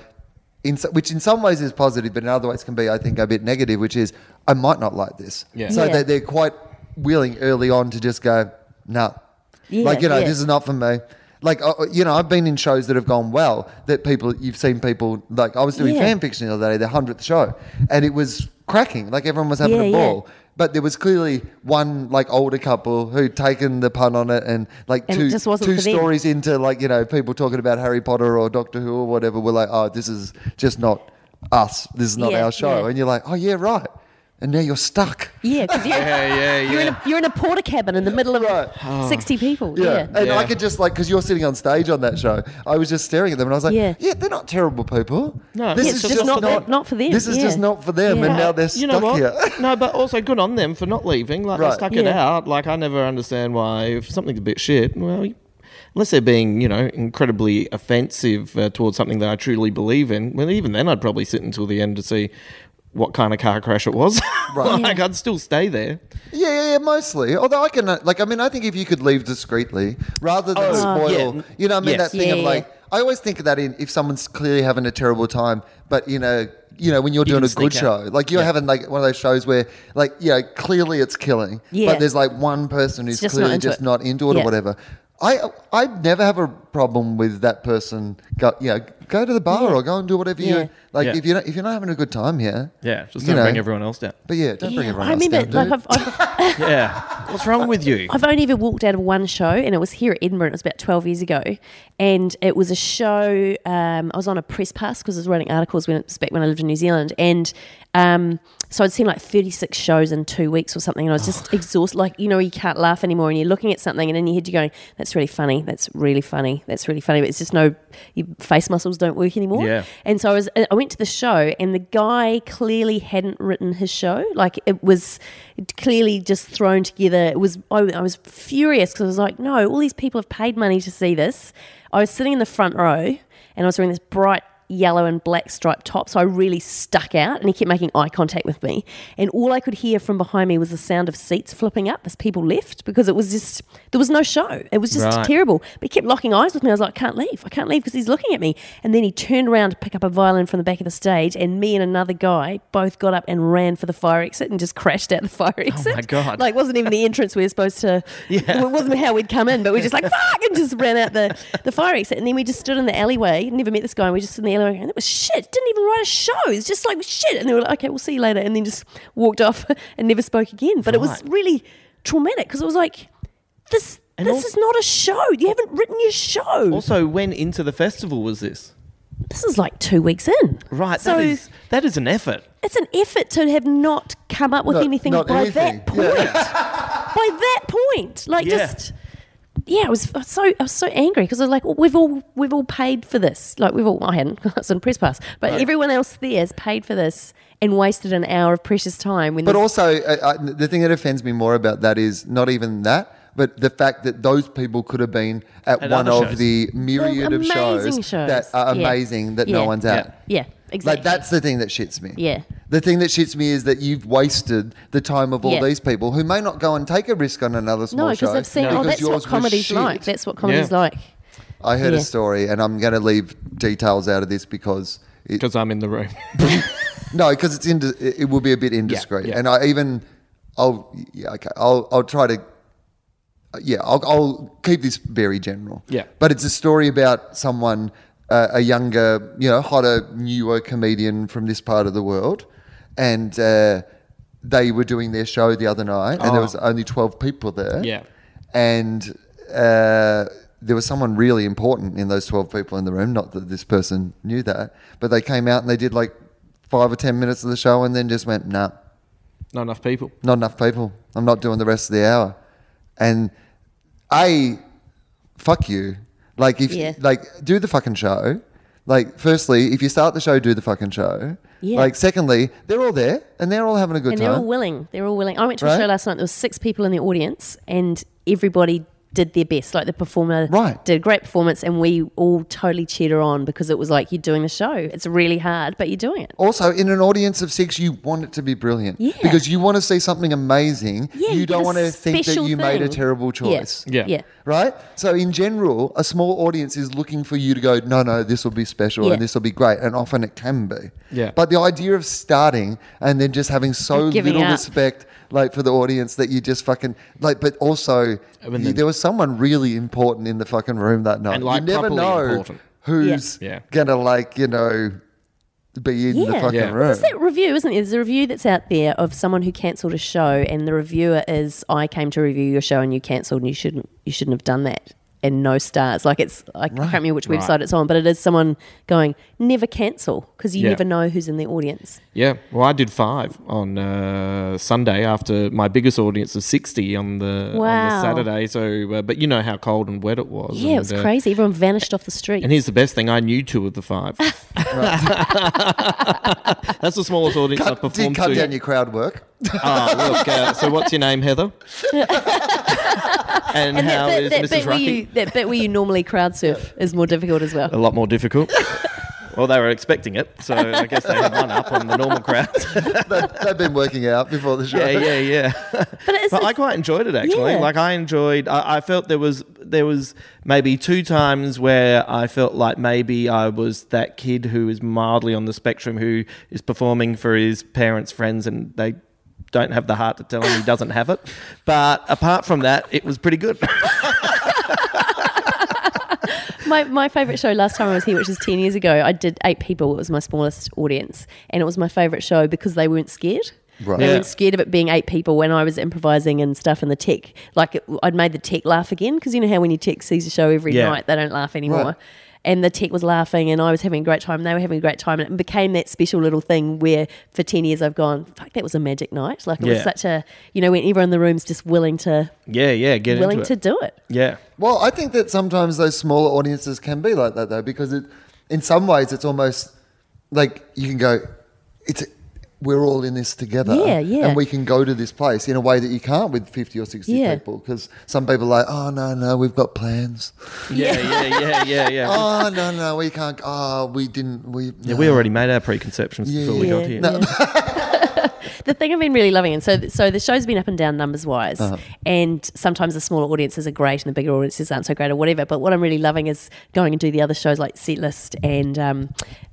[SPEAKER 2] in, so- which in some ways is positive, but in other ways can be, I think, a bit negative, which is, I might not like this.
[SPEAKER 4] Yeah.
[SPEAKER 2] So
[SPEAKER 3] Yeah.
[SPEAKER 2] They, they're quite willing early on to just go, no.
[SPEAKER 3] Yeah,
[SPEAKER 2] like, you know,
[SPEAKER 3] yeah.
[SPEAKER 2] this is not for me. Like, uh, uh, you know, I've been in shows that have gone well that people, you've seen people, like, I was doing
[SPEAKER 3] Yeah.
[SPEAKER 2] fan fiction the other day, the 100th show, and it was cracking. Like, everyone was having
[SPEAKER 3] Yeah,
[SPEAKER 2] a
[SPEAKER 3] yeah.
[SPEAKER 2] ball. But there was clearly one like older couple who'd taken the pun on it, and like
[SPEAKER 3] And it
[SPEAKER 2] two,
[SPEAKER 3] just wasn't
[SPEAKER 2] two
[SPEAKER 3] for them.
[SPEAKER 2] stories into like you know people talking about Harry Potter or Doctor Who or whatever. We're like, oh, this is just not us. This is not
[SPEAKER 3] Yeah,
[SPEAKER 2] our show.
[SPEAKER 3] yeah.
[SPEAKER 2] And you're like, oh yeah, right. And now you're stuck. [LAUGHS]
[SPEAKER 3] Yeah, because you're, you're in a you're in a porta cabin in the middle of sixty people. Yeah,
[SPEAKER 2] And I
[SPEAKER 4] Yeah.
[SPEAKER 2] could just like, because you're sitting on stage on that show, I was just staring at them and I was like, yeah,
[SPEAKER 3] Yeah.
[SPEAKER 2] they're not terrible people.
[SPEAKER 4] No.
[SPEAKER 2] this
[SPEAKER 4] Yeah,
[SPEAKER 2] is
[SPEAKER 4] it's just
[SPEAKER 2] just
[SPEAKER 3] not-
[SPEAKER 2] not,
[SPEAKER 3] not for them,
[SPEAKER 2] This is
[SPEAKER 3] yeah.
[SPEAKER 2] just not for them.
[SPEAKER 3] Yeah.
[SPEAKER 2] And
[SPEAKER 3] But
[SPEAKER 2] now they're
[SPEAKER 4] Uh, you
[SPEAKER 2] stuck
[SPEAKER 4] know what?
[SPEAKER 2] here.
[SPEAKER 4] [LAUGHS]
[SPEAKER 3] [LAUGHS]
[SPEAKER 4] no, but also good on them for not leaving. Like
[SPEAKER 2] Right.
[SPEAKER 4] they stuck it
[SPEAKER 3] Yeah.
[SPEAKER 4] out. Like I never understand why if something's a bit shit. Well, you- unless they're being you know incredibly offensive uh, towards something that I truly believe in. Well, even then I'd probably sit until the end to see what kind of car crash it was. [LAUGHS]
[SPEAKER 2] Right.
[SPEAKER 4] like I'd still stay there.
[SPEAKER 2] Yeah, yeah, yeah, mostly. Although I can, uh, like, I mean, I think if you could leave discreetly rather than spoil,
[SPEAKER 4] yeah.
[SPEAKER 2] you know, what I mean, that
[SPEAKER 4] Yes.
[SPEAKER 2] thing
[SPEAKER 3] Oh, Yeah,
[SPEAKER 2] of
[SPEAKER 3] yeah.
[SPEAKER 2] like, I always think of that in if someone's clearly having a terrible time, but you know, you know, when you're
[SPEAKER 4] You
[SPEAKER 2] doing a
[SPEAKER 4] can
[SPEAKER 2] good
[SPEAKER 4] sneak
[SPEAKER 2] show,
[SPEAKER 4] out.
[SPEAKER 2] like you're having like one of those shows where, like, you know, clearly it's killing,
[SPEAKER 3] Yeah.
[SPEAKER 2] but there's like one person who's
[SPEAKER 3] just not
[SPEAKER 2] clearly
[SPEAKER 3] into
[SPEAKER 2] just
[SPEAKER 3] it.
[SPEAKER 2] not into it or
[SPEAKER 3] Yeah.
[SPEAKER 2] whatever. I I never have a problem with that person. Go, you know, go to the bar or go and do whatever
[SPEAKER 3] Yeah.
[SPEAKER 2] you like.
[SPEAKER 4] Yeah.
[SPEAKER 2] If you are not if you're not having a good time here,
[SPEAKER 4] Yeah, just
[SPEAKER 2] You
[SPEAKER 4] don't
[SPEAKER 2] know.
[SPEAKER 4] bring everyone else down.
[SPEAKER 2] But yeah, don't bring
[SPEAKER 3] Yeah,
[SPEAKER 2] everyone.
[SPEAKER 3] I
[SPEAKER 2] else
[SPEAKER 3] remember
[SPEAKER 2] down,
[SPEAKER 3] like
[SPEAKER 2] dude.
[SPEAKER 3] I've, I've
[SPEAKER 4] Yeah, what's wrong with you?
[SPEAKER 3] I've only ever walked out of one show, and it was here at Edinburgh. It was about twelve years ago, and it was a show. Um, I was on a press pass because I was writing articles when it was back when I lived in New Zealand, and um, so I'd seen like thirty six shows in two weeks or something, and I was just exhausted. Like you know, you can't laugh anymore, and you're looking at something, and in your head you're going, "That's really funny. That's really funny. That's really funny." But it's just no, your face muscles don't work anymore.
[SPEAKER 4] Yeah.
[SPEAKER 3] And so I was, I went to the show, and the guy clearly hadn't written his show. Like it was clearly just thrown together. It was, I, I was furious because I was like, no, all these people have paid money to see this. I was sitting in the front row, and I was wearing this bright yellow and black striped top, so I really stuck out. And he kept making eye contact with me, and all I could hear from behind me was the sound of seats flipping up as people left because it was just there was no show. It was just
[SPEAKER 4] Right.
[SPEAKER 3] terrible terrible. But he kept locking eyes with me. I was like, I can't leave. I can't leave because he's looking at me. And then he turned around to pick up a violin from the back of the stage, and me and another guy both got up and ran for the fire exit and just crashed out the fire exit.
[SPEAKER 4] Oh God.
[SPEAKER 3] Like, wasn't even the entrance we were supposed to.
[SPEAKER 4] Yeah.
[SPEAKER 3] It wasn't how we'd come in, but we are just like, fuck, and just ran out the, the fire exit. And then we just stood in the alleyway, never met this guy, and we just stood in the alleyway, and it was shit. Didn't even write a show. It's just like shit. And they were like, okay, we'll see you later. And then just walked off [LAUGHS] and never spoke again. But it was
[SPEAKER 4] Right.
[SPEAKER 3] really traumatic because it was like, this
[SPEAKER 4] And
[SPEAKER 3] this
[SPEAKER 4] also-
[SPEAKER 3] is not a show. You haven't written your show.
[SPEAKER 4] Also, when into the festival was this?
[SPEAKER 3] this is like two weeks in.
[SPEAKER 4] Right,
[SPEAKER 3] So
[SPEAKER 4] that is that is an effort.
[SPEAKER 3] it's an effort to have not come up with
[SPEAKER 2] Not-
[SPEAKER 3] anything
[SPEAKER 2] not
[SPEAKER 3] by
[SPEAKER 2] anything.
[SPEAKER 3] that point. [LAUGHS] by that point, like
[SPEAKER 4] Yeah.
[SPEAKER 3] just yeah, I was I was so I was so angry because I was like, well, we've all we've all paid for this. Like we've all I hadn't [LAUGHS] because it's in press pass, but everyone else there has paid for this and wasted an hour of precious time. When
[SPEAKER 2] But
[SPEAKER 3] there's-
[SPEAKER 2] also, uh, I, the thing that offends me more about that is not even that, but the fact that those people could have been at,
[SPEAKER 4] At
[SPEAKER 2] one
[SPEAKER 4] other
[SPEAKER 2] of
[SPEAKER 4] shows.
[SPEAKER 2] the myriad of shows,
[SPEAKER 3] amazing shows.
[SPEAKER 2] that are
[SPEAKER 3] Yeah.
[SPEAKER 2] amazing that no
[SPEAKER 3] Yeah.
[SPEAKER 2] one's at.
[SPEAKER 4] Yeah.
[SPEAKER 3] yeah, exactly.
[SPEAKER 2] Like that's the thing that shits me.
[SPEAKER 3] Yeah.
[SPEAKER 2] The thing that shits me is that you've wasted the time of all
[SPEAKER 3] Yeah.
[SPEAKER 2] these people who may not go and take a risk on another small
[SPEAKER 3] no,
[SPEAKER 2] show.
[SPEAKER 3] because I've seen.
[SPEAKER 4] No.
[SPEAKER 3] Oh,
[SPEAKER 2] because
[SPEAKER 3] that's
[SPEAKER 2] yours
[SPEAKER 3] what
[SPEAKER 2] was
[SPEAKER 3] comedy's
[SPEAKER 2] shit.
[SPEAKER 3] like. That's what comedy's
[SPEAKER 4] Yeah.
[SPEAKER 3] like.
[SPEAKER 2] I heard a
[SPEAKER 3] Yeah.
[SPEAKER 2] story, and I'm going to leave details out of this because it,
[SPEAKER 4] Because I'm in the room. [LAUGHS]
[SPEAKER 2] No, because it's in, it will be a bit indiscreet,
[SPEAKER 4] yeah.
[SPEAKER 2] and I even I'll yeah, okay, I'll I'll try to uh, yeah, I'll, I'll keep this very general.
[SPEAKER 4] Yeah.
[SPEAKER 2] But it's a story about someone, uh, a younger, you know, hotter, newer comedian from this part of the world. And uh, they were doing their show the other night, and
[SPEAKER 4] Oh.
[SPEAKER 2] there was only 12 people there.
[SPEAKER 4] Yeah.
[SPEAKER 2] And uh, there was someone really important in those 12 people in the room. Not that this person knew that, but they came out and they did like five or 10 minutes of the show and then just went, nah
[SPEAKER 4] Not enough people.
[SPEAKER 2] not enough people. I'm not doing the rest of the hour. And A, fuck you. Like if
[SPEAKER 3] Yeah.
[SPEAKER 2] like do the fucking show. Like firstly, if you start the show, do the fucking show.
[SPEAKER 3] Yeah.
[SPEAKER 2] Like secondly, they're all there and they're all having a good
[SPEAKER 3] and
[SPEAKER 2] time.
[SPEAKER 3] they're all willing. They're all willing. I went to a
[SPEAKER 2] Right.
[SPEAKER 3] show last night. There was six people in the audience, and everybody did their best. Like the performer
[SPEAKER 2] Right.
[SPEAKER 3] did a great performance, and we all totally cheered her on because it was like you're doing the show. It's really hard, but you're doing it.
[SPEAKER 2] also, in an audience of six, you want it to be brilliant
[SPEAKER 3] Yeah.
[SPEAKER 2] because you want to see something amazing.
[SPEAKER 3] Yeah,
[SPEAKER 2] you
[SPEAKER 3] you
[SPEAKER 2] don't
[SPEAKER 3] get a
[SPEAKER 2] want to think that
[SPEAKER 3] special
[SPEAKER 2] you made a
[SPEAKER 3] thing.
[SPEAKER 2] terrible
[SPEAKER 3] Yeah.
[SPEAKER 2] choice.
[SPEAKER 4] Yeah.
[SPEAKER 3] yeah.
[SPEAKER 2] right? So in general, a small audience is looking for you to go, no, no, this will be special
[SPEAKER 3] Yeah.
[SPEAKER 2] and this will be great, and often it can be.
[SPEAKER 4] Yeah.
[SPEAKER 2] But the idea of starting and then just having so
[SPEAKER 3] And giving
[SPEAKER 2] little
[SPEAKER 3] up.
[SPEAKER 2] respect, like for the audience, that you just fucking like. But also,
[SPEAKER 4] And
[SPEAKER 2] you-
[SPEAKER 4] then-
[SPEAKER 2] there was someone really important in the fucking room that night.
[SPEAKER 4] And, like,
[SPEAKER 2] you never
[SPEAKER 4] properly
[SPEAKER 2] know
[SPEAKER 4] important.
[SPEAKER 2] who's
[SPEAKER 4] Yeah. Yeah.
[SPEAKER 2] gonna like you know be in the
[SPEAKER 3] Yeah.
[SPEAKER 2] fucking
[SPEAKER 4] Yeah.
[SPEAKER 2] room.
[SPEAKER 3] There's that review, isn't there? There's a review that's out there of someone who cancelled a show, and the reviewer is, "I came to review your show, and you cancelled, and you shouldn't, you shouldn't have done that." And no stars. Like it's, I can't remember which website it's on, but it is someone going, "Never cancel," because you
[SPEAKER 4] Yeah.
[SPEAKER 3] never know who's in the audience.
[SPEAKER 4] Yeah. Well, I did five on uh, Sunday after my biggest audience of 60 on the, on the
[SPEAKER 3] Wow.
[SPEAKER 4] Saturday. So, uh, but you know how cold and wet it was.
[SPEAKER 3] Yeah, it was
[SPEAKER 4] and, uh,
[SPEAKER 3] crazy. Everyone vanished off the street.
[SPEAKER 4] And here's the best thing: I knew two of the five. [LAUGHS] That's the smallest audience I've
[SPEAKER 2] Cut, did
[SPEAKER 4] performed
[SPEAKER 2] cut
[SPEAKER 4] to.
[SPEAKER 2] down your crowd work. [LAUGHS]
[SPEAKER 4] Ah, look. Uh, so, what's your name,
[SPEAKER 3] [LAUGHS]
[SPEAKER 4] Heather? and,
[SPEAKER 3] And
[SPEAKER 4] how is
[SPEAKER 3] bit
[SPEAKER 4] Mrs.
[SPEAKER 3] where
[SPEAKER 4] Rocky?
[SPEAKER 3] you that bit where you normally crowd surf is more difficult as
[SPEAKER 4] A
[SPEAKER 3] well.
[SPEAKER 4] lot more difficult. [LAUGHS] well, they were expecting it, so I guess they had one up on the normal crowd.
[SPEAKER 2] they, they've been working out before the show.
[SPEAKER 4] [LAUGHS] yeah, yeah, yeah.
[SPEAKER 3] But it's,
[SPEAKER 4] But I quite enjoyed it actually.
[SPEAKER 3] Yeah.
[SPEAKER 4] Like I enjoyed. I, I felt there was there was maybe two times where I felt like maybe I was that kid who is mildly on the spectrum who is performing for his parents' friends and they don't have the heart to tell him he doesn't have it. But apart from that, it was pretty good. [LAUGHS]
[SPEAKER 3] my, my favorite show last time I was here, which was 10 years ago, I did eight people. It was my smallest audience. And it was my favorite show because they weren't scared.
[SPEAKER 2] Right.
[SPEAKER 3] They
[SPEAKER 4] Yeah.
[SPEAKER 3] weren't scared of it being eight people when I was improvising and stuff in the tech. Like, it, I'd made the tech laugh again because you know how when your tech sees a show every
[SPEAKER 4] Yeah.
[SPEAKER 3] night, they don't laugh anymore.
[SPEAKER 2] Right.
[SPEAKER 3] And the tech was laughing, and I was having a great time. They were having a great time, and it became that special little thing where, for ten years, I've gone, "Fuck, that was a magic night!" Like it was
[SPEAKER 4] Yeah.
[SPEAKER 3] such a, you know, when everyone in the room's just willing to,
[SPEAKER 4] yeah, yeah. Get
[SPEAKER 3] willing
[SPEAKER 4] into
[SPEAKER 3] to do
[SPEAKER 4] it.
[SPEAKER 3] it.
[SPEAKER 4] yeah.
[SPEAKER 2] Well, I think that sometimes those smaller audiences can be like that though, because it, in some ways, it's almost like you can go, it's we're all in this together,
[SPEAKER 3] Yeah, yeah.
[SPEAKER 2] and we can go to this place in a way that you can't with fifty or sixty
[SPEAKER 3] Yeah.
[SPEAKER 2] people, because some people are like, oh no, no, we've got
[SPEAKER 3] [LAUGHS]
[SPEAKER 2] plans.
[SPEAKER 4] Yeah, yeah, yeah, yeah, yeah.
[SPEAKER 2] oh no, no, we can't. Oh, we didn't. We
[SPEAKER 4] Yeah, we already made our preconceptions
[SPEAKER 2] Yeah,
[SPEAKER 4] before we
[SPEAKER 3] yeah.
[SPEAKER 4] got here.
[SPEAKER 3] No. the thing I've been really loving, and so so the show's been up and down numbers wise,
[SPEAKER 2] Uh-huh.
[SPEAKER 3] and sometimes the smaller audiences are great and the bigger audiences aren't so great or whatever. But what I'm really loving is going and do the other shows like Setlist and um,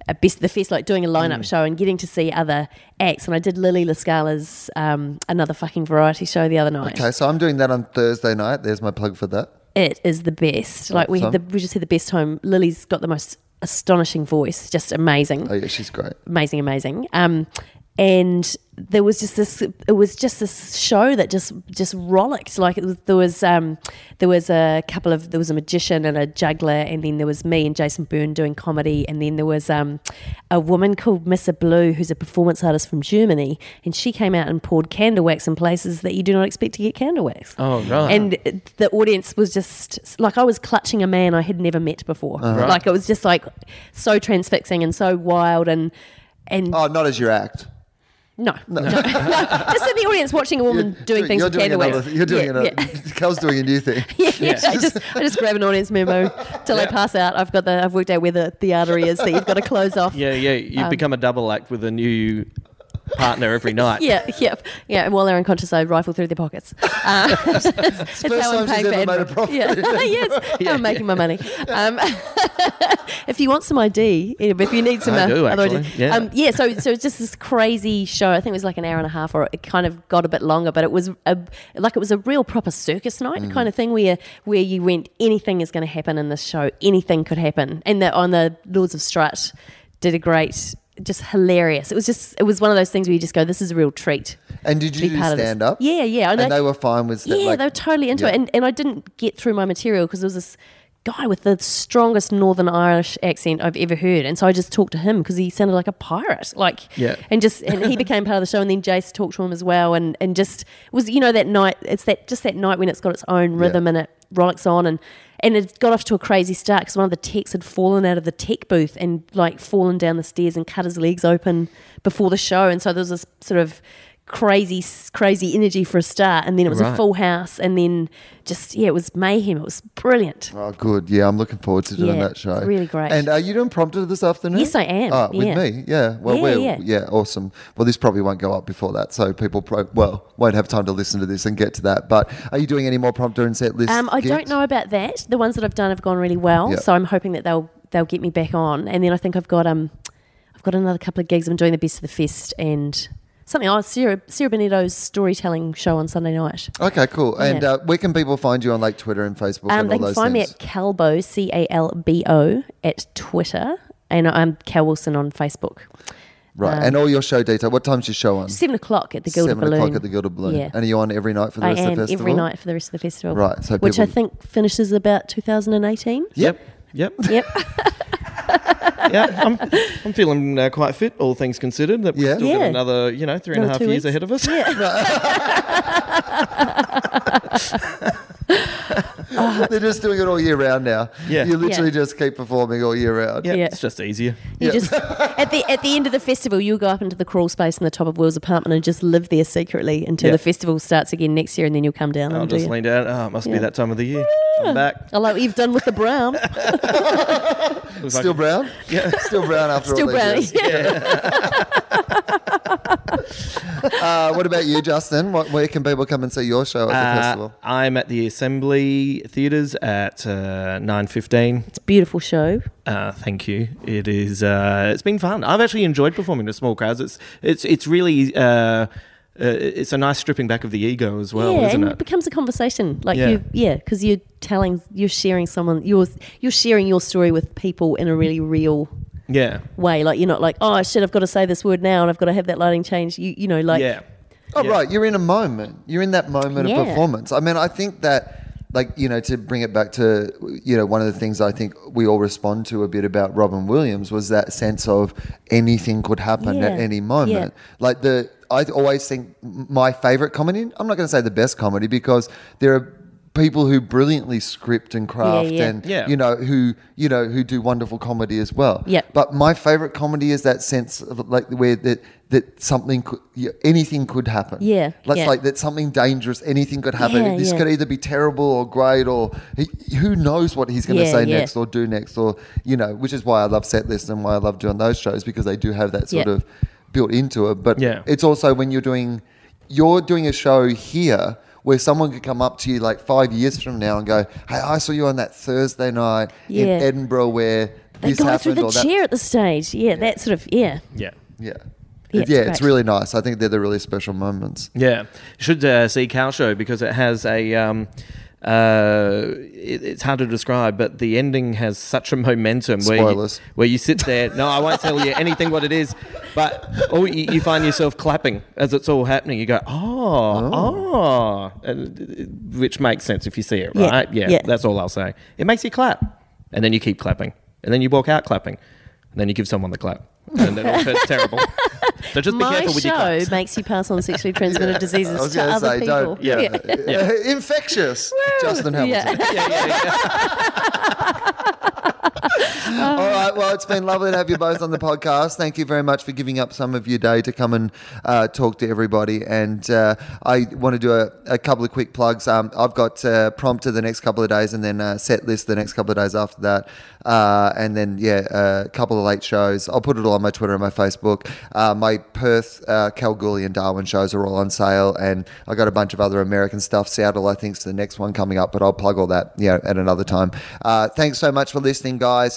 [SPEAKER 3] a best the fest, like doing a
[SPEAKER 2] Mm.
[SPEAKER 3] lineup show and getting to see other acts. And I did Lily Lascala's um, another fucking variety show the other night.
[SPEAKER 2] Okay, so I'm doing that on Thursday night. There's my plug for that.
[SPEAKER 3] It is the best. Like we had the,
[SPEAKER 2] Awesome.
[SPEAKER 3] we just had the best home. Lily's got the most astonishing voice, just amazing
[SPEAKER 2] Oh yeah, she's great.
[SPEAKER 3] amazing, amazing. Um, and there was just this. It was just this show that just just rollicked. Like it was, there was um, there was a couple of there was a magician and a juggler, and then there was me and Jason Byrne doing comedy, and then there was um, a woman called Missa Blue, who's a performance artist from Germany, and she came out and poured candle wax in places that you do not expect to get candle wax.
[SPEAKER 4] Oh,
[SPEAKER 2] Uh-huh.
[SPEAKER 4] right.
[SPEAKER 3] And it- the audience was just like I was clutching a man I had never met before.
[SPEAKER 2] Uh-huh.
[SPEAKER 3] Like it was just like so transfixing and so wild and and
[SPEAKER 2] Oh, not as your act.
[SPEAKER 3] no, no. [LAUGHS] just in the audience watching a woman doing things
[SPEAKER 2] You're
[SPEAKER 3] with
[SPEAKER 2] doing
[SPEAKER 3] candle
[SPEAKER 2] another.
[SPEAKER 3] wax.
[SPEAKER 2] You're doing
[SPEAKER 3] yeah,
[SPEAKER 2] another.
[SPEAKER 3] Yeah. [LAUGHS]
[SPEAKER 2] [LAUGHS] Kel's doing a new thing.
[SPEAKER 3] Yeah, I just I just grab an audience memo till I pass out. I've got the I've worked out where the, the artery is that you've got to close off.
[SPEAKER 4] Yeah, yeah. You
[SPEAKER 3] um,
[SPEAKER 4] become a double act with a new partner
[SPEAKER 3] [LAUGHS]
[SPEAKER 4] every night.
[SPEAKER 3] yeah, yeah, yeah. And while they're unconscious, I rifle through their pockets. Uh, [LAUGHS] it's
[SPEAKER 2] first
[SPEAKER 3] how I'm
[SPEAKER 2] time she's
[SPEAKER 3] paying for [LAUGHS]
[SPEAKER 2] ever made a [LAUGHS]
[SPEAKER 3] Edinburgh.
[SPEAKER 2] profit.
[SPEAKER 3] Yeah, yes, how I'm making my money. Um, if if you want some ID, if you need some,
[SPEAKER 4] I do,
[SPEAKER 3] other
[SPEAKER 4] actually.
[SPEAKER 3] ID.
[SPEAKER 4] Yeah.
[SPEAKER 3] Um, yeah. So, so it's just this crazy show. I think it was like an hour and a half, or it kind of got a bit longer. But it was a, like it was a real proper circus night
[SPEAKER 4] Mm.
[SPEAKER 3] kind of thing, where where you went, anything is going to happen in this show. Anything could happen. And the, on the Lords of Strut, did a great, just hilarious. It was just, it was one of those things where you just go, this is a real treat.
[SPEAKER 2] And did
[SPEAKER 3] to
[SPEAKER 2] you
[SPEAKER 3] be
[SPEAKER 2] do
[SPEAKER 3] part of this.
[SPEAKER 2] stand up?
[SPEAKER 3] Yeah, yeah.
[SPEAKER 2] And,
[SPEAKER 3] I-
[SPEAKER 2] they were fine with sta-
[SPEAKER 3] yeah,
[SPEAKER 2] like-
[SPEAKER 3] they were totally into
[SPEAKER 2] Yeah.
[SPEAKER 3] it. And, and I didn't get through my material because there was this guy with the strongest Northern Irish accent I've ever heard. And so I just talked to him because he sounded like a pirate. Like,
[SPEAKER 4] Yeah.
[SPEAKER 3] And just, and he became part of the show. And then Jace talked to him as well. And, and just, it was, you know, that night, it's that, just that night when it's got its own rhythm and it rollicks on. And, and it got off to a crazy start because one of the techs had fallen out of the tech booth and like fallen down the stairs and cut his legs open before the show. And so there was this sort of crazy, crazy energy for a start. And then it was a
[SPEAKER 4] Right.
[SPEAKER 3] full house and then just yeah it was mayhem it was brilliant
[SPEAKER 2] Oh, good. Yeah, I'm looking forward to doing
[SPEAKER 3] Yeah,
[SPEAKER 2] that show.
[SPEAKER 3] it's really great.
[SPEAKER 2] And are you doing prompter this afternoon?
[SPEAKER 3] Yes, I am,
[SPEAKER 2] Oh, with
[SPEAKER 3] yeah.
[SPEAKER 2] me? Yeah. Well,
[SPEAKER 3] Yeah,
[SPEAKER 2] we're, yeah.
[SPEAKER 3] yeah.
[SPEAKER 2] awesome. Well, this probably won't go up before that, so people, pro- well, won't have time to listen to this and get to that. But are you doing any more prompter and set list?
[SPEAKER 3] um, i
[SPEAKER 2] gigs?
[SPEAKER 3] don't know about that the ones that i've done have gone really well
[SPEAKER 2] Yeah.
[SPEAKER 3] so i'm hoping that they'll they'll get me back on and then i think i've got um i've got another couple of gigs i'm doing the best of the fest and something oh sarah sarah benito's storytelling show on sunday night
[SPEAKER 2] Okay, cool. And
[SPEAKER 3] Yeah.
[SPEAKER 2] uh, where can people find you on like Twitter and Facebook
[SPEAKER 3] um,
[SPEAKER 2] and
[SPEAKER 3] they
[SPEAKER 2] all
[SPEAKER 3] can
[SPEAKER 2] those
[SPEAKER 3] find
[SPEAKER 2] things?
[SPEAKER 3] me at calbo c-a-l-b-o at twitter and i'm cal wilson on facebook
[SPEAKER 2] right. and all your show detail. What time's your show on?
[SPEAKER 3] um, seven o'clock at the gilded
[SPEAKER 2] Seven
[SPEAKER 3] balloon
[SPEAKER 2] o'clock at the Gilded Balloon.
[SPEAKER 3] yeah
[SPEAKER 2] And are you on every night for the
[SPEAKER 3] I
[SPEAKER 2] rest of the
[SPEAKER 3] am
[SPEAKER 2] festival?
[SPEAKER 3] every night for the rest of the festival.
[SPEAKER 2] Right, so
[SPEAKER 3] which I
[SPEAKER 2] people-
[SPEAKER 3] think finishes about 2018.
[SPEAKER 2] Yep.
[SPEAKER 4] Yep.
[SPEAKER 2] [LAUGHS]
[SPEAKER 3] Yep.
[SPEAKER 4] yeah, I'm, I'm feeling uh, quite fit, all things considered. That
[SPEAKER 2] Yeah.
[SPEAKER 4] We've still
[SPEAKER 3] Yeah.
[SPEAKER 4] got another, you know, three and a
[SPEAKER 3] Another
[SPEAKER 4] half
[SPEAKER 3] two
[SPEAKER 4] years
[SPEAKER 3] weeks.
[SPEAKER 4] ahead of us.
[SPEAKER 2] [LAUGHS] They're just doing it all year round now.
[SPEAKER 4] Yeah.
[SPEAKER 2] You literally
[SPEAKER 3] Yeah.
[SPEAKER 2] just keep performing all year round.
[SPEAKER 4] [LAUGHS] yeah,
[SPEAKER 3] Yeah.
[SPEAKER 4] it's just easier.
[SPEAKER 3] You just at the at the end of the festival, you'll go up into the crawl space in the top of Will's apartment and just live there secretly until
[SPEAKER 4] Yeah.
[SPEAKER 3] the festival starts again next year, and then you'll come down
[SPEAKER 4] I'll
[SPEAKER 3] and do
[SPEAKER 4] just
[SPEAKER 3] it.
[SPEAKER 4] lean down. Oh, it must be
[SPEAKER 3] Yeah.
[SPEAKER 4] that time of the year. I'm back.
[SPEAKER 3] I like what you've done with the
[SPEAKER 4] [LAUGHS]
[SPEAKER 3] brown.
[SPEAKER 4] It was like-
[SPEAKER 2] Still
[SPEAKER 4] [LAUGHS]
[SPEAKER 2] brown? Yeah. Still brown after
[SPEAKER 3] Still
[SPEAKER 2] all these
[SPEAKER 3] brown.
[SPEAKER 2] years. Uh, what about you, Justin? What, where can people come and see your show at the
[SPEAKER 4] Uh,
[SPEAKER 2] festival?
[SPEAKER 4] I'm at the Assembly Theatres at uh, 9.15.
[SPEAKER 3] it's a beautiful show.
[SPEAKER 4] Uh, thank you. It is. Uh, it's been fun. I've actually enjoyed performing to small crowds. It's it's it's really. Uh, uh, it's a nice stripping back of the ego as well,
[SPEAKER 3] yeah,
[SPEAKER 4] isn't
[SPEAKER 3] and
[SPEAKER 4] it?
[SPEAKER 3] it becomes a conversation. Like
[SPEAKER 4] Yeah.
[SPEAKER 3] you, yeah, because you're telling, you're sharing someone, you're you're sharing your story with people in a really real
[SPEAKER 4] yeah.
[SPEAKER 3] way. Like you're not like, oh shit, I've got to say this word now, and I've got to have that lighting change. You you know, like
[SPEAKER 4] yeah.
[SPEAKER 2] Oh,
[SPEAKER 4] yeah.
[SPEAKER 2] right. You're in a moment. You're in that moment
[SPEAKER 3] Yeah.
[SPEAKER 2] of performance. I mean, I think that, like, you know, to bring it back to, you know, one of the things I think we all respond to a bit about Robin Williams was that sense of anything could happen at
[SPEAKER 3] Yeah.
[SPEAKER 2] any moment. Like, the, I always think my favorite comedy, I'm not going to say the best comedy because there are, People who brilliantly script and craft
[SPEAKER 3] yeah.
[SPEAKER 2] and
[SPEAKER 4] Yeah.
[SPEAKER 2] you know who you know who do wonderful comedy as well.
[SPEAKER 3] Yep.
[SPEAKER 2] But my favorite comedy is that sense of like where that that something could yeah, anything could happen.
[SPEAKER 3] Yeah,
[SPEAKER 2] Let's
[SPEAKER 3] yeah.
[SPEAKER 2] like that something dangerous, anything could happen.
[SPEAKER 3] Yeah,
[SPEAKER 2] this
[SPEAKER 3] yeah.
[SPEAKER 2] could either be terrible or great, or he, who knows what he's going to
[SPEAKER 3] Yeah,
[SPEAKER 2] say
[SPEAKER 3] yeah.
[SPEAKER 2] next or do next, or you know, which is why I love set lists and why I love doing those shows because they do have that sort
[SPEAKER 3] Yeah.
[SPEAKER 2] of built into it. But
[SPEAKER 4] Yeah.
[SPEAKER 2] it's also when you're doing you're doing a show here. Where someone could come up to you like five years from now and go, "Hey, I saw you on that Thursday night in
[SPEAKER 3] Yeah.
[SPEAKER 2] Edinburgh where
[SPEAKER 3] they
[SPEAKER 2] this
[SPEAKER 3] go through
[SPEAKER 2] happened."
[SPEAKER 3] the
[SPEAKER 2] or that
[SPEAKER 3] chair at the stage. Yeah, that sort of yeah.
[SPEAKER 4] Yeah.
[SPEAKER 2] yeah.
[SPEAKER 3] Yeah,
[SPEAKER 2] Yeah,
[SPEAKER 3] it's
[SPEAKER 2] it's,
[SPEAKER 3] great.
[SPEAKER 2] really nice. I think they're the really special moments.
[SPEAKER 4] Yeah, you should uh, see Cow Show because it has a. Um, uh, it, it's hard to describe, but the ending has such a momentum where you,
[SPEAKER 2] Spoilers.
[SPEAKER 4] where you sit there. No, I won't tell you anything what it is, but oh, you, you find yourself clapping as it's all happening. You go, oh, oh, and, uh, which makes sense if you see it,
[SPEAKER 3] Yeah,
[SPEAKER 4] right? Yeah,
[SPEAKER 3] yeah.
[SPEAKER 4] that's all I'll say. It makes you clap, and then you keep clapping, and then you walk out clapping, and then you give someone the clap, and then
[SPEAKER 3] [LAUGHS]
[SPEAKER 4] it turns terrible. So just be
[SPEAKER 3] My
[SPEAKER 4] careful with your
[SPEAKER 3] show
[SPEAKER 4] claps.
[SPEAKER 3] makes you pass on sexually
[SPEAKER 4] [LAUGHS]
[SPEAKER 3] transmitted
[SPEAKER 2] I
[SPEAKER 3] diseases
[SPEAKER 2] was
[SPEAKER 3] to
[SPEAKER 2] gonna
[SPEAKER 3] other
[SPEAKER 2] say,
[SPEAKER 3] people.
[SPEAKER 2] don't.
[SPEAKER 3] [LAUGHS]
[SPEAKER 2] Yeah. [LAUGHS] Infectious. Justin Hamilton.
[SPEAKER 3] Yeah.
[SPEAKER 4] Yeah, yeah, yeah.
[SPEAKER 2] All right. Well, it's been lovely to have you both on the podcast. Thank you very much for giving up some of your day to come and uh, talk to everybody. And uh, I want to do a, a couple of quick plugs. Um, I've got uh, prompter the next couple of days, and then uh, set list the next couple of days after that. Uh, and then yeah, a couple of late shows. I'll put it all on my Twitter and my Facebook. Uh, my Perth, uh, Kalgoorlie, and Darwin shows are all on sale, and I got a bunch of other American stuff. Seattle, I think, is the next one coming up, but I'll plug all that yeah at another time. Uh, thanks so much for listening, guys,